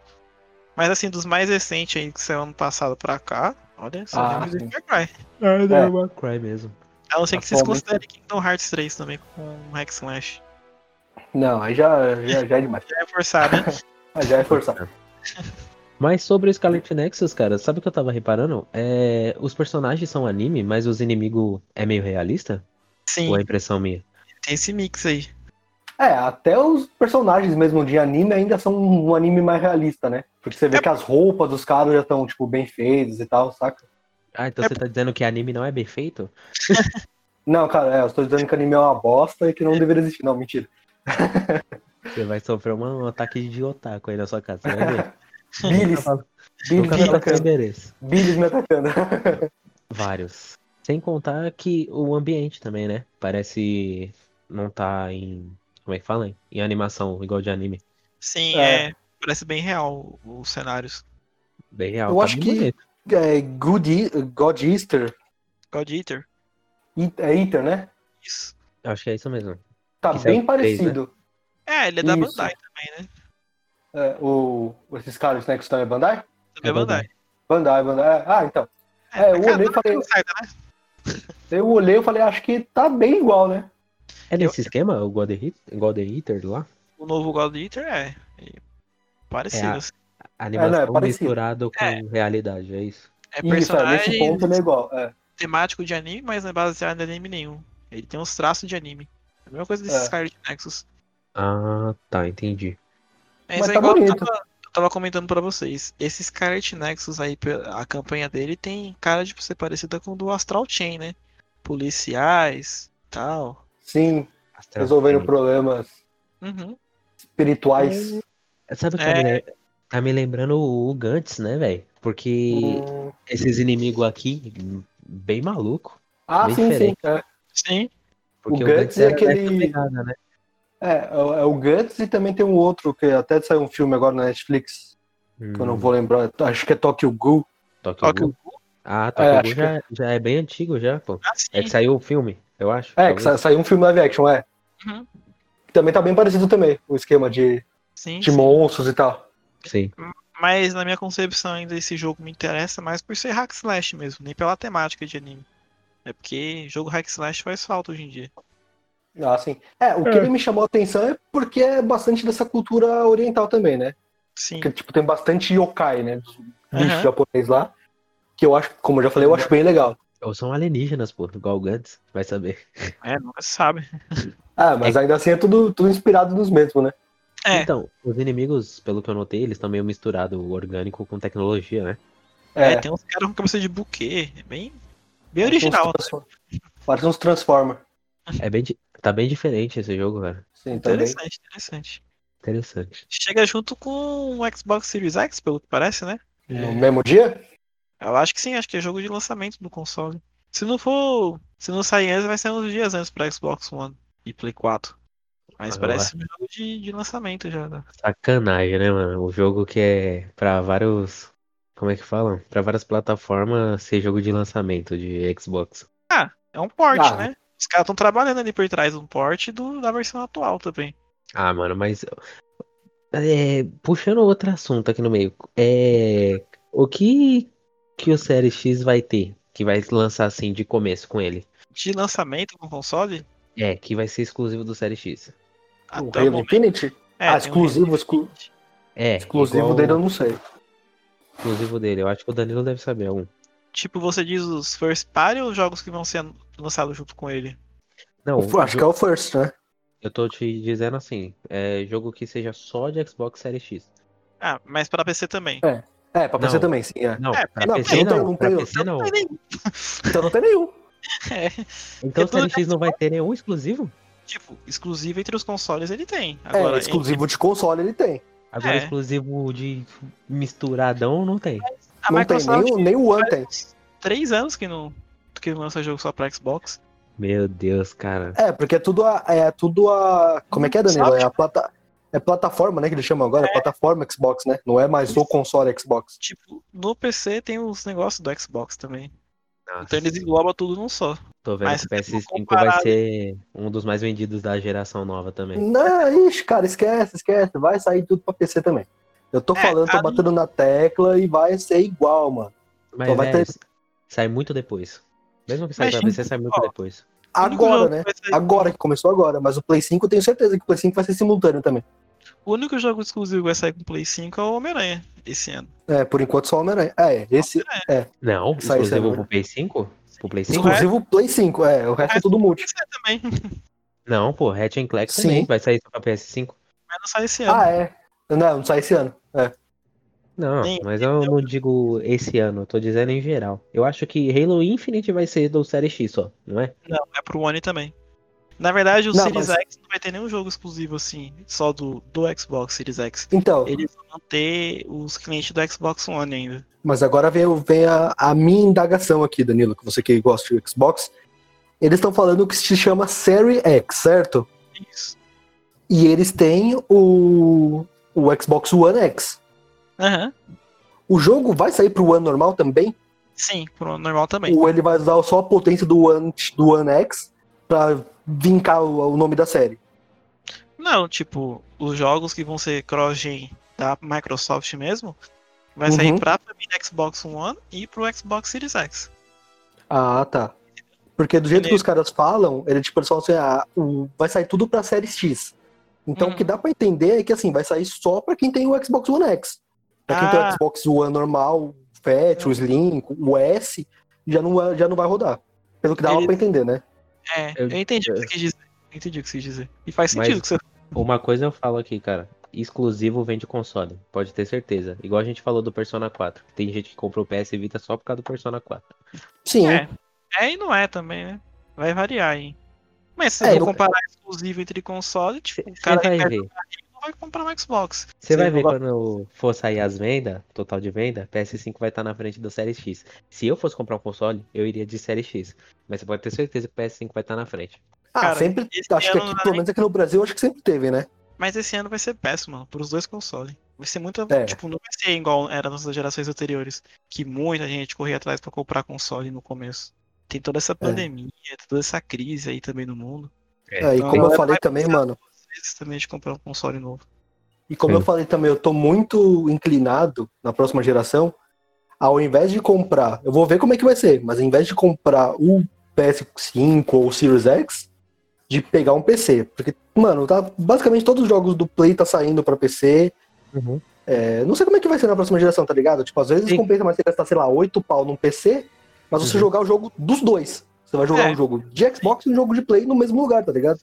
[SPEAKER 2] Mas assim, dos mais recentes aí que saiu ano passado pra cá, olha só
[SPEAKER 3] Ah,
[SPEAKER 2] Devil
[SPEAKER 3] sim.
[SPEAKER 2] May Cry.
[SPEAKER 1] É,
[SPEAKER 3] Devil
[SPEAKER 1] May Cry mesmo.
[SPEAKER 2] A não ser que vocês
[SPEAKER 3] Atualmente-
[SPEAKER 2] considerem Kingdom Hearts 3 também com um hack slash.
[SPEAKER 3] Não, aí já, já, já é demais.
[SPEAKER 2] Já é forçado,
[SPEAKER 3] <laughs>
[SPEAKER 2] né?
[SPEAKER 3] Aí já é forçado.
[SPEAKER 1] Mas sobre o Scarlet Nexus, cara, sabe o que eu tava reparando? É, os personagens são anime, mas os inimigos é meio realista?
[SPEAKER 2] Sim,
[SPEAKER 1] Ou é impressão minha?
[SPEAKER 2] tem esse mix aí.
[SPEAKER 3] É, até os personagens mesmo de anime ainda são um anime mais realista, né? Porque você vê
[SPEAKER 2] É.
[SPEAKER 3] que as roupas dos caras já estão, tipo, bem feitas e tal, saca?
[SPEAKER 1] Ah, então
[SPEAKER 2] É
[SPEAKER 1] você tá dizendo que anime não é bem feito?
[SPEAKER 3] Não, cara, é, eu estou dizendo que anime é uma bosta e que não deveria existir. Não, mentira.
[SPEAKER 1] Você vai sofrer uma- um ataque de otaku aí na sua casa, você vai
[SPEAKER 2] <laughs>
[SPEAKER 1] ver. <laughs>
[SPEAKER 3] Billis, Billis
[SPEAKER 1] Nunca
[SPEAKER 3] me
[SPEAKER 1] fala seu
[SPEAKER 3] atacando.
[SPEAKER 1] endereço.
[SPEAKER 3] Billis me atacando.
[SPEAKER 1] Vários. Sem contar que o ambiente também, né? Parece não tá em. Como é que fala? hein? Em animação, igual de anime.
[SPEAKER 2] Sim,
[SPEAKER 3] É.
[SPEAKER 2] é. Parece bem real os cenários.
[SPEAKER 1] Bem real.
[SPEAKER 3] Eu
[SPEAKER 1] tá
[SPEAKER 3] acho
[SPEAKER 1] bem
[SPEAKER 3] que-
[SPEAKER 1] bonito.
[SPEAKER 3] É, Good E- God Easter.
[SPEAKER 2] God Eater.
[SPEAKER 3] I- É Eater, né?
[SPEAKER 2] Isso.
[SPEAKER 1] Eu Acho que é isso mesmo.
[SPEAKER 3] Tá
[SPEAKER 1] Que saiu
[SPEAKER 3] bem
[SPEAKER 1] três,
[SPEAKER 3] parecido.
[SPEAKER 2] É, ele é da
[SPEAKER 3] Isso.
[SPEAKER 2] Bandai também, né?
[SPEAKER 3] É, o, esses caras, né, que estão é Bandai?
[SPEAKER 1] É
[SPEAKER 2] Também é Bandai.
[SPEAKER 3] Bandai, Bandai. Ah, então. É, eu
[SPEAKER 2] cara,
[SPEAKER 3] olhei e
[SPEAKER 2] nunca
[SPEAKER 3] falei-
[SPEAKER 2] sai, né?
[SPEAKER 3] Eu olhei e falei, acho que tá bem igual, né?
[SPEAKER 1] É nesse esquema, o God Hit- God Eater lá?
[SPEAKER 2] O novo God Eater é. é Parecido,
[SPEAKER 1] É a-
[SPEAKER 2] assim.
[SPEAKER 1] A
[SPEAKER 3] não, é
[SPEAKER 1] Animação
[SPEAKER 3] parecido.
[SPEAKER 1] misturado com
[SPEAKER 2] É.
[SPEAKER 1] realidade, é isso?
[SPEAKER 2] É
[SPEAKER 3] Isso, é, nesse
[SPEAKER 2] personagem
[SPEAKER 3] ponto ele é igual. É.
[SPEAKER 2] temático de anime, mas não é baseado em anime nenhum. Ele tem uns traços de anime. A mesma coisa desses
[SPEAKER 3] É.
[SPEAKER 2] Scarlet Nexus.
[SPEAKER 1] Ah, tá, entendi.
[SPEAKER 2] É,
[SPEAKER 3] Mas
[SPEAKER 2] isso é
[SPEAKER 3] tá
[SPEAKER 2] igual eu
[SPEAKER 3] bonito.
[SPEAKER 2] tava, eu tava comentando pra vocês. Esse Scarlet Nexus aí, pe- a campanha dele tem cara de ser parecida com o do Astral Chain, né? Policiais, tal.
[SPEAKER 3] Sim,
[SPEAKER 1] Astral
[SPEAKER 3] resolvendo
[SPEAKER 1] Chain.
[SPEAKER 3] problemas
[SPEAKER 2] Uhum.
[SPEAKER 3] espirituais.
[SPEAKER 1] Sabe o que tá, me
[SPEAKER 2] É.
[SPEAKER 1] lem- tá me lembrando o Gantz, né, velho? Porque
[SPEAKER 3] Hum.
[SPEAKER 1] esses inimigos aqui, bem maluco.
[SPEAKER 3] Ah,
[SPEAKER 1] bem
[SPEAKER 3] sim, sim.
[SPEAKER 1] diferente.
[SPEAKER 3] É.
[SPEAKER 2] Sim.
[SPEAKER 1] Porque
[SPEAKER 3] O
[SPEAKER 1] o,
[SPEAKER 3] Guts
[SPEAKER 1] Gantz
[SPEAKER 3] é
[SPEAKER 1] era
[SPEAKER 3] aquele-
[SPEAKER 1] dessa pegada, né?
[SPEAKER 3] É, é o- é o Guts e também tem um outro que até saiu um filme agora na Netflix, que eu não
[SPEAKER 1] Hum,
[SPEAKER 3] vou lembrar, acho que é Tokyo Ghoul.
[SPEAKER 1] Tokyo
[SPEAKER 2] Ó, que
[SPEAKER 1] Ghoul.
[SPEAKER 2] eu vou.
[SPEAKER 1] Ah,
[SPEAKER 3] É,
[SPEAKER 1] Tokyo
[SPEAKER 3] acho
[SPEAKER 1] Ghoul já, já é bem antigo já, pô.
[SPEAKER 2] Ah, sim.
[SPEAKER 1] É que saiu o filme, eu acho.
[SPEAKER 3] É, que
[SPEAKER 1] talvez.
[SPEAKER 3] sa- saiu um filme live action, é.
[SPEAKER 2] Uhum.
[SPEAKER 3] Também tá bem parecido também, o esquema de,
[SPEAKER 2] Sim,
[SPEAKER 3] de
[SPEAKER 2] sim.
[SPEAKER 3] monstros e tal.
[SPEAKER 1] Sim.
[SPEAKER 2] Mas na minha concepção ainda esse jogo me interessa mais por ser hack slash mesmo, nem pela temática de anime. É porque jogo hack slash faz falta hoje em dia.
[SPEAKER 3] Ah, sim. É, o que
[SPEAKER 2] É.
[SPEAKER 3] me chamou a atenção é porque é bastante dessa cultura oriental também, né?
[SPEAKER 2] Sim.
[SPEAKER 3] Porque, tipo, tem bastante yokai, né? Dos bichos
[SPEAKER 2] Aham. Uhum.
[SPEAKER 3] japonês lá. Que eu acho, como eu já falei, eu acho bem legal.
[SPEAKER 1] Ou são alienígenas, pô, igual o Gantz, vai saber.
[SPEAKER 2] É, nunca se sabe.
[SPEAKER 3] Ah, mas ainda assim é tudo, tudo inspirado nos mesmos, né?
[SPEAKER 2] É.
[SPEAKER 1] Então, os inimigos, pelo que eu notei, eles estão meio misturado o orgânico com tecnologia, né?
[SPEAKER 2] É,
[SPEAKER 3] É,
[SPEAKER 2] tem uns caras com cabeça de buquê. É bem, bem original.
[SPEAKER 3] Parece uns Transform- Parece uns Transformers.
[SPEAKER 1] É bem, di- tá bem diferente esse jogo, cara.
[SPEAKER 3] Sim, tá também.
[SPEAKER 2] Interessante, interessante.
[SPEAKER 1] Interessante.
[SPEAKER 2] Chega junto com o Xbox Series X, pelo que parece, né?
[SPEAKER 3] No
[SPEAKER 1] É
[SPEAKER 3] mesmo dia?
[SPEAKER 2] Eu acho que sim, acho que é jogo de lançamento do console. Se não for. Se não sair antes, vai ser uns dias antes pra Xbox One e Play 4. Mas
[SPEAKER 1] Ah,
[SPEAKER 2] parece um jogo de, de lançamento já. né?
[SPEAKER 1] Sacanagem, né, mano? O jogo que é pra vários. Como é que falam? Pra várias plataformas ser jogo de lançamento de Xbox.
[SPEAKER 2] É um port,
[SPEAKER 3] Ah.
[SPEAKER 2] né? Os caras estão trabalhando ali por trás de um port do, da versão atual também.
[SPEAKER 1] Ah, mano, mas. é, puxando outro assunto aqui no meio. É. O que que o Série X vai ter? Que vai lançar assim de começo com ele?
[SPEAKER 2] De lançamento com console,
[SPEAKER 1] É, que vai ser exclusivo do Série X.
[SPEAKER 3] O
[SPEAKER 2] até o
[SPEAKER 3] Halo
[SPEAKER 2] momento.
[SPEAKER 3] Infinity?
[SPEAKER 2] É,
[SPEAKER 3] ah,
[SPEAKER 2] tem um
[SPEAKER 3] exclusivo, exclu-
[SPEAKER 2] Infinity.
[SPEAKER 1] É,
[SPEAKER 3] exclusivo
[SPEAKER 1] igual-
[SPEAKER 3] dele eu não sei.
[SPEAKER 1] exclusivo dele. Eu acho que o Danilo deve saber é um. algum.
[SPEAKER 2] Tipo, você diz os first party ou os jogos que vão ser lançados junto com ele?
[SPEAKER 1] Não,
[SPEAKER 3] O- acho que é o First, né?
[SPEAKER 1] eu tô te dizendo assim, é jogo que seja só de Xbox Série X.
[SPEAKER 2] Ah, mas pra PC também.
[SPEAKER 3] É, pra PC
[SPEAKER 1] Não.
[SPEAKER 3] também, sim. é.
[SPEAKER 1] Não,
[SPEAKER 2] É,
[SPEAKER 1] pra
[SPEAKER 3] não,
[SPEAKER 1] PC
[SPEAKER 3] tem,
[SPEAKER 1] não,
[SPEAKER 3] tem,
[SPEAKER 1] pra
[SPEAKER 3] tem.
[SPEAKER 1] PC não.
[SPEAKER 2] <laughs>
[SPEAKER 3] Então não tem nenhum.
[SPEAKER 2] é,
[SPEAKER 1] Então o
[SPEAKER 2] Porque tudo
[SPEAKER 1] Série X não vai ter nenhum exclusivo?
[SPEAKER 2] Tipo, exclusivo entre os consoles ele tem.
[SPEAKER 3] É,
[SPEAKER 2] Agora,
[SPEAKER 3] exclusivo de console ele tem.
[SPEAKER 1] Agora
[SPEAKER 2] É.
[SPEAKER 1] exclusivo de misturadão não tem.
[SPEAKER 2] a
[SPEAKER 3] não tem,
[SPEAKER 2] Microsoft
[SPEAKER 3] nem, o- nem o One tem.
[SPEAKER 2] faz três anos que não que não lança jogo só pra Xbox.
[SPEAKER 1] Meu Deus, cara.
[SPEAKER 3] É, porque é tudo a. É tudo a. Como é que é, Danilo? É a plata, é plataforma, né? Que eles chamam agora, é plataforma Xbox, né? Não é mais o console Xbox.
[SPEAKER 2] Tipo, no PC tem os negócios do Xbox também.
[SPEAKER 1] Nossa,
[SPEAKER 2] Então eles englobam tudo num só.
[SPEAKER 1] tô vendo
[SPEAKER 2] mas
[SPEAKER 1] que o
[SPEAKER 2] se for
[SPEAKER 1] PS5 vai
[SPEAKER 2] comparado-
[SPEAKER 1] ser um dos mais vendidos da geração nova também.
[SPEAKER 3] Não, ixi, cara, esquece, esquece. Vai sair tudo pra PC também. Eu tô
[SPEAKER 2] É,
[SPEAKER 3] falando, tô
[SPEAKER 2] a-
[SPEAKER 3] batendo na tecla e vai ser igual, mano.
[SPEAKER 1] Mas
[SPEAKER 3] Só vai
[SPEAKER 1] velho,
[SPEAKER 3] ter-
[SPEAKER 1] sai muito depois. Mesmo que saia
[SPEAKER 2] Mas,
[SPEAKER 1] pra PC, sai muito
[SPEAKER 2] ó,
[SPEAKER 1] depois.
[SPEAKER 2] O único
[SPEAKER 3] Agora,
[SPEAKER 2] jogo
[SPEAKER 3] né?
[SPEAKER 2] que vai sair-
[SPEAKER 3] Agora que começou agora, mas o Play 5 eu tenho certeza que o Play 5 vai ser simultâneo também.
[SPEAKER 2] O único jogo exclusivo que vai sair com o Play 5 é o Homem-Aranha esse ano.
[SPEAKER 3] É, por enquanto só Homem-Aranha. É, esse
[SPEAKER 1] Não,
[SPEAKER 3] Sai, sai
[SPEAKER 1] exclusivo
[SPEAKER 3] muito.
[SPEAKER 1] pro Play 5? Pro
[SPEAKER 2] é.
[SPEAKER 1] Play 5?
[SPEAKER 3] exclusivo Play 5, é, o resto é tudo multi.
[SPEAKER 2] Vai sair também,
[SPEAKER 1] Não, pô, Ratchet and Clank
[SPEAKER 3] Sim.
[SPEAKER 1] também vai sair só pra PS5.
[SPEAKER 2] mas não sai esse ano.
[SPEAKER 3] Ah, é. Não, não sai esse ano. É.
[SPEAKER 1] Não,
[SPEAKER 2] Nem-
[SPEAKER 1] mas eu não digo esse ano, eu tô dizendo em geral. Eu acho que Halo Infinite vai ser do Série X só, não é?
[SPEAKER 2] Não, é pro One também. Na verdade, o
[SPEAKER 3] Não,
[SPEAKER 2] Series
[SPEAKER 3] mas-
[SPEAKER 2] X não vai ter nenhum jogo exclusivo assim, só do, do Xbox Series X.
[SPEAKER 3] Então,
[SPEAKER 2] Eles vão ter os clientes do Xbox One ainda.
[SPEAKER 3] Mas agora vem, o- vem a, a minha indagação aqui, Danilo, que você que gosta de Xbox. Eles estão falando que se chama Série X, certo?
[SPEAKER 2] É Isso.
[SPEAKER 3] E eles têm o, o Xbox One X.
[SPEAKER 2] Aham.
[SPEAKER 3] O jogo vai sair pro One normal também?
[SPEAKER 2] Sim, pro normal também.
[SPEAKER 3] Ou ele vai usar só a potência do One, do One X pra vincar o, o nome da série?
[SPEAKER 2] Não, tipo, os jogos que vão ser cross-gen da Microsoft mesmo, vai
[SPEAKER 3] Uhum.
[SPEAKER 2] sair pra família Xbox One e pro Xbox Series X.
[SPEAKER 3] Ah, tá. Porque do jeito que os caras falam, ele tipo, eles falam assim, ah, o- vai sair tudo pra série X. Então
[SPEAKER 2] Hum.
[SPEAKER 3] o que dá pra entender é que assim, vai sair só pra quem tem o Xbox One X. Pra quem tem o
[SPEAKER 2] Ah. É.
[SPEAKER 3] Xbox One normal, o Fat, o Slim, o S, já não, é- já não vai rodar. Pelo que dá
[SPEAKER 2] Ele-
[SPEAKER 3] pra entender, né?
[SPEAKER 2] É,
[SPEAKER 1] Eu-
[SPEAKER 2] eu, entendi o que
[SPEAKER 1] eu-
[SPEAKER 2] você quis dizer. Eu entendi o que você quis dizer. E faz
[SPEAKER 1] Mas-
[SPEAKER 2] sentido que você.
[SPEAKER 1] Uma coisa eu falo aqui, cara. Exclusivo vende console, pode ter certeza. Igual a gente falou do Persona 4. Tem gente que comprou o PS Vita só por causa do Persona 4.
[SPEAKER 3] Sim.
[SPEAKER 2] É. É e não é também, né? Vai variar, hein? Mas se
[SPEAKER 3] É,
[SPEAKER 2] você
[SPEAKER 3] não-
[SPEAKER 2] for comparar exclusivo entre console, tipo, o
[SPEAKER 1] Você
[SPEAKER 2] cara
[SPEAKER 1] vai
[SPEAKER 2] que
[SPEAKER 1] ver.
[SPEAKER 2] não vai comprar um Xbox.
[SPEAKER 1] Você vai
[SPEAKER 2] não
[SPEAKER 1] ver quando for sair as vendas, total de venda, PS5 vai estar na frente do Série X. Se eu fosse comprar um console, eu iria de Série X. Mas você pode ter certeza que o PS5 vai estar na frente.
[SPEAKER 3] ah,
[SPEAKER 2] cara,
[SPEAKER 3] sempre.
[SPEAKER 2] esse
[SPEAKER 3] Acho que
[SPEAKER 2] ano
[SPEAKER 3] aqui,
[SPEAKER 2] não
[SPEAKER 3] pelo menos aqui no Brasil, acho que sempre teve, né?
[SPEAKER 2] Mas esse ano vai ser péssimo, mano, pros dois consoles. Vai ser muita.
[SPEAKER 3] É.
[SPEAKER 2] Tipo, não vai ser igual era nas gerações anteriores, que muita gente corria atrás pra comprar console no começo. Tem toda essa pandemia, toda essa crise aí também no mundo.
[SPEAKER 3] É, e
[SPEAKER 2] então
[SPEAKER 3] como eu
[SPEAKER 2] vai-
[SPEAKER 3] falei
[SPEAKER 2] vai
[SPEAKER 3] também,
[SPEAKER 2] precisar
[SPEAKER 3] mano.
[SPEAKER 2] Às vezes também de comprar um console novo.
[SPEAKER 3] E como
[SPEAKER 1] Sim.
[SPEAKER 3] eu falei também, eu tô muito inclinado na próxima geração, ao invés de comprar, eu vou ver como é que vai ser, mas ao invés de comprar o PS5 ou o Series X, de pegar um PC. Porque, mano, tá, basicamente todos os jogos do Play tá saindo pra PC. É, não sei como é que vai ser na próxima geração, tá ligado? Tipo, às vezes
[SPEAKER 1] Sim.
[SPEAKER 3] compensa mais você gastar, sei lá, 8 pau num PC, mas você
[SPEAKER 1] Uhum.
[SPEAKER 3] jogar o jogo dos dois. Você vai jogar
[SPEAKER 2] É.
[SPEAKER 3] um jogo de Xbox e um jogo de Play no mesmo lugar, tá ligado?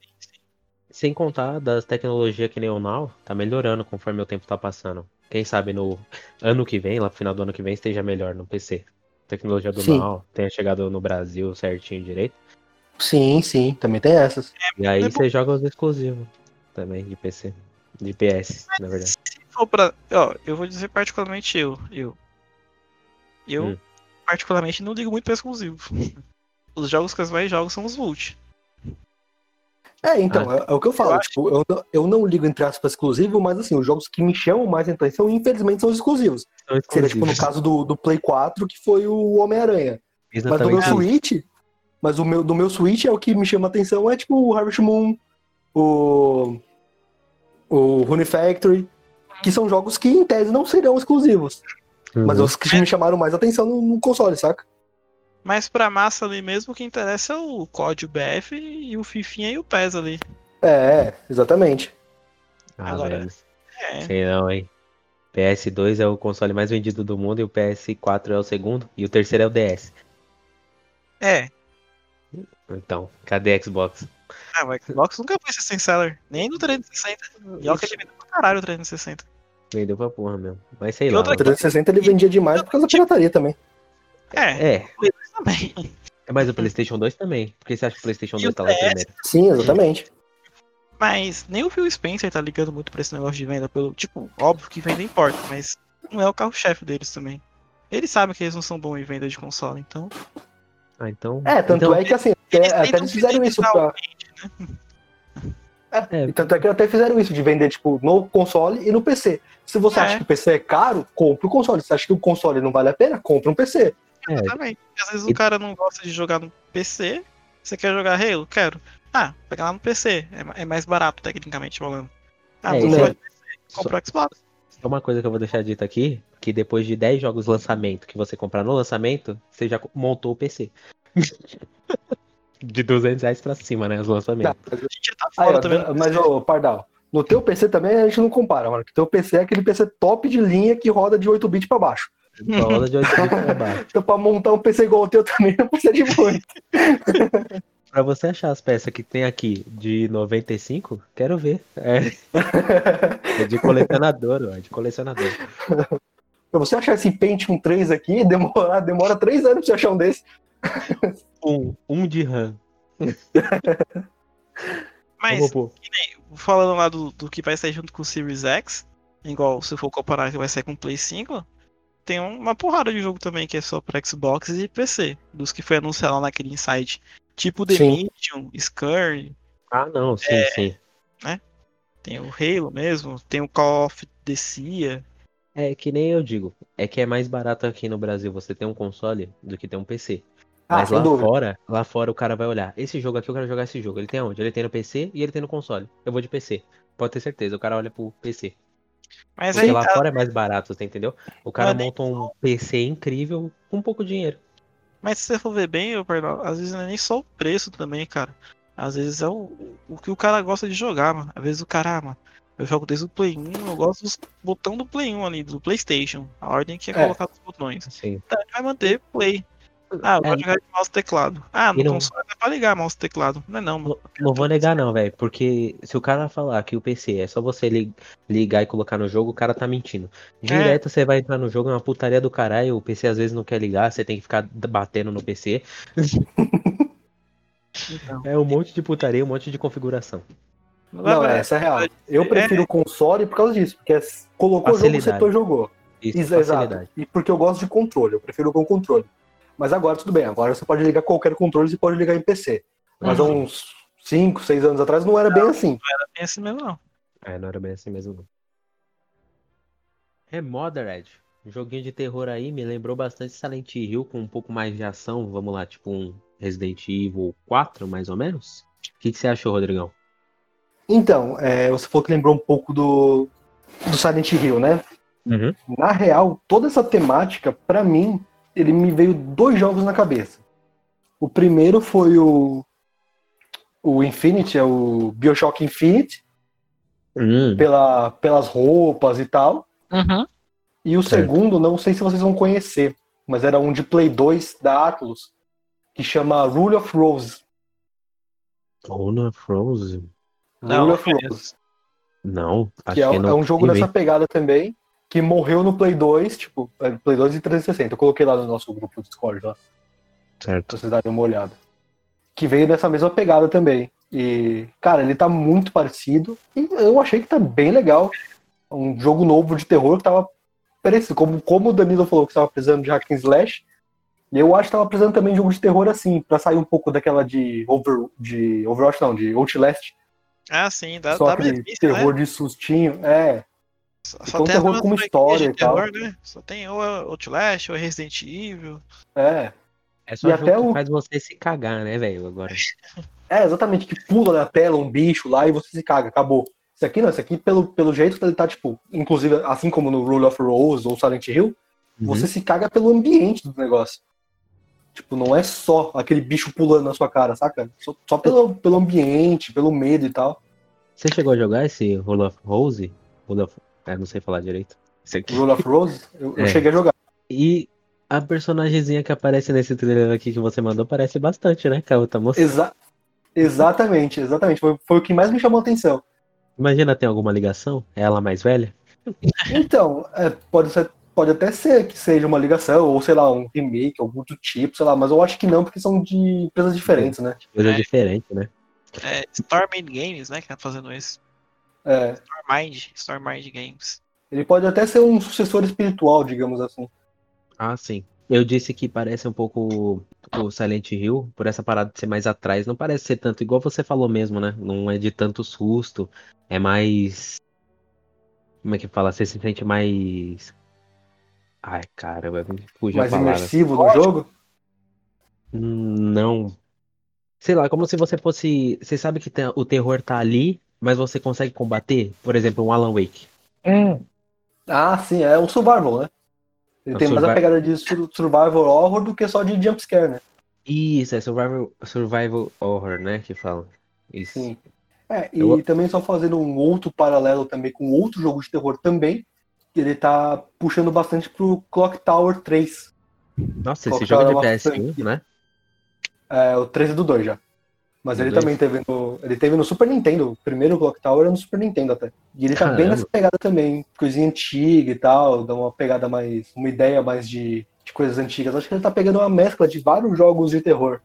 [SPEAKER 1] Sem contar das tecnologias que nem o Now, tá melhorando conforme o tempo tá passando. Quem sabe no ano que vem, lá pro final do ano que vem, esteja melhor no PC. Tecnologia do
[SPEAKER 3] Sim.
[SPEAKER 1] Now tenha chegado no Brasil certinho direito.
[SPEAKER 3] Sim, sim, também tem essas.
[SPEAKER 1] E aí
[SPEAKER 2] É
[SPEAKER 1] você joga os exclusivos também de PC. De PS, na verdade.
[SPEAKER 2] Se for pra. Ó, eu vou dizer particularmente eu. Eu. Eu,
[SPEAKER 1] Hum.
[SPEAKER 2] particularmente, não ligo muito pra exclusivo. <laughs> Os jogos que eu mais jogo são os Vult.
[SPEAKER 3] É, então,
[SPEAKER 1] Ah.
[SPEAKER 3] é, é o que eu falo.
[SPEAKER 2] Eu acho-
[SPEAKER 3] tipo, eu, não- eu não ligo, entre aspas, exclusivo, mas assim, os jogos que me chamam mais atenção, infelizmente, são os exclusivos.
[SPEAKER 1] São
[SPEAKER 3] Que Seria, tipo, no caso do, do Play 4, que foi o Homem-Aranha. Mas do meu
[SPEAKER 1] Exatamente.
[SPEAKER 3] Switch, mas o meu, do meu Switch é o que me chama atenção, é tipo o Harvest Moon, o. O Rune Factory, que são jogos que, em tese, não serão exclusivos.
[SPEAKER 1] Uhum.
[SPEAKER 3] Mas é os que me chamaram mais atenção no, no console, saca?
[SPEAKER 2] Mas pra massa ali mesmo, o que interessa é o COD, o BF e o Fifinha e o PES ali.
[SPEAKER 3] É, é, exatamente.
[SPEAKER 1] Ah,
[SPEAKER 2] Agora-
[SPEAKER 1] velho,
[SPEAKER 2] É.
[SPEAKER 1] sei não, hein? PS2 é o console mais vendido do mundo e o PS4 é o segundo e o terceiro é o DS.
[SPEAKER 2] É.
[SPEAKER 1] Então, cadê a Xbox?
[SPEAKER 2] Ah, o Xbox nunca foi sem seller. Nem no 360. E olha que ele vendeu pra caralho o 360.
[SPEAKER 1] Vendeu pra porra mesmo. Mas sei
[SPEAKER 2] E
[SPEAKER 1] lá.
[SPEAKER 2] outra
[SPEAKER 3] O 360 ele vendia demais por causa da pirataria também.
[SPEAKER 2] É,
[SPEAKER 1] É,
[SPEAKER 2] mas também.
[SPEAKER 1] mas o PlayStation 2 também. Porque você acha que o PlayStation
[SPEAKER 2] E
[SPEAKER 1] 2
[SPEAKER 2] o
[SPEAKER 1] tá lá em primeiro?
[SPEAKER 3] Sim, exatamente.
[SPEAKER 2] Mas nem o Phil Spencer tá ligando muito pra esse negócio de venda. Pelo, tipo, óbvio que venda importa, mas não é o carro-chefe deles também. Eles sabem que eles não são bons em venda de console, então.
[SPEAKER 1] Ah, então.
[SPEAKER 3] É, tanto
[SPEAKER 1] então,
[SPEAKER 3] é que assim,
[SPEAKER 2] Eles
[SPEAKER 3] até, até
[SPEAKER 2] tentam
[SPEAKER 3] eles fizeram isso
[SPEAKER 2] fidelizar
[SPEAKER 3] pra.
[SPEAKER 2] o cliente, né?
[SPEAKER 1] É.
[SPEAKER 3] É, e Tanto é que até fizeram isso, de vender, tipo, no console e no PC. Se você
[SPEAKER 2] É.
[SPEAKER 3] acha que o PC é caro, compra o console. Se você acha que o console não vale a pena, compra um PC.
[SPEAKER 1] é,
[SPEAKER 2] Exatamente. Às vezes
[SPEAKER 1] E-
[SPEAKER 2] o cara não gosta de jogar no PC. Você quer jogar Halo? Quero. Ah, pegar lá no PC. É, ma- é mais barato, tecnicamente falando. Ah,
[SPEAKER 1] É,
[SPEAKER 2] você
[SPEAKER 3] isso
[SPEAKER 2] pode
[SPEAKER 1] só-
[SPEAKER 2] comprar o Xbox.
[SPEAKER 1] só uma coisa que eu vou deixar dito aqui: que depois de 10 jogos lançamento que você comprar no lançamento, você já montou o PC. <laughs> de 200 reais pra cima, né? Os lançamentos.
[SPEAKER 3] Tá.
[SPEAKER 2] A gente já tá
[SPEAKER 3] Aí,
[SPEAKER 2] fora
[SPEAKER 3] ó,
[SPEAKER 2] também. do
[SPEAKER 3] mas,
[SPEAKER 2] PC. <laughs>
[SPEAKER 3] ô, Pardal, no teu PC também a gente não compara, mano. Que teu PC é aquele PC top de linha que roda de 8 bits pra baixo.
[SPEAKER 1] Só roda de 8 pra baixo.
[SPEAKER 3] Então, pra montar um PC igual o teu <laughs> também não precisa de muito.
[SPEAKER 1] Pra você achar as peças que tem aqui de 95, quero ver. É, é de colecionador, ó, é de colecionador.
[SPEAKER 3] Pra você achar esse Pentium 3 aqui, <laughs> demora, demora 3 anos pra você achar um desse.
[SPEAKER 1] Um, um de RAM.
[SPEAKER 2] Mas,
[SPEAKER 1] Vamos pôr.
[SPEAKER 2] falando lá do, do que vai sair junto com o Series X, igual se for comparar que vai sair com o Play 5, tem uma porrada de jogo também que é só pra Xbox e PC, dos que foi anunciado lá naquele insight. Tipo The
[SPEAKER 3] Sim.
[SPEAKER 2] Medium, Scurry,
[SPEAKER 1] Ah, não, sim, sim.
[SPEAKER 2] tem o Halo mesmo, tem o Call of the Sea.
[SPEAKER 1] É que nem eu digo. É que é mais barato aqui no Brasil você ter um console do que ter um PC.
[SPEAKER 3] Ah,
[SPEAKER 1] Mas
[SPEAKER 3] sem
[SPEAKER 1] lá
[SPEAKER 3] dúvida.
[SPEAKER 1] fora, lá fora o cara vai olhar. Esse jogo aqui eu quero jogar esse jogo. Ele tem onde? Ele tem no PC e ele tem no console. Eu vou de PC. Pode ter certeza, o cara olha pro PC.
[SPEAKER 2] Mas
[SPEAKER 1] Porque
[SPEAKER 2] aí,
[SPEAKER 1] lá
[SPEAKER 2] tá-
[SPEAKER 1] fora é mais barato, você entendeu? O cara
[SPEAKER 2] Mas nem
[SPEAKER 1] monta um PC incrível com pouco dinheiro.
[SPEAKER 2] mas se você for ver bem, eu perdão, às vezes não é nem só o preço também, cara. Às vezes é o, o que o cara gosta de jogar, mano. Às vezes o cara, ah, mano, eu jogo desde o Play 1, eu gosto dos botão do Play 1 ali, do Playstation. A ordem que é,
[SPEAKER 3] É.
[SPEAKER 2] colocar os botões.
[SPEAKER 1] Sim.
[SPEAKER 2] Tá, ele vai manter play. Ah, eu
[SPEAKER 1] É,
[SPEAKER 2] vou jogar de mouse e teclado. Ah, no
[SPEAKER 1] E não-
[SPEAKER 2] console dá pra ligar mouse e teclado. Não é não, mano.
[SPEAKER 1] Não vou negar não, velho, porque se o cara falar que o PC é só você li- ligar e colocar no jogo, o cara tá mentindo.
[SPEAKER 3] É.
[SPEAKER 1] Direto você vai entrar no jogo, é uma putaria do caralho, o PC às vezes não quer ligar, você tem que ficar d- batendo no PC.
[SPEAKER 2] Então,
[SPEAKER 1] É um monte de putaria, um monte de configuração.
[SPEAKER 2] não dá
[SPEAKER 3] Não,
[SPEAKER 2] pra-
[SPEAKER 3] essa é real. Eu
[SPEAKER 2] É.
[SPEAKER 3] prefiro o console por causa disso, porque é- colocou o jogo,
[SPEAKER 1] Facilidade.
[SPEAKER 3] setor jogou.
[SPEAKER 1] Isso,
[SPEAKER 3] Isso,
[SPEAKER 1] facilidade.
[SPEAKER 3] exato. E porque eu gosto de controle, eu prefiro com controle. Mas agora tudo bem, agora você pode ligar qualquer controle, você pode ligar em PC. Mas é um há
[SPEAKER 2] Uhum.
[SPEAKER 3] uns 5, 6 anos atrás não era bem assim.
[SPEAKER 2] É assim mesmo, não.
[SPEAKER 1] É, não era bem assim mesmo não. Remothered. É Um joguinho de terror aí, me lembrou bastante Silent Hill, com um pouco mais de ação, vamos lá, tipo um Resident Evil 4, mais ou menos. O que, que você achou, Rodrigão?
[SPEAKER 3] Então, é, você falou que lembrou um pouco do, do Silent Hill, né?
[SPEAKER 1] Uhum.
[SPEAKER 3] Na real, toda essa temática, pra mim, ele me veio dois jogos na cabeça. O primeiro foi o, o Infinity, é o Bioshock Infinite,
[SPEAKER 1] Hum,
[SPEAKER 3] pela, pelas roupas e tal. E o
[SPEAKER 1] Certo.
[SPEAKER 3] segundo, não sei se vocês vão conhecer, mas era um de Play 2 da Atlus, que chama Rule of Rose.
[SPEAKER 1] Zona Frozen?
[SPEAKER 2] Não,
[SPEAKER 3] Rule
[SPEAKER 2] não é
[SPEAKER 3] of Rose.
[SPEAKER 2] conheço.
[SPEAKER 1] Não, acho
[SPEAKER 3] Que é,
[SPEAKER 1] que eu não
[SPEAKER 3] é um jogo
[SPEAKER 1] vi.
[SPEAKER 3] nessa pegada também, que morreu no Play 2, tipo, é, Play 2 e 360. Eu coloquei lá no nosso grupo do Discord, lá,
[SPEAKER 1] Certo.
[SPEAKER 3] pra vocês darem uma olhada. Que veio nessa mesma pegada também. E, cara, ele tá muito parecido. E eu achei que tá bem legal. Um jogo novo de terror que tava parecido. Como, como o Danilo falou que tava precisando de hack and slash, E eu acho que tava precisando também de jogo de terror assim, pra sair um pouco daquela de, over, de Overwatch, não, de Outlast.
[SPEAKER 2] Ah, sim, dá,
[SPEAKER 3] só
[SPEAKER 2] dá
[SPEAKER 3] aquele
[SPEAKER 2] benefício,
[SPEAKER 3] terror de sustinho. É,
[SPEAKER 2] né? Só,
[SPEAKER 3] com terror
[SPEAKER 2] as
[SPEAKER 3] com uma
[SPEAKER 2] franquias de
[SPEAKER 3] história e tal.
[SPEAKER 2] né? Só tem ou é Outlast, ou é Resident Evil.
[SPEAKER 3] é.
[SPEAKER 1] É só
[SPEAKER 3] E
[SPEAKER 1] jogo
[SPEAKER 3] até
[SPEAKER 1] que
[SPEAKER 3] o-
[SPEAKER 1] faz você se cagar, né, velho, agora.
[SPEAKER 3] É, exatamente, que pula na tela um bicho lá e você se caga, acabou. Isso aqui não, isso aqui, pelo, pelo jeito que ele tá, tipo, inclusive, assim como no Rule of Rose ou Silent Hill,
[SPEAKER 1] Uhum.
[SPEAKER 3] você se caga pelo ambiente do negócio. Tipo, não é só aquele bicho pulando na sua cara, saca? Só, só pelo, pelo ambiente, pelo medo e tal.
[SPEAKER 1] Você chegou a jogar esse Roll of Rose? Roll of... É, não sei falar direito. Esse aqui.
[SPEAKER 3] Rule of Rose, eu, eu
[SPEAKER 1] É.
[SPEAKER 3] cheguei a jogar.
[SPEAKER 1] E a personagemzinha que aparece nesse trailer aqui que você mandou parece bastante, né, cara? Tá mostrando.
[SPEAKER 3] Exa exatamente, exatamente. Foi, foi o que mais me chamou a atenção.
[SPEAKER 1] Imagina, tem alguma ligação? É ela mais velha?
[SPEAKER 3] Então, é, pode, ser, pode até ser que seja uma ligação, ou sei lá, um remake, algum do tipo, sei lá, mas eu acho que não, porque são de empresas diferentes, né?
[SPEAKER 1] Coisa
[SPEAKER 2] É.
[SPEAKER 1] diferente, né?
[SPEAKER 2] É Stormind Games, né? Que tá fazendo isso.
[SPEAKER 3] É,
[SPEAKER 2] Stormind, Stormind Games.
[SPEAKER 3] ele pode até ser um sucessor espiritual, digamos assim.
[SPEAKER 1] Ah, sim. Eu disse que parece um pouco o Silent Hill, por essa parada de ser mais atrás. Não parece ser tanto, igual você falou mesmo, né? Não é de tanto susto. É mais. Como é que fala? Você se sente mais. Ai, caramba, me fugiu a
[SPEAKER 3] mais
[SPEAKER 1] palavra.
[SPEAKER 3] imersivo no jogo.
[SPEAKER 1] Hum, Não. Sei lá, como se você fosse. Você sabe que tem- o terror tá ali, mas você consegue combater? Por exemplo, um Alan Wake.
[SPEAKER 3] Ah, sim, é um survival, né? Ele
[SPEAKER 1] É um
[SPEAKER 3] tem mais
[SPEAKER 1] survi-
[SPEAKER 3] a pegada de sur- survival horror do que só de jumpscare, né?
[SPEAKER 1] Isso, é survival, survival horror, né? Que falam. Isso.
[SPEAKER 3] Sim. É, e
[SPEAKER 1] Eu-
[SPEAKER 3] também só fazendo um outro paralelo também com outro jogo de terror também, que ele tá puxando bastante pro Clock Tower 3.
[SPEAKER 1] Nossa,
[SPEAKER 3] Qual
[SPEAKER 1] esse
[SPEAKER 3] que é
[SPEAKER 1] jogo
[SPEAKER 3] era
[SPEAKER 1] é
[SPEAKER 3] uma
[SPEAKER 1] de PS1,
[SPEAKER 3] franquia?
[SPEAKER 1] né?
[SPEAKER 3] É, o 3 do 2 já. Mas
[SPEAKER 1] No
[SPEAKER 3] ele
[SPEAKER 1] dois.
[SPEAKER 3] também teve no. Ele teve no Super Nintendo. O primeiro Clock Tower era no Super Nintendo até. E ele tá bem
[SPEAKER 1] Caramba.
[SPEAKER 3] nessa pegada também. Coisinha antiga e tal. Dá uma pegada mais. Uma ideia mais de, de coisas antigas. Acho que ele tá pegando uma mescla de vários jogos de terror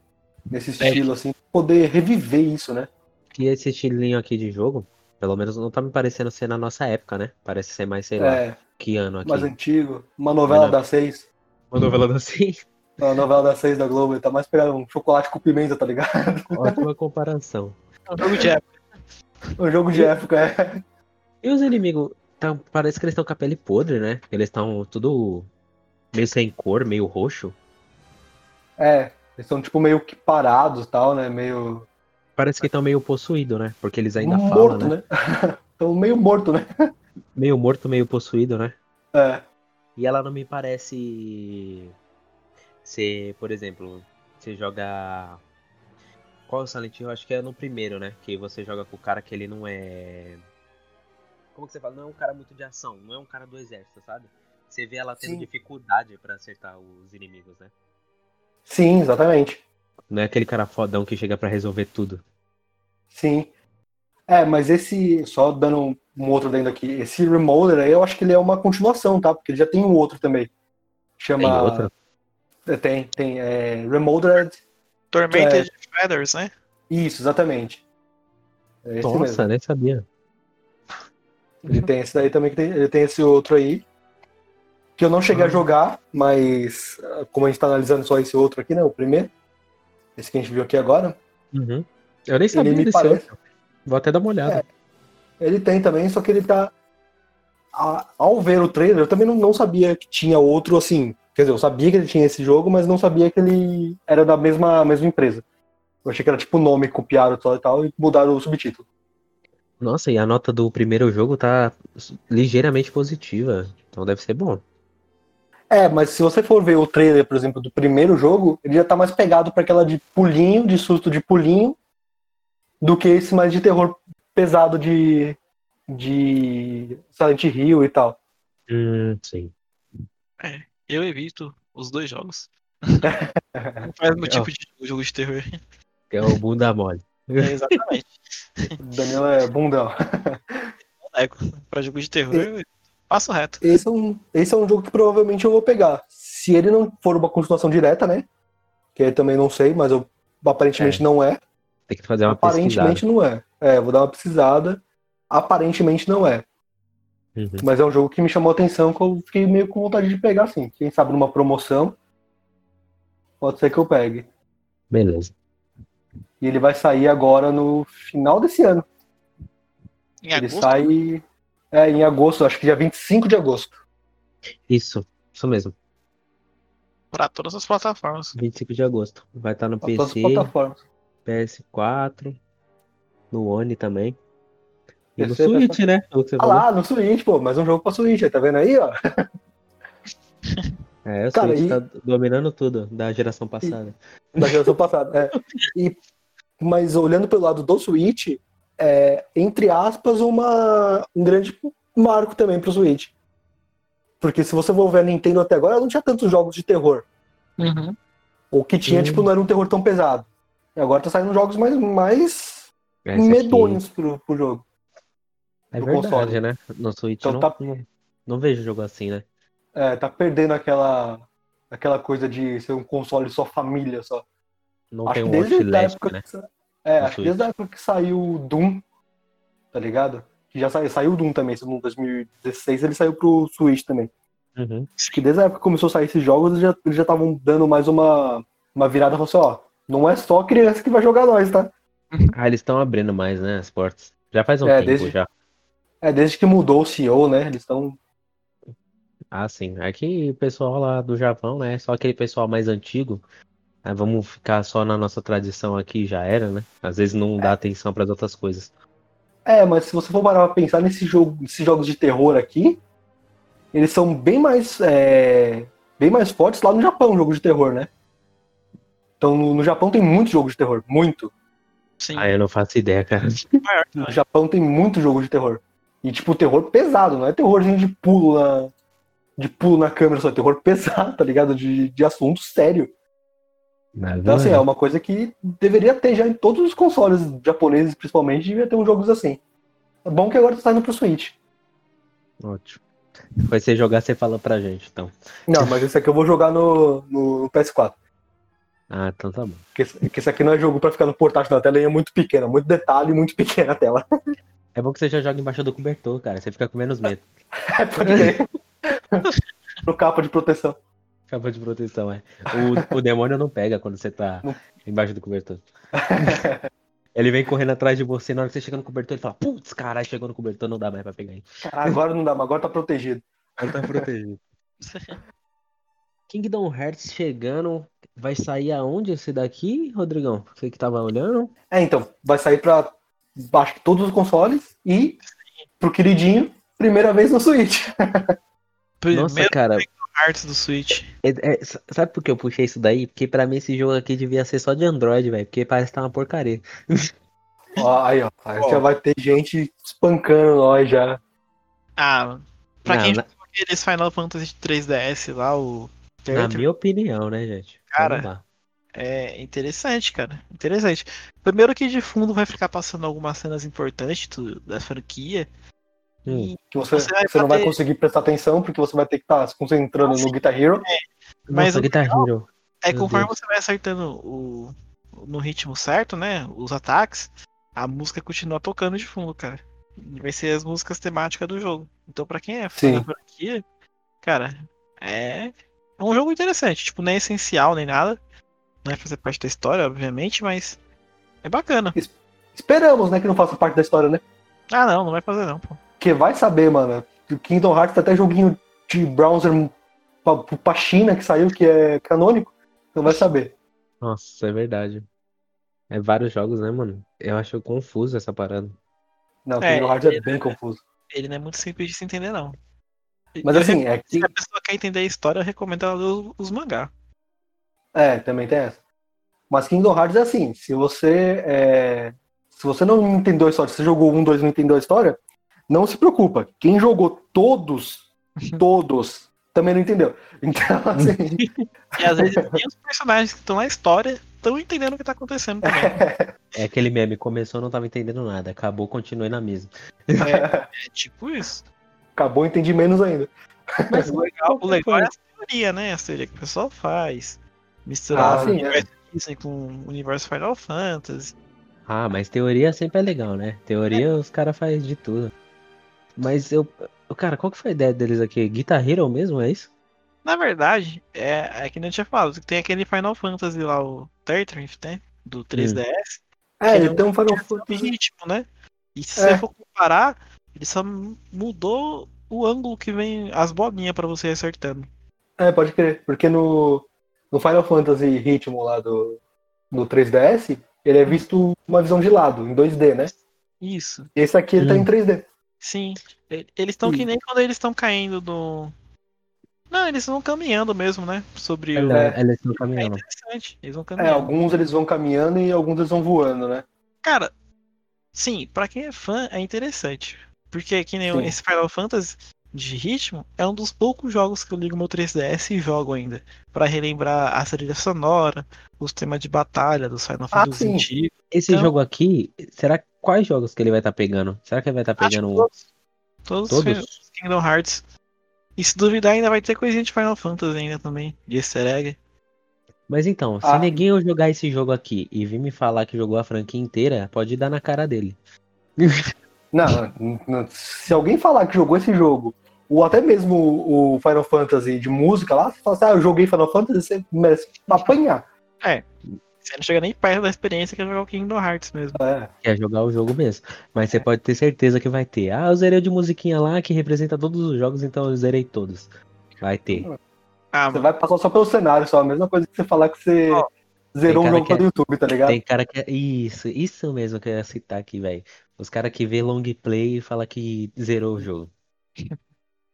[SPEAKER 3] nesse
[SPEAKER 1] É.
[SPEAKER 3] estilo, assim, pra poder reviver isso, né?
[SPEAKER 1] Que esse estilinho aqui de jogo, pelo menos não tá me parecendo ser na nossa época, né? Parece ser mais, sei lá,
[SPEAKER 3] é,
[SPEAKER 1] que ano aqui.
[SPEAKER 3] mais antigo. Uma novela
[SPEAKER 1] Verdade.
[SPEAKER 3] das seis.
[SPEAKER 1] Uma novela da seis.
[SPEAKER 3] Uma novela das seis da Globo. Ele tá mais pegando um chocolate com pimenta, tá ligado?
[SPEAKER 1] <laughs>
[SPEAKER 3] <laughs>
[SPEAKER 1] Ótima comparação.
[SPEAKER 2] É um jogo de época.
[SPEAKER 3] Um jogo de época, é.
[SPEAKER 1] E os inimigos, tão- parece que eles estão com a pele podre, né? Eles estão tudo meio sem cor, meio roxo.
[SPEAKER 3] É. Eles estão, tipo, meio que parados e tal, né? Meio.
[SPEAKER 1] Parece que estão meio possuído, né? Porque eles ainda falam,
[SPEAKER 3] morto,
[SPEAKER 1] né?
[SPEAKER 3] né? <laughs> Estão meio morto, né?
[SPEAKER 1] Meio morto, meio possuído, né?
[SPEAKER 3] É.
[SPEAKER 1] E ela não me parece ser, por exemplo, você joga. Qual é o Silent Hill? Acho que é no primeiro, né? Que você joga com o cara que ele não é. Como que você fala? Não é um cara muito de ação, não é um cara do exército, sabe? Você vê ela tendo
[SPEAKER 3] Sim.
[SPEAKER 1] dificuldade pra acertar os inimigos, né?
[SPEAKER 3] Sim, exatamente.
[SPEAKER 1] Não é aquele cara fodão que chega pra resolver tudo.
[SPEAKER 3] Sim. É, mas esse, só dando um, um outro dentro aqui, esse Remodeler aí eu acho que ele é uma continuação, tá? Porque ele já tem um outro também. Chama.
[SPEAKER 1] Tem outra?
[SPEAKER 3] É, Tem, tem. É, Remodeled. É.
[SPEAKER 2] Tormented Feathers, né?
[SPEAKER 3] Isso, exatamente. É esse mesmo.
[SPEAKER 1] Nossa, nem sabia.
[SPEAKER 3] Ele tem esse daí também, que tem- ele tem esse outro aí. Que eu não cheguei
[SPEAKER 1] Ah.
[SPEAKER 3] a jogar, mas ah, como a gente tá analisando só esse outro aqui, né? O primeiro. Esse que a gente viu aqui agora.
[SPEAKER 1] Uhum. Eu nem sabia
[SPEAKER 3] Ele me
[SPEAKER 1] desse
[SPEAKER 3] parece.
[SPEAKER 1] outro. Vou até dar uma olhada.
[SPEAKER 3] Ele tem também, só que ele tá. a- ao ver o trailer, eu também não, não sabia que tinha outro assim. Quer dizer, eu sabia que ele tinha esse jogo, mas não sabia que ele era da mesma, mesma empresa. Eu achei que era tipo o nome, copiaram e tal e tal, e mudaram o subtítulo.
[SPEAKER 1] Nossa, e a nota do primeiro jogo tá ligeiramente positiva. Então deve ser bom.
[SPEAKER 3] É, mas se você for ver o trailer, por exemplo, do primeiro jogo, ele já tá mais pegado pra aquela de pulinho, de susto de pulinho, do que esse mais de terror pesado de, de Silent Hill e tal.
[SPEAKER 1] Hum, sim.
[SPEAKER 2] Eu evito os dois
[SPEAKER 3] <laughs>
[SPEAKER 2] jogos. Não faz meu tipo de jogo, jogo de terror. <laughs>
[SPEAKER 1] É o bunda mole.
[SPEAKER 2] É, exatamente.
[SPEAKER 3] O Daniel é bundão.
[SPEAKER 2] Boneco. é Pra jogo de terror, eu passo reto.
[SPEAKER 3] Esse é, um, esse é um jogo que provavelmente eu vou pegar. Se ele não for uma continuação direta, né? Que eu também não sei, mas eu, aparentemente não é.
[SPEAKER 1] Tem que fazer uma
[SPEAKER 3] aparentemente
[SPEAKER 1] pesquisada.
[SPEAKER 3] não é. É, vou dar uma pesquisada. Aparentemente não é.
[SPEAKER 1] Uhum.
[SPEAKER 3] Mas é um jogo que me chamou a atenção, que eu fiquei meio com vontade de pegar, assim. Quem sabe numa promoção, pode ser que eu pegue.
[SPEAKER 1] Beleza.
[SPEAKER 3] E ele vai sair agora no final desse ano.
[SPEAKER 2] Em
[SPEAKER 3] ele
[SPEAKER 2] agosto,
[SPEAKER 3] sai é, em agosto, acho que dia 25 de agosto.
[SPEAKER 1] Isso, isso mesmo.
[SPEAKER 2] pra todas as plataformas.
[SPEAKER 1] 25 de agosto. Vai estar no
[SPEAKER 3] Pra todas as
[SPEAKER 1] PC,
[SPEAKER 3] plataformas.
[SPEAKER 1] PS4, no One também. E no
[SPEAKER 3] PC,
[SPEAKER 1] Switch, né? É o que você
[SPEAKER 3] Ah
[SPEAKER 1] falou.
[SPEAKER 3] tá lá, no Switch, pô, mais um jogo pra Switch, aí, tá vendo aí, ó?
[SPEAKER 1] É, o
[SPEAKER 3] Cara,
[SPEAKER 1] Switch
[SPEAKER 3] e-
[SPEAKER 1] tá dominando tudo da geração passada.
[SPEAKER 3] da geração passada. é. E, mas olhando pelo lado do Switch, é, entre aspas, uma, um grande marco também pro Switch. Porque se você for ver a Nintendo até agora, ela não tinha tantos jogos de terror.
[SPEAKER 1] Uhum.
[SPEAKER 3] O que tinha,
[SPEAKER 1] Hum.
[SPEAKER 3] tipo, não era um terror tão pesado. E agora tá saindo jogos mais, mais
[SPEAKER 1] Esse aqui
[SPEAKER 3] medonhos pro, pro jogo.
[SPEAKER 1] É
[SPEAKER 3] do
[SPEAKER 1] verdade,
[SPEAKER 3] console.
[SPEAKER 1] né? No Switch
[SPEAKER 3] Então
[SPEAKER 1] não,
[SPEAKER 3] tá-
[SPEAKER 1] não, não vejo jogo assim, né?
[SPEAKER 3] É, tá perdendo aquela, aquela coisa de ser um console só família, só.
[SPEAKER 1] Não
[SPEAKER 3] acho
[SPEAKER 1] tem
[SPEAKER 3] que
[SPEAKER 1] um
[SPEAKER 3] desde a
[SPEAKER 1] Outlast,
[SPEAKER 3] época
[SPEAKER 1] né?
[SPEAKER 3] que sa- É,
[SPEAKER 1] No
[SPEAKER 3] acho que desde a época que saiu o Doom, tá ligado? Que já saiu, saiu o Doom também, se não, em 2016 ele saiu pro Switch também.
[SPEAKER 1] Uhum.
[SPEAKER 3] Acho que desde a época que começou a sair esses jogos, eles já eles já estavam dando mais uma, uma virada falando assim, ó, não é só criança que vai jogar nós, tá?
[SPEAKER 1] Ah, eles estão abrindo mais, né? As portas. Já faz um
[SPEAKER 3] É,
[SPEAKER 1] tempo
[SPEAKER 3] desde-
[SPEAKER 1] já.
[SPEAKER 3] É, desde que mudou o CEO, né? Eles estão.
[SPEAKER 1] Ah, sim. Aqui o pessoal lá do Japão, né? Só aquele pessoal mais antigo. Ah, vamos ficar só na nossa tradição aqui, já era, né? Às vezes não dá atenção para as outras coisas.
[SPEAKER 3] É, mas se você for parar pra pensar nesse jogo, nesses jogos de terror aqui, eles são bem mais. é, bem mais fortes lá no Japão, jogo de terror, né? Então no, no Japão tem muito jogo de terror, muito.
[SPEAKER 2] Sim,
[SPEAKER 1] Ah, eu não faço ideia, cara. <laughs>
[SPEAKER 3] Então,
[SPEAKER 2] maior.
[SPEAKER 3] O Japão tem muito jogo de terror. E, tipo, terror pesado, não é terrorzinho de pulo na, <laughs> de pulo na câmera, só é terror pesado, tá ligado? De, de assunto sério. Então, assim, é uma coisa que deveria ter já em todos os consoles japoneses, principalmente, devia ter uns jogos assim. É bom que agora tá saindo pro Switch. é um
[SPEAKER 1] Ótimo. Depois você jogar, você fala pra gente, então.
[SPEAKER 3] Não, mas esse aqui eu vou jogar no, no PS4.
[SPEAKER 1] Ah, então tá bom.
[SPEAKER 3] Porque esse- porque esse aqui não é jogo pra ficar no portátil na tela e é muito pequeno, muito detalhe, muito pequena a tela. <laughs>
[SPEAKER 1] É bom que você já joga embaixo do cobertor, cara. Você fica com menos medo.
[SPEAKER 3] É, pode crer. no capa de proteção.
[SPEAKER 1] Capa de proteção, é. O, o demônio não pega quando você tá embaixo do cobertor. <laughs> Ele vem correndo atrás de você, na hora que você chega no cobertor, ele fala, putz, caralho, chegou no cobertor, não dá mais pra pegar aí.
[SPEAKER 3] Caralho, agora não dá, mas agora tá protegido.
[SPEAKER 1] Ele tá <laughs> protegido. Kingdom Hearts chegando, vai sair aonde esse daqui, Rodrigão? Você que tava olhando?
[SPEAKER 3] É, então, vai sair pra acho que todos os consoles e pro queridinho, primeira vez no Switch.
[SPEAKER 2] <laughs>
[SPEAKER 1] Nossa,
[SPEAKER 2] Primeiro
[SPEAKER 1] cara,
[SPEAKER 2] Hearts do Switch.
[SPEAKER 1] é- é, s- sabe por que eu puxei isso daí? Porque pra mim esse jogo aqui devia ser só de Android, velho, porque parece que tá uma porcaria.
[SPEAKER 3] Ó, aí, ó. Aí
[SPEAKER 2] Ó.
[SPEAKER 3] já vai ter gente espancando nós já.
[SPEAKER 2] Ah, pra
[SPEAKER 1] Não,
[SPEAKER 2] quem
[SPEAKER 1] na,
[SPEAKER 2] jogou aqueles Final Fantasy 3DS lá, o
[SPEAKER 1] na
[SPEAKER 2] Turtle,
[SPEAKER 1] minha opinião, né, gente?
[SPEAKER 2] Cara,
[SPEAKER 1] Vamos lá.
[SPEAKER 2] é interessante, cara. Interessante. Primeiro que de fundo vai ficar passando algumas cenas importantes do- da franquia.
[SPEAKER 1] Hum.
[SPEAKER 3] Que você,
[SPEAKER 2] Você vai
[SPEAKER 3] você não vai
[SPEAKER 2] bater-
[SPEAKER 3] conseguir prestar atenção, porque você vai ter que estar se concentrando no Guitar Hero.
[SPEAKER 2] Mas
[SPEAKER 1] Nossa, tá
[SPEAKER 2] o
[SPEAKER 1] Guitar
[SPEAKER 2] legal-
[SPEAKER 1] Hero.
[SPEAKER 2] É
[SPEAKER 1] Meu
[SPEAKER 2] conforme
[SPEAKER 1] Deus.
[SPEAKER 2] você vai acertando o no ritmo certo, né? Os ataques, a música continua tocando de fundo, cara. Vai ser as músicas temáticas do jogo. Então, pra quem é fã
[SPEAKER 3] Sim.
[SPEAKER 2] da franquia, cara, é... é um jogo interessante. Tipo, não é essencial nem nada. Não é fazer parte da história, obviamente, mas é bacana.
[SPEAKER 3] Esperamos, né, que não faça parte da história, né?
[SPEAKER 2] Ah, não, não vai fazer não, pô.
[SPEAKER 3] Porque vai saber, mano. O Kingdom Hearts tá até joguinho de browser pra, pra China que saiu, que é canônico. Então vai saber.
[SPEAKER 1] Nossa, é verdade. É vários jogos, né, mano? Eu acho confuso essa parada.
[SPEAKER 3] Não,
[SPEAKER 2] É,
[SPEAKER 3] Kingdom Hearts é
[SPEAKER 2] ele-
[SPEAKER 3] bem confuso.
[SPEAKER 2] Ele não é muito simples de se entender, não.
[SPEAKER 3] Mas
[SPEAKER 2] Eu
[SPEAKER 3] assim,
[SPEAKER 2] recomendo-
[SPEAKER 3] é que.
[SPEAKER 2] se a pessoa quer entender a história, eu recomendo ela ler os, os mangá.
[SPEAKER 3] É, também tem essa. Mas Kingdom Hearts é assim, se você é, se você não entendeu a história, se você jogou um, dois, não entendeu a história, não se preocupa. Quem jogou todos, todos, também não entendeu. Então, assim, <laughs>
[SPEAKER 2] E às vezes nem os personagens que estão na história estão entendendo o que tá acontecendo também.
[SPEAKER 1] É aquele meme, começou, não tava entendendo nada. Acabou, continuei na mesma.
[SPEAKER 2] É tipo isso.
[SPEAKER 3] acabou, entendi menos ainda.
[SPEAKER 1] Mas
[SPEAKER 2] o legal, o
[SPEAKER 1] qual
[SPEAKER 2] legal
[SPEAKER 1] foi?
[SPEAKER 2] é a teoria, né? A teoria que o pessoal faz. Misturar
[SPEAKER 3] Ah,
[SPEAKER 2] o
[SPEAKER 3] sim,
[SPEAKER 2] universo Disney com o universo Final Fantasy.
[SPEAKER 1] Ah, mas teoria sempre é legal, né? Teoria os caras fazem de tudo. Mas eu. eu- Cara, qual que foi a ideia deles aqui? Guitar Hero mesmo, é isso?
[SPEAKER 2] Na verdade, é, é que nem eu tinha falado. Tem aquele Final Fantasy lá, o Turtwinf, né? Do 3DS.
[SPEAKER 3] É,
[SPEAKER 2] Que
[SPEAKER 3] ele
[SPEAKER 2] não-
[SPEAKER 3] tem um Final
[SPEAKER 2] Tem
[SPEAKER 3] Fantasy.
[SPEAKER 2] ritmo, né? E se
[SPEAKER 3] É.
[SPEAKER 2] você for comparar, ele só mudou o ângulo que vem as bolinhas pra você ir acertando.
[SPEAKER 3] É, pode crer, porque no, no Final Fantasy Ritmo lá do, do 3DS, ele é visto uma visão de lado, em 2D, né?
[SPEAKER 2] Isso.
[SPEAKER 3] Esse aqui ele tá
[SPEAKER 1] Hum.
[SPEAKER 3] em 3D.
[SPEAKER 2] Sim. E- Eles estão que
[SPEAKER 3] Hum.
[SPEAKER 2] nem quando eles estão caindo do. Não, eles vão caminhando mesmo, né? Sobre o.
[SPEAKER 1] Ela- Elas estão
[SPEAKER 2] É
[SPEAKER 1] caminhando.
[SPEAKER 2] interessante. Eles vão
[SPEAKER 3] É,
[SPEAKER 2] caminhando.
[SPEAKER 3] alguns eles vão caminhando e alguns eles vão voando, né?
[SPEAKER 2] Cara, sim, pra quem é fã, é interessante. Porque é que nem
[SPEAKER 3] Sim.
[SPEAKER 2] esse Final Fantasy de ritmo é um dos poucos jogos que eu ligo meu 3DS e jogo ainda. Pra relembrar a trilha sonora, os temas de batalha dos Final Fantasy
[SPEAKER 3] Ah, sim.
[SPEAKER 2] antigos.
[SPEAKER 1] Esse
[SPEAKER 2] Então-
[SPEAKER 1] jogo aqui, será quais jogos que ele vai estar pegando? Será que ele vai estar
[SPEAKER 2] Acho que
[SPEAKER 1] pegando
[SPEAKER 2] todos, todos, os
[SPEAKER 1] todos?
[SPEAKER 2] Final- Kingdom Hearts. E se duvidar, ainda vai ter coisinha de Final Fantasy ainda também, de easter egg.
[SPEAKER 1] Mas então, se
[SPEAKER 3] Ah.
[SPEAKER 1] ninguém jogar esse jogo aqui e vir me falar que jogou a franquia inteira, pode dar na cara dele.
[SPEAKER 3] Não, não, não. se alguém falar que jogou esse jogo, ou até mesmo o o Final Fantasy de música lá, você fala assim, ah, eu joguei Final Fantasy, você merece apanhar.
[SPEAKER 2] Você não chega nem perto da experiência que é jogar o Kingdom Hearts mesmo.
[SPEAKER 3] É.
[SPEAKER 1] Quer jogar o jogo mesmo. Mas
[SPEAKER 2] É.
[SPEAKER 1] você pode ter certeza que vai ter. Ah, eu zerei o de musiquinha lá que representa todos os jogos, então eu zerei todos. Vai ter.
[SPEAKER 2] Ah,
[SPEAKER 3] Você vai passar só pelo cenário, só a mesma coisa que você falar que você
[SPEAKER 2] Ó,
[SPEAKER 3] zerou
[SPEAKER 1] tem cara
[SPEAKER 3] um jogo
[SPEAKER 1] que é-
[SPEAKER 3] pelo YouTube, tá ligado?
[SPEAKER 1] Tem cara que. é, Isso, isso mesmo que eu ia citar aqui, velho. Os caras que vê long play e fala que zerou o jogo.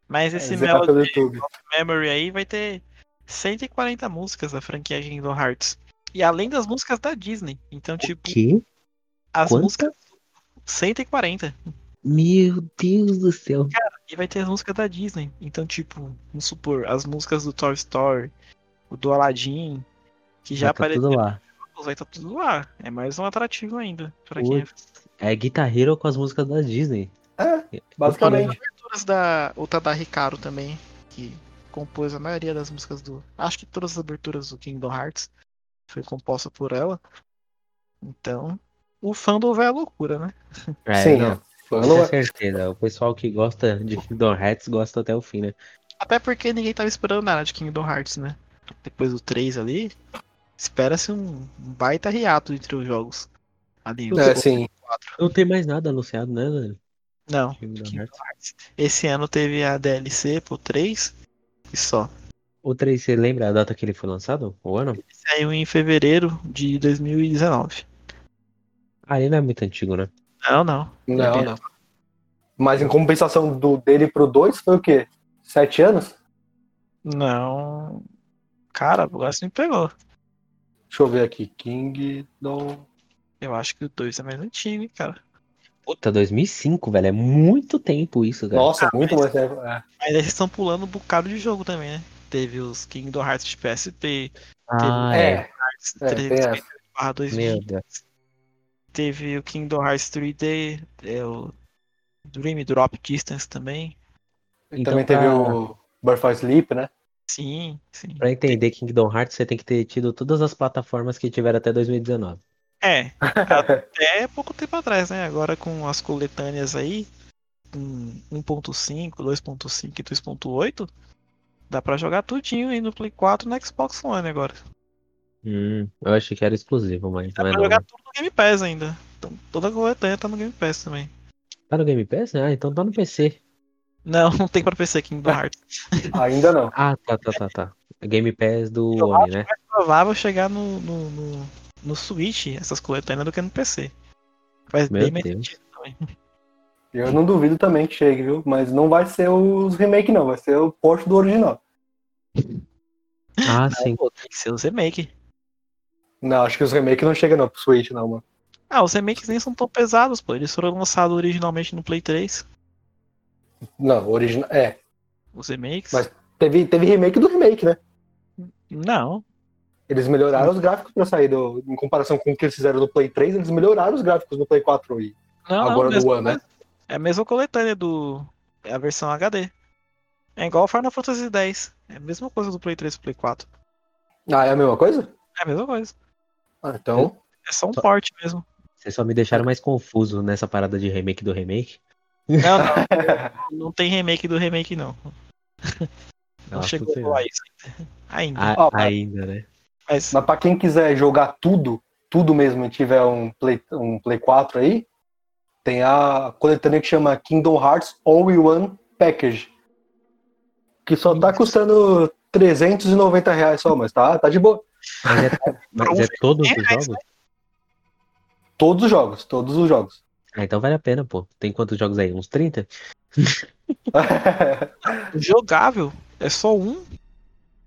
[SPEAKER 2] mas
[SPEAKER 3] É,
[SPEAKER 2] esse
[SPEAKER 3] zerar
[SPEAKER 2] Melody
[SPEAKER 3] pelo YouTube.
[SPEAKER 2] Memory aí vai ter 140 músicas da franquia Kingdom Hearts. E além das músicas da Disney. Então, tipo,
[SPEAKER 1] Que?
[SPEAKER 2] as
[SPEAKER 1] Quantas?
[SPEAKER 2] músicas. 140.
[SPEAKER 1] Meu Deus do céu.
[SPEAKER 2] E vai ter as músicas da Disney. Então, tipo, vamos supor, as músicas do Toy Story, o do Aladdin, que já
[SPEAKER 1] Vai tá
[SPEAKER 2] apareceu
[SPEAKER 1] tudo lá.
[SPEAKER 2] vai estar tudo lá. É mais um atrativo ainda para quem é
[SPEAKER 1] Putz. É Guitar Hero com as músicas da Disney.
[SPEAKER 3] É, basicamente.
[SPEAKER 2] Todas da o Tadar Hikaru também, que compôs a maioria das músicas do. Acho que todas as aberturas do Kingdom Hearts foi composta por ela. Então, o fandom vai à loucura, né?
[SPEAKER 1] É,
[SPEAKER 3] Sim,
[SPEAKER 1] não,
[SPEAKER 3] é.
[SPEAKER 1] com certeza. O pessoal que gosta de Kingdom Hearts gosta até o fim, né?
[SPEAKER 2] Até porque ninguém tava esperando nada de Kingdom Hearts, né? Depois do 3 ali, espera-se um um baita riato entre os jogos. Ali, os
[SPEAKER 3] É,
[SPEAKER 2] outros
[SPEAKER 3] sim.
[SPEAKER 2] quatro.
[SPEAKER 1] Não tem mais nada anunciado, né, velho?
[SPEAKER 2] Não,
[SPEAKER 1] Kingdom
[SPEAKER 2] Kingdom
[SPEAKER 1] Hearts.
[SPEAKER 2] Hearts. Esse ano teve a DLC pro 3 e só.
[SPEAKER 1] O 3, você lembra a data que ele foi lançado? O ano?
[SPEAKER 2] Saiu em fevereiro de 2019.
[SPEAKER 1] Ah, ele não é muito antigo, né?
[SPEAKER 2] Não, não.
[SPEAKER 3] Não, não. Mas em compensação do dele pro 2 foi o quê? Sete anos?
[SPEAKER 2] Não. Cara, agora você me pegou.
[SPEAKER 3] Deixa eu ver aqui. Kingdom.
[SPEAKER 2] Eu acho que o 2 é mais antigo, hein, cara.
[SPEAKER 1] Puta, 2005, velho. É muito tempo isso, cara.
[SPEAKER 3] Nossa, muito mais tempo. É.
[SPEAKER 2] Mas eles estão pulando um bocado de jogo também, né? Teve os Kingdom Hearts de PSP,
[SPEAKER 1] ah,
[SPEAKER 3] É,
[SPEAKER 1] é.
[SPEAKER 2] Hearts
[SPEAKER 3] é, tem
[SPEAKER 2] 3
[SPEAKER 3] essa.
[SPEAKER 2] barra
[SPEAKER 1] Meu
[SPEAKER 2] 2000,
[SPEAKER 1] Deus.
[SPEAKER 2] teve o Kingdom Hearts 3D, é, o Dream Drop Distance também.
[SPEAKER 3] E
[SPEAKER 1] Então,
[SPEAKER 3] também teve
[SPEAKER 1] pra-
[SPEAKER 3] o Birth by Sleep, né?
[SPEAKER 2] Sim, sim.
[SPEAKER 1] Pra entender Kingdom Hearts, você tem que ter tido todas as plataformas que tiveram até 2019.
[SPEAKER 2] É, até pouco tempo atrás, né? Agora com as coletâneas aí, com 1.5, 2.5 e 2.8, dá pra jogar tudinho aí no Play 4 e no Xbox One agora.
[SPEAKER 1] Hum, eu achei que era exclusivo, mas
[SPEAKER 2] Dá
[SPEAKER 1] não é
[SPEAKER 2] pra
[SPEAKER 1] não.
[SPEAKER 2] jogar
[SPEAKER 1] né?
[SPEAKER 2] tudo no Game Pass ainda. Então, toda a coletânea tá no Game Pass também.
[SPEAKER 1] Tá no Game Pass? Ah, então tá no PC.
[SPEAKER 2] Não, <laughs> não tem pra PC Kingdom Hearts.
[SPEAKER 3] Ainda não.
[SPEAKER 1] Ah, tá, tá, tá, tá. Game Pass do
[SPEAKER 2] Eu
[SPEAKER 1] homem, né?
[SPEAKER 2] É <laughs> provável chegar no, no, no, no Switch essas coletâneas do que no PC. Faz
[SPEAKER 1] Meu
[SPEAKER 2] bem mais
[SPEAKER 1] Deus.
[SPEAKER 2] sentido.
[SPEAKER 3] Eu não duvido também que chegue, viu? Mas não vai ser os remake, não. Vai ser o porte do original.
[SPEAKER 1] Ah, sim.
[SPEAKER 2] né? Pô, tem que ser os remake.
[SPEAKER 3] Não, acho que os remake não chegam não pro Switch, não, mano.
[SPEAKER 2] Ah, os remakes nem são tão pesados, pô. Eles foram lançados originalmente no Play 3.
[SPEAKER 3] Não, original. É.
[SPEAKER 2] Os remakes.
[SPEAKER 3] Mas- Teve, teve remake do remake, né?
[SPEAKER 2] Não.
[SPEAKER 3] Eles melhoraram os gráficos pra sair do. Em comparação com o que eles fizeram no Play 3, eles melhoraram os gráficos no Play 4 e
[SPEAKER 2] Não, não,
[SPEAKER 3] agora do
[SPEAKER 2] mesmo-
[SPEAKER 3] One, né?
[SPEAKER 2] É a mesma coletânea do. É a versão HD. É igual ao Final Fantasy X. É a mesma coisa do Play 3 e Play 4.
[SPEAKER 3] Ah, é a mesma coisa?
[SPEAKER 2] É a mesma coisa.
[SPEAKER 3] Ah, então.
[SPEAKER 2] É só um
[SPEAKER 1] Só-
[SPEAKER 2] porte mesmo.
[SPEAKER 1] Vocês só me deixaram mais confuso nessa parada de remake do remake.
[SPEAKER 2] Não, não,
[SPEAKER 3] <laughs>
[SPEAKER 2] não tem remake do remake, não. Não
[SPEAKER 1] Ah,
[SPEAKER 2] chegou
[SPEAKER 1] fudeu.
[SPEAKER 2] a isso ainda. Ainda.
[SPEAKER 1] A-
[SPEAKER 3] Ó, mas-
[SPEAKER 1] ainda, né?
[SPEAKER 2] Mas
[SPEAKER 3] Mas pra quem quiser jogar tudo, tudo mesmo, e tiver um Play, um Play 4 aí, tem a coletânea que chama Kingdom Hearts All-in-One Package. Que só tá custando 390 reais só, mas tá, tá de boa.
[SPEAKER 1] Mas é, mas é todos
[SPEAKER 2] né,
[SPEAKER 1] os jogos?
[SPEAKER 3] Todos os jogos, todos os jogos. <laughs>
[SPEAKER 1] Ah, então vale a pena, pô. Tem quantos jogos aí? Uns 30?
[SPEAKER 2] o jogável é só um,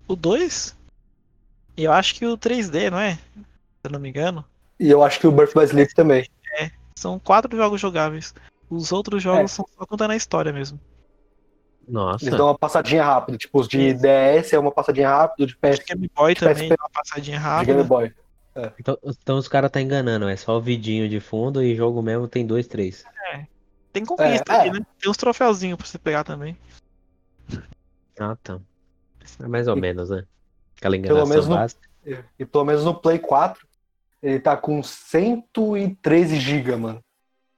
[SPEAKER 2] o dois e eu acho que o 3D, não é? Se eu não me engano.
[SPEAKER 3] e eu acho que o Birth by Sleep também.
[SPEAKER 2] São quatro jogos jogáveis. Os outros
[SPEAKER 3] É.
[SPEAKER 2] jogos são só contando a história mesmo.
[SPEAKER 1] Nossa.
[SPEAKER 3] Eles dão uma passadinha rápida. Tipo, os de DS é uma passadinha rápida, de PS,
[SPEAKER 2] De Game Boy
[SPEAKER 3] Acho que
[SPEAKER 2] também,
[SPEAKER 3] PSP.
[SPEAKER 2] uma passadinha
[SPEAKER 3] de Game
[SPEAKER 2] rápida.
[SPEAKER 3] Boy.
[SPEAKER 1] Então, então os caras tá enganando, é só o vidinho de fundo e jogo mesmo tem dois, três.
[SPEAKER 2] Tem conquista
[SPEAKER 3] É, é.
[SPEAKER 2] aqui, né? Tem uns troféuzinhos pra você pegar também.
[SPEAKER 1] Ah, tá. É mais ou menos, né? Aquela
[SPEAKER 3] Pelo
[SPEAKER 1] enganação
[SPEAKER 3] menos um- no-
[SPEAKER 1] básica.
[SPEAKER 3] E, e pelo menos no Play 4, ele tá com 113 GB, mano.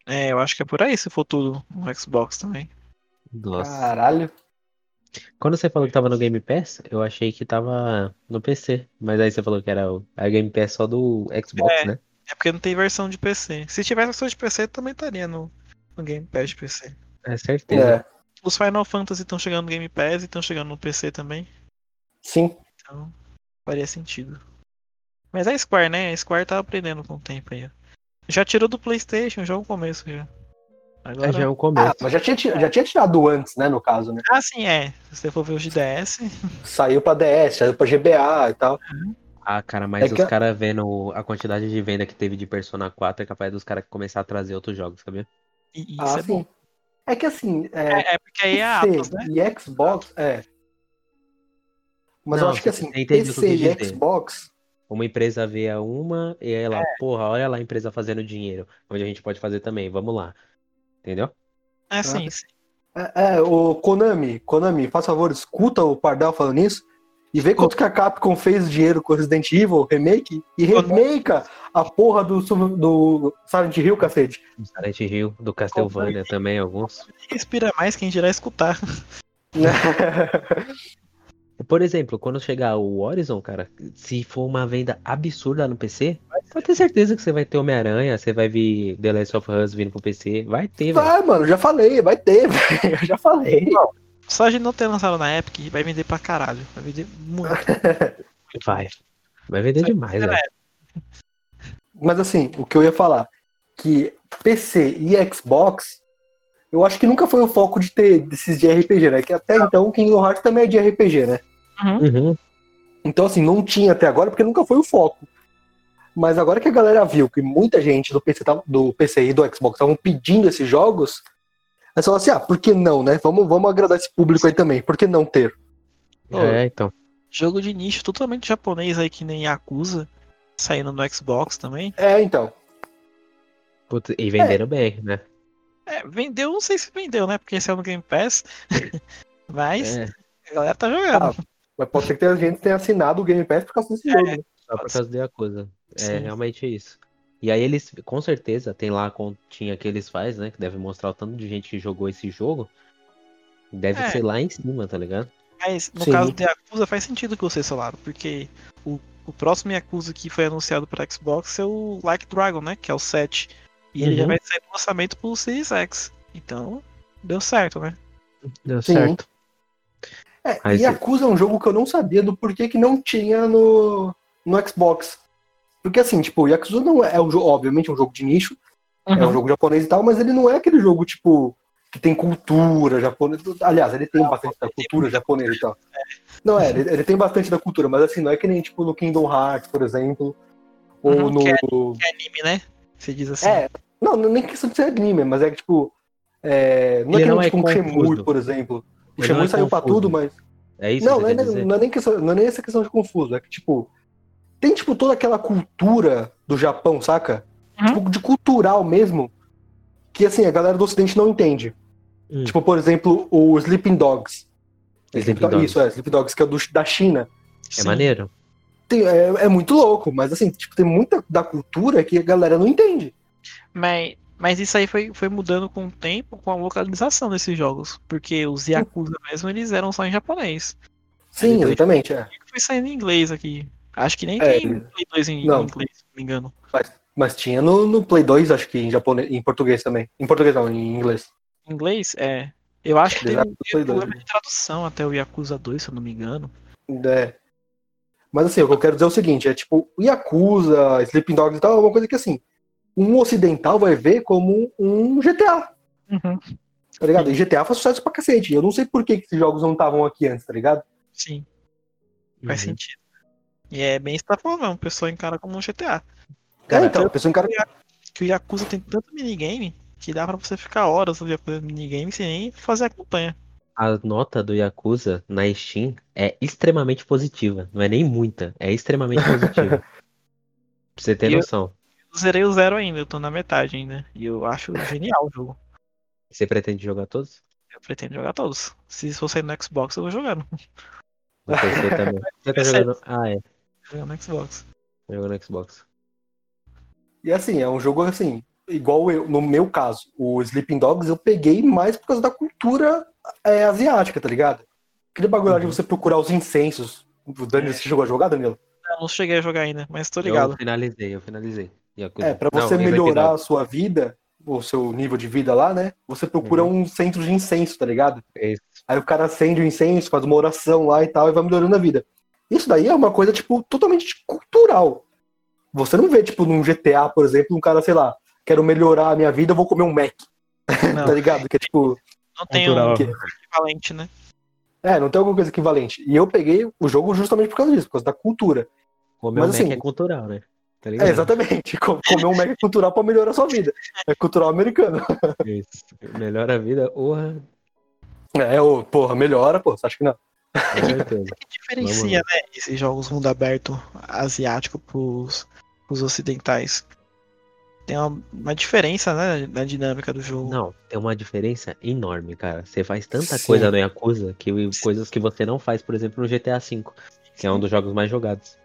[SPEAKER 2] É, eu acho que é por aí se for tudo no Xbox também.
[SPEAKER 1] Nossa.
[SPEAKER 3] Caralho.
[SPEAKER 1] Quando você falou que tava no Game Pass, eu achei que tava no PC. Mas aí você falou que era o a Game Pass só do Xbox,
[SPEAKER 2] É.
[SPEAKER 1] né?
[SPEAKER 2] É porque não tem versão de PC. Se tivesse versão de PC, também estaria no, no Game Pass de PC.
[SPEAKER 1] É certeza.
[SPEAKER 3] É,
[SPEAKER 2] Os Final Fantasy estão chegando no Game Pass e estão chegando no PC também.
[SPEAKER 3] sim.
[SPEAKER 2] Então, faria sentido. Mas é a Square, né? A Square tá aprendendo com o tempo aí. ó. Já tirou do PlayStation, já é o começo já. Agora...
[SPEAKER 1] É, já é um
[SPEAKER 3] Ah,
[SPEAKER 1] começo.
[SPEAKER 3] mas já tinha, ti- já tinha tirado antes, né, no caso, né?
[SPEAKER 2] Ah, sim, é. Se você for ver os de DS,
[SPEAKER 3] Saiu pra DS, saiu pra GBA e tal.
[SPEAKER 1] Ah, cara, mas
[SPEAKER 3] É que-
[SPEAKER 1] os caras vendo a quantidade de venda que teve de Persona 4 é capaz dos caras começar a trazer outros jogos, sabia?
[SPEAKER 2] e, e isso
[SPEAKER 3] Ah,
[SPEAKER 2] é
[SPEAKER 3] sim. É que assim, é,
[SPEAKER 2] É, é porque aí é a Atlas,
[SPEAKER 3] PC
[SPEAKER 2] né?
[SPEAKER 3] e Xbox, é. Mas
[SPEAKER 1] Não,
[SPEAKER 3] eu acho que
[SPEAKER 1] você
[SPEAKER 3] assim,
[SPEAKER 1] entende o que eu
[SPEAKER 3] PC
[SPEAKER 1] quis
[SPEAKER 3] e
[SPEAKER 1] dizer.
[SPEAKER 3] Xbox
[SPEAKER 1] Uma empresa vê a uma e ela, porra, olha lá a empresa fazendo dinheiro. Onde a gente pode fazer também, vamos lá. Entendeu? Ah.
[SPEAKER 2] É sim, sim.
[SPEAKER 3] É, é, o Konami, Konami, faz favor, escuta o Pardal falando isso e vê quanto que a Capcom fez dinheiro com Resident Evil Remake e remakea a porra do, Su- do Silent
[SPEAKER 1] <laughs>
[SPEAKER 3] Hill, cacete.
[SPEAKER 1] Silent Hill, do Castlevania também, alguns.
[SPEAKER 2] Respira mais quem dirá escutar. <laughs>
[SPEAKER 1] Por exemplo, quando chegar o Horizon, cara, se for uma venda absurda no PC, pode ter certeza que você vai ter Homem-Aranha, você vai ver The Last of Us vindo pro PC. Vai ter, velho.
[SPEAKER 3] Vai, mano, já falei, vai ter, <laughs> velho, eu já falei.
[SPEAKER 2] Só a gente não ter lançado na Epic, vai vender pra caralho. Vai vender muito.
[SPEAKER 1] Ah. Vai. Vai vender demais, velho.
[SPEAKER 3] Mas assim, o que eu ia falar, que PC e Xbox, eu acho que nunca foi o foco de ter desses de RPG, né? Que até então Kingdom Hearts também é de RPG, né?
[SPEAKER 1] Uhum.
[SPEAKER 3] Então assim, não tinha até agora porque nunca foi o foco. Mas agora que a galera viu que muita gente do PC, tava- do PC e do Xbox estavam pedindo esses jogos, aí falou assim, ah, por que não, né? Vamos, vamos agradar esse público aí também, por que não ter?
[SPEAKER 1] É, então.
[SPEAKER 2] Jogo de nicho totalmente japonês aí, que nem Yakuza, saindo no Xbox também.
[SPEAKER 3] É, então.
[SPEAKER 1] Putz, e venderam bem, né?
[SPEAKER 2] É, vendeu, não sei se vendeu, né? Porque saiu no Game Pass. <laughs> Mas
[SPEAKER 1] É,
[SPEAKER 2] a galera tá jogando.
[SPEAKER 3] Ah, Mas pode ser que a gente tenha assinado o Game Pass por causa desse jogo. né?
[SPEAKER 1] só por causa da coisa. É,
[SPEAKER 2] Sim.
[SPEAKER 1] realmente é isso. E aí eles, com certeza, tem lá a continha que eles fazem, né? Que deve mostrar o tanto de gente que jogou esse jogo. Deve
[SPEAKER 2] É.
[SPEAKER 1] ser lá em cima, tá ligado?
[SPEAKER 2] Mas no
[SPEAKER 3] Sim.
[SPEAKER 2] caso do Yakuza faz sentido que vocês falaram, porque o, o próximo Yakuza que foi anunciado para Xbox é o Like Dragon, né? Que é o 7. E ele já
[SPEAKER 1] Uhum.
[SPEAKER 2] vai sair no lançamento pro Series X. Então, deu certo, né?
[SPEAKER 1] Deu
[SPEAKER 3] Sim.
[SPEAKER 1] certo.
[SPEAKER 3] É,
[SPEAKER 1] Aí
[SPEAKER 3] e
[SPEAKER 1] você-
[SPEAKER 3] Yakuza é um jogo que eu não sabia do porquê que não tinha no, no Xbox. Porque assim, tipo, Yakuza não é, é um jogo, obviamente, é um jogo de nicho, é
[SPEAKER 1] Uhum.
[SPEAKER 3] um jogo japonês e tal, mas ele não é aquele jogo, tipo, que tem cultura japonesa. Aliás, ele tem bastante da cultura japonesa e tal. Não, é, ele, ele tem bastante da cultura, mas assim, não é que nem, tipo, no Kingdom Hearts, por exemplo, ou
[SPEAKER 2] Uhum, que
[SPEAKER 3] no...
[SPEAKER 2] É anime, né? Você diz assim.
[SPEAKER 3] É, não, não- nem questão de ser anime, mas é que, tipo, é, não é
[SPEAKER 1] Ele
[SPEAKER 3] que
[SPEAKER 1] não
[SPEAKER 3] nem,
[SPEAKER 1] é
[SPEAKER 3] tipo, um Shemui,
[SPEAKER 1] confuso.
[SPEAKER 3] por exemplo. O
[SPEAKER 1] Ele
[SPEAKER 3] Shemui
[SPEAKER 1] não é
[SPEAKER 3] saiu pra
[SPEAKER 1] confuso.
[SPEAKER 3] tudo, mas
[SPEAKER 1] É isso
[SPEAKER 3] não,
[SPEAKER 1] que
[SPEAKER 3] não
[SPEAKER 1] você
[SPEAKER 3] é,
[SPEAKER 1] quer dizer?
[SPEAKER 3] não, é nem questão, não é nem essa questão de confuso, é que, tipo, tem, tipo, toda aquela cultura do Japão, saca?
[SPEAKER 2] Uhum.
[SPEAKER 3] Tipo, de cultural mesmo, que, assim, a galera do Ocidente não entende.
[SPEAKER 1] Hum.
[SPEAKER 3] Tipo, por exemplo, o Sleeping Dogs.
[SPEAKER 1] Sleeping
[SPEAKER 3] Do-
[SPEAKER 1] Dogs.
[SPEAKER 3] Isso, é, Sleeping Dogs, que é do, da China.
[SPEAKER 1] É
[SPEAKER 2] Sim.
[SPEAKER 1] maneiro.
[SPEAKER 3] Tem- é, é muito louco, mas, assim, tipo, tem muita da cultura que a galera não entende.
[SPEAKER 2] Mas, mas isso aí foi, foi mudando com o tempo, com a localização desses jogos. Porque os Yakuza mesmo, eles eram só em japonês.
[SPEAKER 3] Sim,
[SPEAKER 2] Depois-
[SPEAKER 3] exatamente, é.
[SPEAKER 2] Foi saindo em inglês aqui. Acho que nem
[SPEAKER 3] É,
[SPEAKER 2] tem Play 2 em, em
[SPEAKER 3] não.
[SPEAKER 2] inglês, se não me engano.
[SPEAKER 3] Mas tinha no, no Play 2, acho que em japonês, em português também. Em português não, em inglês.
[SPEAKER 2] Em inglês? É. Eu acho que
[SPEAKER 3] Eles
[SPEAKER 2] teve
[SPEAKER 3] eram do Play
[SPEAKER 2] um problema
[SPEAKER 3] 2,
[SPEAKER 2] de tradução até o Yakuza 2, se eu não me engano.
[SPEAKER 3] É. Mas assim, o que eu quero dizer é o seguinte, é tipo, Yakuza, Sleeping Dogs e tal, é uma coisa que assim, um ocidental vai ver como um GTA, tá ligado? E GTA faz sucesso pra cacete. Eu não sei por que que esses jogos não estavam aqui antes, tá ligado?
[SPEAKER 2] Sim, faz
[SPEAKER 1] Uhum.
[SPEAKER 2] sentido. E é bem isso que tá falando, mesmo, o pessoal encara como um GTA.
[SPEAKER 1] Cara,
[SPEAKER 3] é, então, a pessoa encara.
[SPEAKER 2] Que o Yakuza tem tanto minigame que dá pra você ficar horas no Yakuza minigame sem nem fazer a campanha.
[SPEAKER 1] A nota do Yakuza na Steam é extremamente positiva. Não é nem muita, é extremamente
[SPEAKER 3] <laughs>
[SPEAKER 1] positiva. pra você ter
[SPEAKER 2] E eu-
[SPEAKER 1] noção.
[SPEAKER 2] Eu zerei o zero ainda, eu tô na metade ainda. E eu acho genial o jogo.
[SPEAKER 1] Você pretende jogar todos?
[SPEAKER 2] Eu pretendo jogar todos. Se for sair no Xbox, eu vou jogando.
[SPEAKER 1] No PC
[SPEAKER 2] <laughs>
[SPEAKER 1] também. Você tá jogando. Ah, é. Tá
[SPEAKER 2] Vou jogar no Xbox.
[SPEAKER 1] Jogando no Xbox.
[SPEAKER 3] E assim, é um jogo assim, igual eu, no meu caso, o Sleeping Dogs eu peguei mais por causa da cultura é, asiática, tá ligado? Aquele bagulho lá de
[SPEAKER 1] Uhum.
[SPEAKER 3] você procurar os incensos. O Danilo, você chegou a jogar, Danilo?
[SPEAKER 2] Eu não cheguei a jogar ainda, mas tô
[SPEAKER 1] Eu
[SPEAKER 2] ligado.
[SPEAKER 1] finalizei, eu finalizei. Yakuza.
[SPEAKER 3] É, pra
[SPEAKER 1] tipo, Não,
[SPEAKER 3] você
[SPEAKER 1] Sleeping
[SPEAKER 3] melhorar
[SPEAKER 1] Dogs.
[SPEAKER 3] a sua vida, o seu nível de vida lá, né? Você procura um centro de incenso, tá ligado?
[SPEAKER 1] É isso.
[SPEAKER 3] Aí o cara acende o incenso, faz uma oração lá e tal, e vai melhorando a vida. Isso daí é uma coisa, tipo, totalmente cultural. Você não vê, tipo, num GTA, por exemplo, um cara, sei lá, quero melhorar a minha vida, eu vou comer um Mac,
[SPEAKER 2] Não,
[SPEAKER 3] tá ligado? Que é tipo.
[SPEAKER 2] não tem um
[SPEAKER 1] Cultural.
[SPEAKER 2] equivalente, né?
[SPEAKER 3] É, não tem alguma coisa equivalente. E eu peguei o jogo justamente por causa disso, por causa da cultura.
[SPEAKER 1] Comer
[SPEAKER 3] Mas
[SPEAKER 1] um Mac
[SPEAKER 3] assim-
[SPEAKER 1] é cultural, né? Tá
[SPEAKER 3] É,
[SPEAKER 1] ligado?
[SPEAKER 3] exatamente. <laughs> Co- Comer um Mac é cultural pra melhorar a sua vida. É cultural americano.
[SPEAKER 1] Isso. Melhora a vida, porra.
[SPEAKER 3] É, ô, porra, melhora, pô, você acha que não? <laughs> é.
[SPEAKER 1] Com certeza.
[SPEAKER 2] que diferencia, né, esses jogos mundo aberto asiático pros, pros ocidentais. Tem uma, uma diferença, né, na dinâmica do jogo.
[SPEAKER 1] Não, tem uma diferença enorme, cara. Você faz tanta
[SPEAKER 2] Sim.
[SPEAKER 1] coisa no Yakuza que
[SPEAKER 2] Sim.
[SPEAKER 1] coisas que você não faz, por exemplo, no GTA V, que é um dos jogos mais jogados.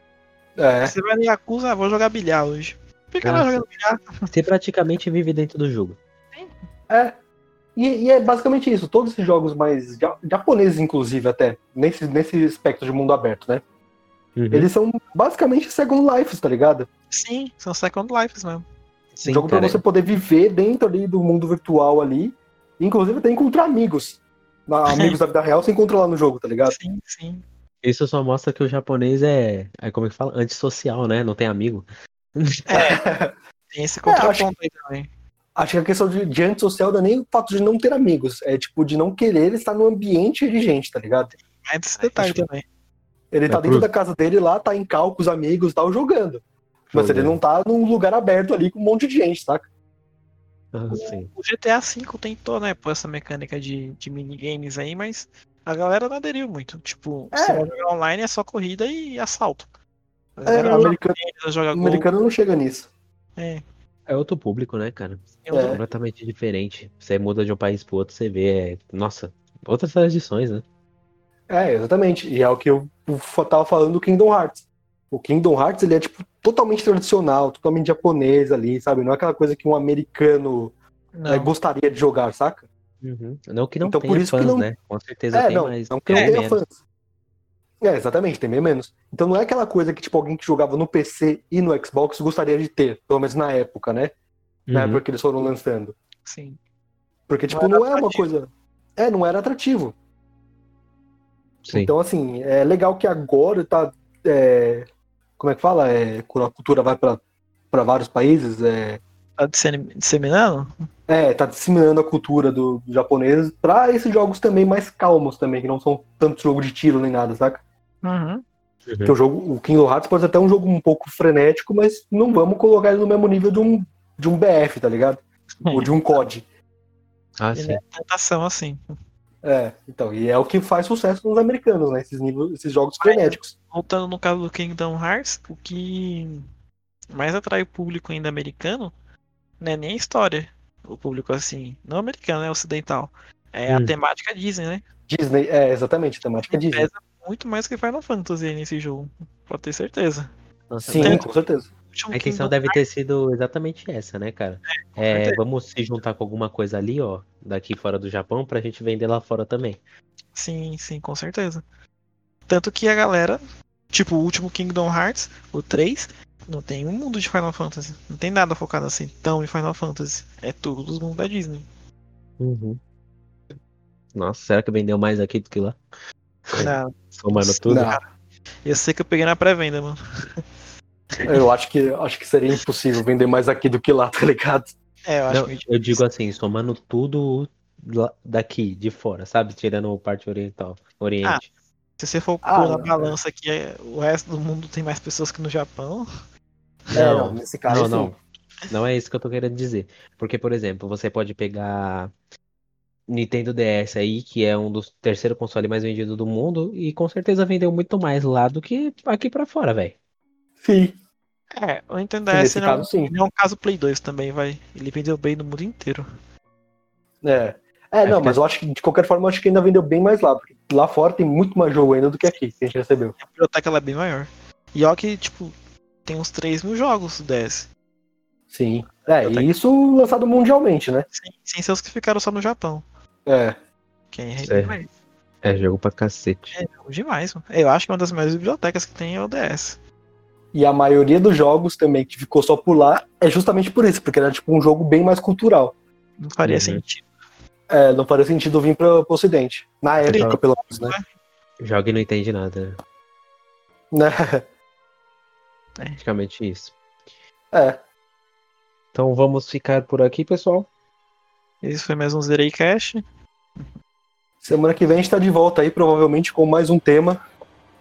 [SPEAKER 3] É.
[SPEAKER 2] Você vai no Yakuza, ah, vou jogar bilhar hoje. Por que ela
[SPEAKER 1] Nossa.
[SPEAKER 2] jogando bilhar?
[SPEAKER 1] Você praticamente vive dentro do jogo.
[SPEAKER 3] É. E, e é basicamente isso. Todos esses jogos mais ja- japoneses, inclusive, até nesse, nesse aspecto de mundo aberto, né?
[SPEAKER 1] Uhum.
[SPEAKER 3] Eles são basicamente Second Life, tá ligado?
[SPEAKER 2] Sim, são Second Lives mesmo.
[SPEAKER 1] Sim,
[SPEAKER 3] um jogo
[SPEAKER 1] cara,
[SPEAKER 3] pra você poder viver dentro ali do mundo virtual ali. Inclusive até encontrar amigos.
[SPEAKER 1] <laughs>
[SPEAKER 3] Na- Amigos da vida real você encontra lá no jogo, tá ligado?
[SPEAKER 2] Sim, sim.
[SPEAKER 1] Isso só mostra que o japonês é, é como é que fala? Antissocial, né? Não tem amigo.
[SPEAKER 2] Tem esse
[SPEAKER 3] É, acho
[SPEAKER 2] contraponto aí também.
[SPEAKER 3] Acho que a questão de, de antissocial não é nem o fato de não ter amigos. É tipo de não querer estar no ambiente de gente, tá ligado?
[SPEAKER 2] Mas esse detalhe
[SPEAKER 1] Acho que-
[SPEAKER 2] também.
[SPEAKER 3] Ele
[SPEAKER 1] É
[SPEAKER 3] tá dentro
[SPEAKER 1] pro-
[SPEAKER 3] da casa dele lá, tá em cal com os amigos e tal, jogando. Mas ele
[SPEAKER 1] Jogando.
[SPEAKER 3] não tá num lugar aberto ali com um monte de gente, saca?
[SPEAKER 1] Ah, sim.
[SPEAKER 2] O GTA V tentou, né, pôr essa mecânica de, de minigames aí, mas a galera não aderiu muito. Tipo,
[SPEAKER 3] É.
[SPEAKER 2] se vai jogar online é só corrida e assalto. A
[SPEAKER 3] É,
[SPEAKER 2] galera
[SPEAKER 3] o
[SPEAKER 2] joga
[SPEAKER 3] americano,
[SPEAKER 2] tênis, joga
[SPEAKER 3] o
[SPEAKER 2] gol.
[SPEAKER 3] americano não chega nisso.
[SPEAKER 2] É,
[SPEAKER 1] É outro público, né, cara?
[SPEAKER 2] tem um-
[SPEAKER 3] É.
[SPEAKER 1] Completamente diferente. Você muda de um país pro outro, você vê. é, Nossa, outras tradições, né?
[SPEAKER 3] É, exatamente. E é o que eu f- tava falando do Kingdom Hearts. O Kingdom Hearts, ele é, tipo, totalmente tradicional, totalmente japonês ali, sabe? Não é aquela coisa que um americano
[SPEAKER 2] Não.
[SPEAKER 3] eh, gostaria de jogar, saca?
[SPEAKER 1] Não que não
[SPEAKER 3] Então,
[SPEAKER 1] tenha
[SPEAKER 3] por isso que
[SPEAKER 1] fãs,
[SPEAKER 3] não-
[SPEAKER 1] né? Com certeza
[SPEAKER 3] é,
[SPEAKER 1] tem,
[SPEAKER 3] não,
[SPEAKER 1] mas
[SPEAKER 3] não que não
[SPEAKER 1] é
[SPEAKER 3] tenha
[SPEAKER 1] menos.
[SPEAKER 3] fãs. É, exatamente, tem bem menos. Então não é aquela coisa que, tipo, alguém que jogava no PC e no Xbox gostaria de ter, pelo menos na época, né? Na
[SPEAKER 1] Uhum.
[SPEAKER 3] época que eles foram lançando.
[SPEAKER 2] Sim.
[SPEAKER 3] Porque,
[SPEAKER 2] Não
[SPEAKER 3] tipo,
[SPEAKER 2] era
[SPEAKER 3] não é uma
[SPEAKER 2] atrativo.
[SPEAKER 3] coisa. É, não era atrativo.
[SPEAKER 1] Sim.
[SPEAKER 3] Então, assim, é legal que agora tá. é, como é que fala? É, quando a cultura vai para vários países, é,
[SPEAKER 2] Tá dissemi- disseminando?
[SPEAKER 3] é, tá disseminando a cultura do, do japonês pra esses jogos também mais calmos também, que não são tanto jogo de tiro nem nada, saca?
[SPEAKER 2] Uhum.
[SPEAKER 1] Uhum.
[SPEAKER 3] Porque o jogo, o Kingdom Hearts pode ser até um jogo um pouco frenético, mas não vamos colocar ele no mesmo nível de um, de um BF, tá ligado? Ou de um COD.
[SPEAKER 1] Ah,
[SPEAKER 2] Ele
[SPEAKER 1] sim.
[SPEAKER 2] é tentação assim.
[SPEAKER 3] É, então, e é o que faz sucesso nos americanos, né? Esses, níveis, esses jogos frenéticos.
[SPEAKER 2] voltando no caso do Kingdom Hearts, o que mais atrai o público ainda americano não é nem a história. O público assim, não americano, é ocidental. É a
[SPEAKER 1] Hum.
[SPEAKER 2] temática Disney, né?
[SPEAKER 3] Disney, é, exatamente, a temática Disney.
[SPEAKER 2] Pesa muito mais que Final Fantasy nesse jogo. Pode ter certeza.
[SPEAKER 1] Nossa,
[SPEAKER 3] Sim,
[SPEAKER 1] mas
[SPEAKER 3] com certeza.
[SPEAKER 2] O último
[SPEAKER 1] A intenção
[SPEAKER 2] Kingdom-
[SPEAKER 1] deve ter sido exatamente essa, né, cara? É,
[SPEAKER 2] certeza.
[SPEAKER 1] vamos se juntar com alguma coisa ali, ó, daqui fora do Japão, pra gente vender lá fora também.
[SPEAKER 2] Sim, sim, com certeza. Tanto que a galera, tipo, o último Kingdom Hearts, o 3, não tem um mundo de Final Fantasy. Não tem nada focado assim tão em Final Fantasy. É tudo dos mundos da Disney.
[SPEAKER 1] Nossa, será que vendeu mais aqui do que lá?
[SPEAKER 2] Na-
[SPEAKER 1] Somando tudo?
[SPEAKER 3] Não,
[SPEAKER 2] Eu sei que eu peguei na pré-venda, mano.
[SPEAKER 3] eu acho que, acho que seria impossível vender mais aqui do que lá, tá ligado?
[SPEAKER 2] É, eu acho
[SPEAKER 1] Não,
[SPEAKER 2] que
[SPEAKER 1] eu digo assim, somando tudo lá- daqui, de fora, sabe? Tirando a parte oriental, oriente.
[SPEAKER 2] se você for
[SPEAKER 3] Ah,
[SPEAKER 2] pôr na
[SPEAKER 3] não,
[SPEAKER 2] balança que é- o resto do mundo tem mais pessoas que no Japão.
[SPEAKER 3] é,
[SPEAKER 1] Não,
[SPEAKER 3] não, nesse
[SPEAKER 1] não,
[SPEAKER 3] caso, sim.
[SPEAKER 1] não. Não é isso que eu tô querendo dizer. Porque, por exemplo, você pode pegar Nintendo DS aí, que é um dos terceiro console mais vendido do mundo, e com certeza vendeu muito mais lá do que aqui pra fora, velho.
[SPEAKER 3] Sim, né,
[SPEAKER 2] É, o Nintendo
[SPEAKER 3] sim,
[SPEAKER 2] DS
[SPEAKER 3] nesse
[SPEAKER 2] ele é, um,
[SPEAKER 3] caso, sim.
[SPEAKER 2] ele é um caso Play 2 também, vai. Ele vendeu bem no mundo inteiro.
[SPEAKER 3] É. É,
[SPEAKER 1] Acho
[SPEAKER 3] não,
[SPEAKER 1] que-
[SPEAKER 3] mas eu acho que, de qualquer forma, eu acho que ainda vendeu bem mais lá, porque lá fora tem muito mais jogo ainda do que aqui, que a gente recebeu.
[SPEAKER 2] A biblioteca ela é bem maior. E ó que, tipo, tem uns 3 mil jogos do DS.
[SPEAKER 3] Sim. É,
[SPEAKER 2] Eu
[SPEAKER 3] e
[SPEAKER 2] tenho-
[SPEAKER 3] isso lançado mundialmente, né?
[SPEAKER 2] Sem, sem ser os que ficaram só no Japão.
[SPEAKER 3] É.
[SPEAKER 2] Quem é
[SPEAKER 1] Certo.
[SPEAKER 2] demais.
[SPEAKER 1] É jogo pra cacete.
[SPEAKER 2] É jogo demais, mano. Eu acho que é uma das maiores bibliotecas que tem é o DS.
[SPEAKER 3] E a maioria dos jogos também que ficou só por lá é justamente por isso, porque era tipo um jogo bem mais cultural.
[SPEAKER 2] Não faria
[SPEAKER 1] Uhum.
[SPEAKER 2] sentido.
[SPEAKER 3] É, não faria sentido vir para o Ocidente. Na época, pelo menos, né?
[SPEAKER 1] Joga e não entende nada, né?
[SPEAKER 3] Né?
[SPEAKER 1] Praticamente isso.
[SPEAKER 3] É.
[SPEAKER 1] Então vamos ficar por aqui, pessoal.
[SPEAKER 2] Esse foi mais um Zerei Cash.
[SPEAKER 3] Semana que vem a gente tá de volta aí, provavelmente com mais um tema.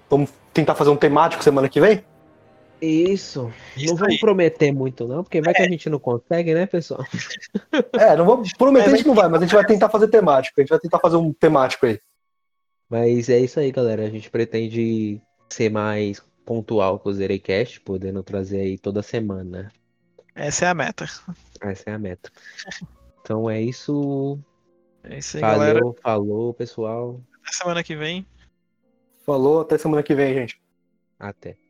[SPEAKER 3] Vamos tentar fazer um temático semana que vem?
[SPEAKER 1] Isso.
[SPEAKER 2] Isso
[SPEAKER 1] não vamos
[SPEAKER 2] aí. É.
[SPEAKER 1] prometer muito, não, porque vai que a gente não consegue, né, pessoal?
[SPEAKER 3] É, não vamos prometer, a gente não vai, mas a gente vai tentar fazer temático. A gente vai tentar fazer um temático aí.
[SPEAKER 1] Mas é isso aí, galera. A gente pretende ser mais pontual com o Zerecast, podendo trazer aí toda semana. né?
[SPEAKER 2] Essa é a meta.
[SPEAKER 1] Essa é a meta. Então é isso.
[SPEAKER 2] É isso aí, galera.
[SPEAKER 1] Valeu, falou, pessoal.
[SPEAKER 2] Até semana que vem.
[SPEAKER 3] Falou, até semana que vem, gente.
[SPEAKER 1] Até.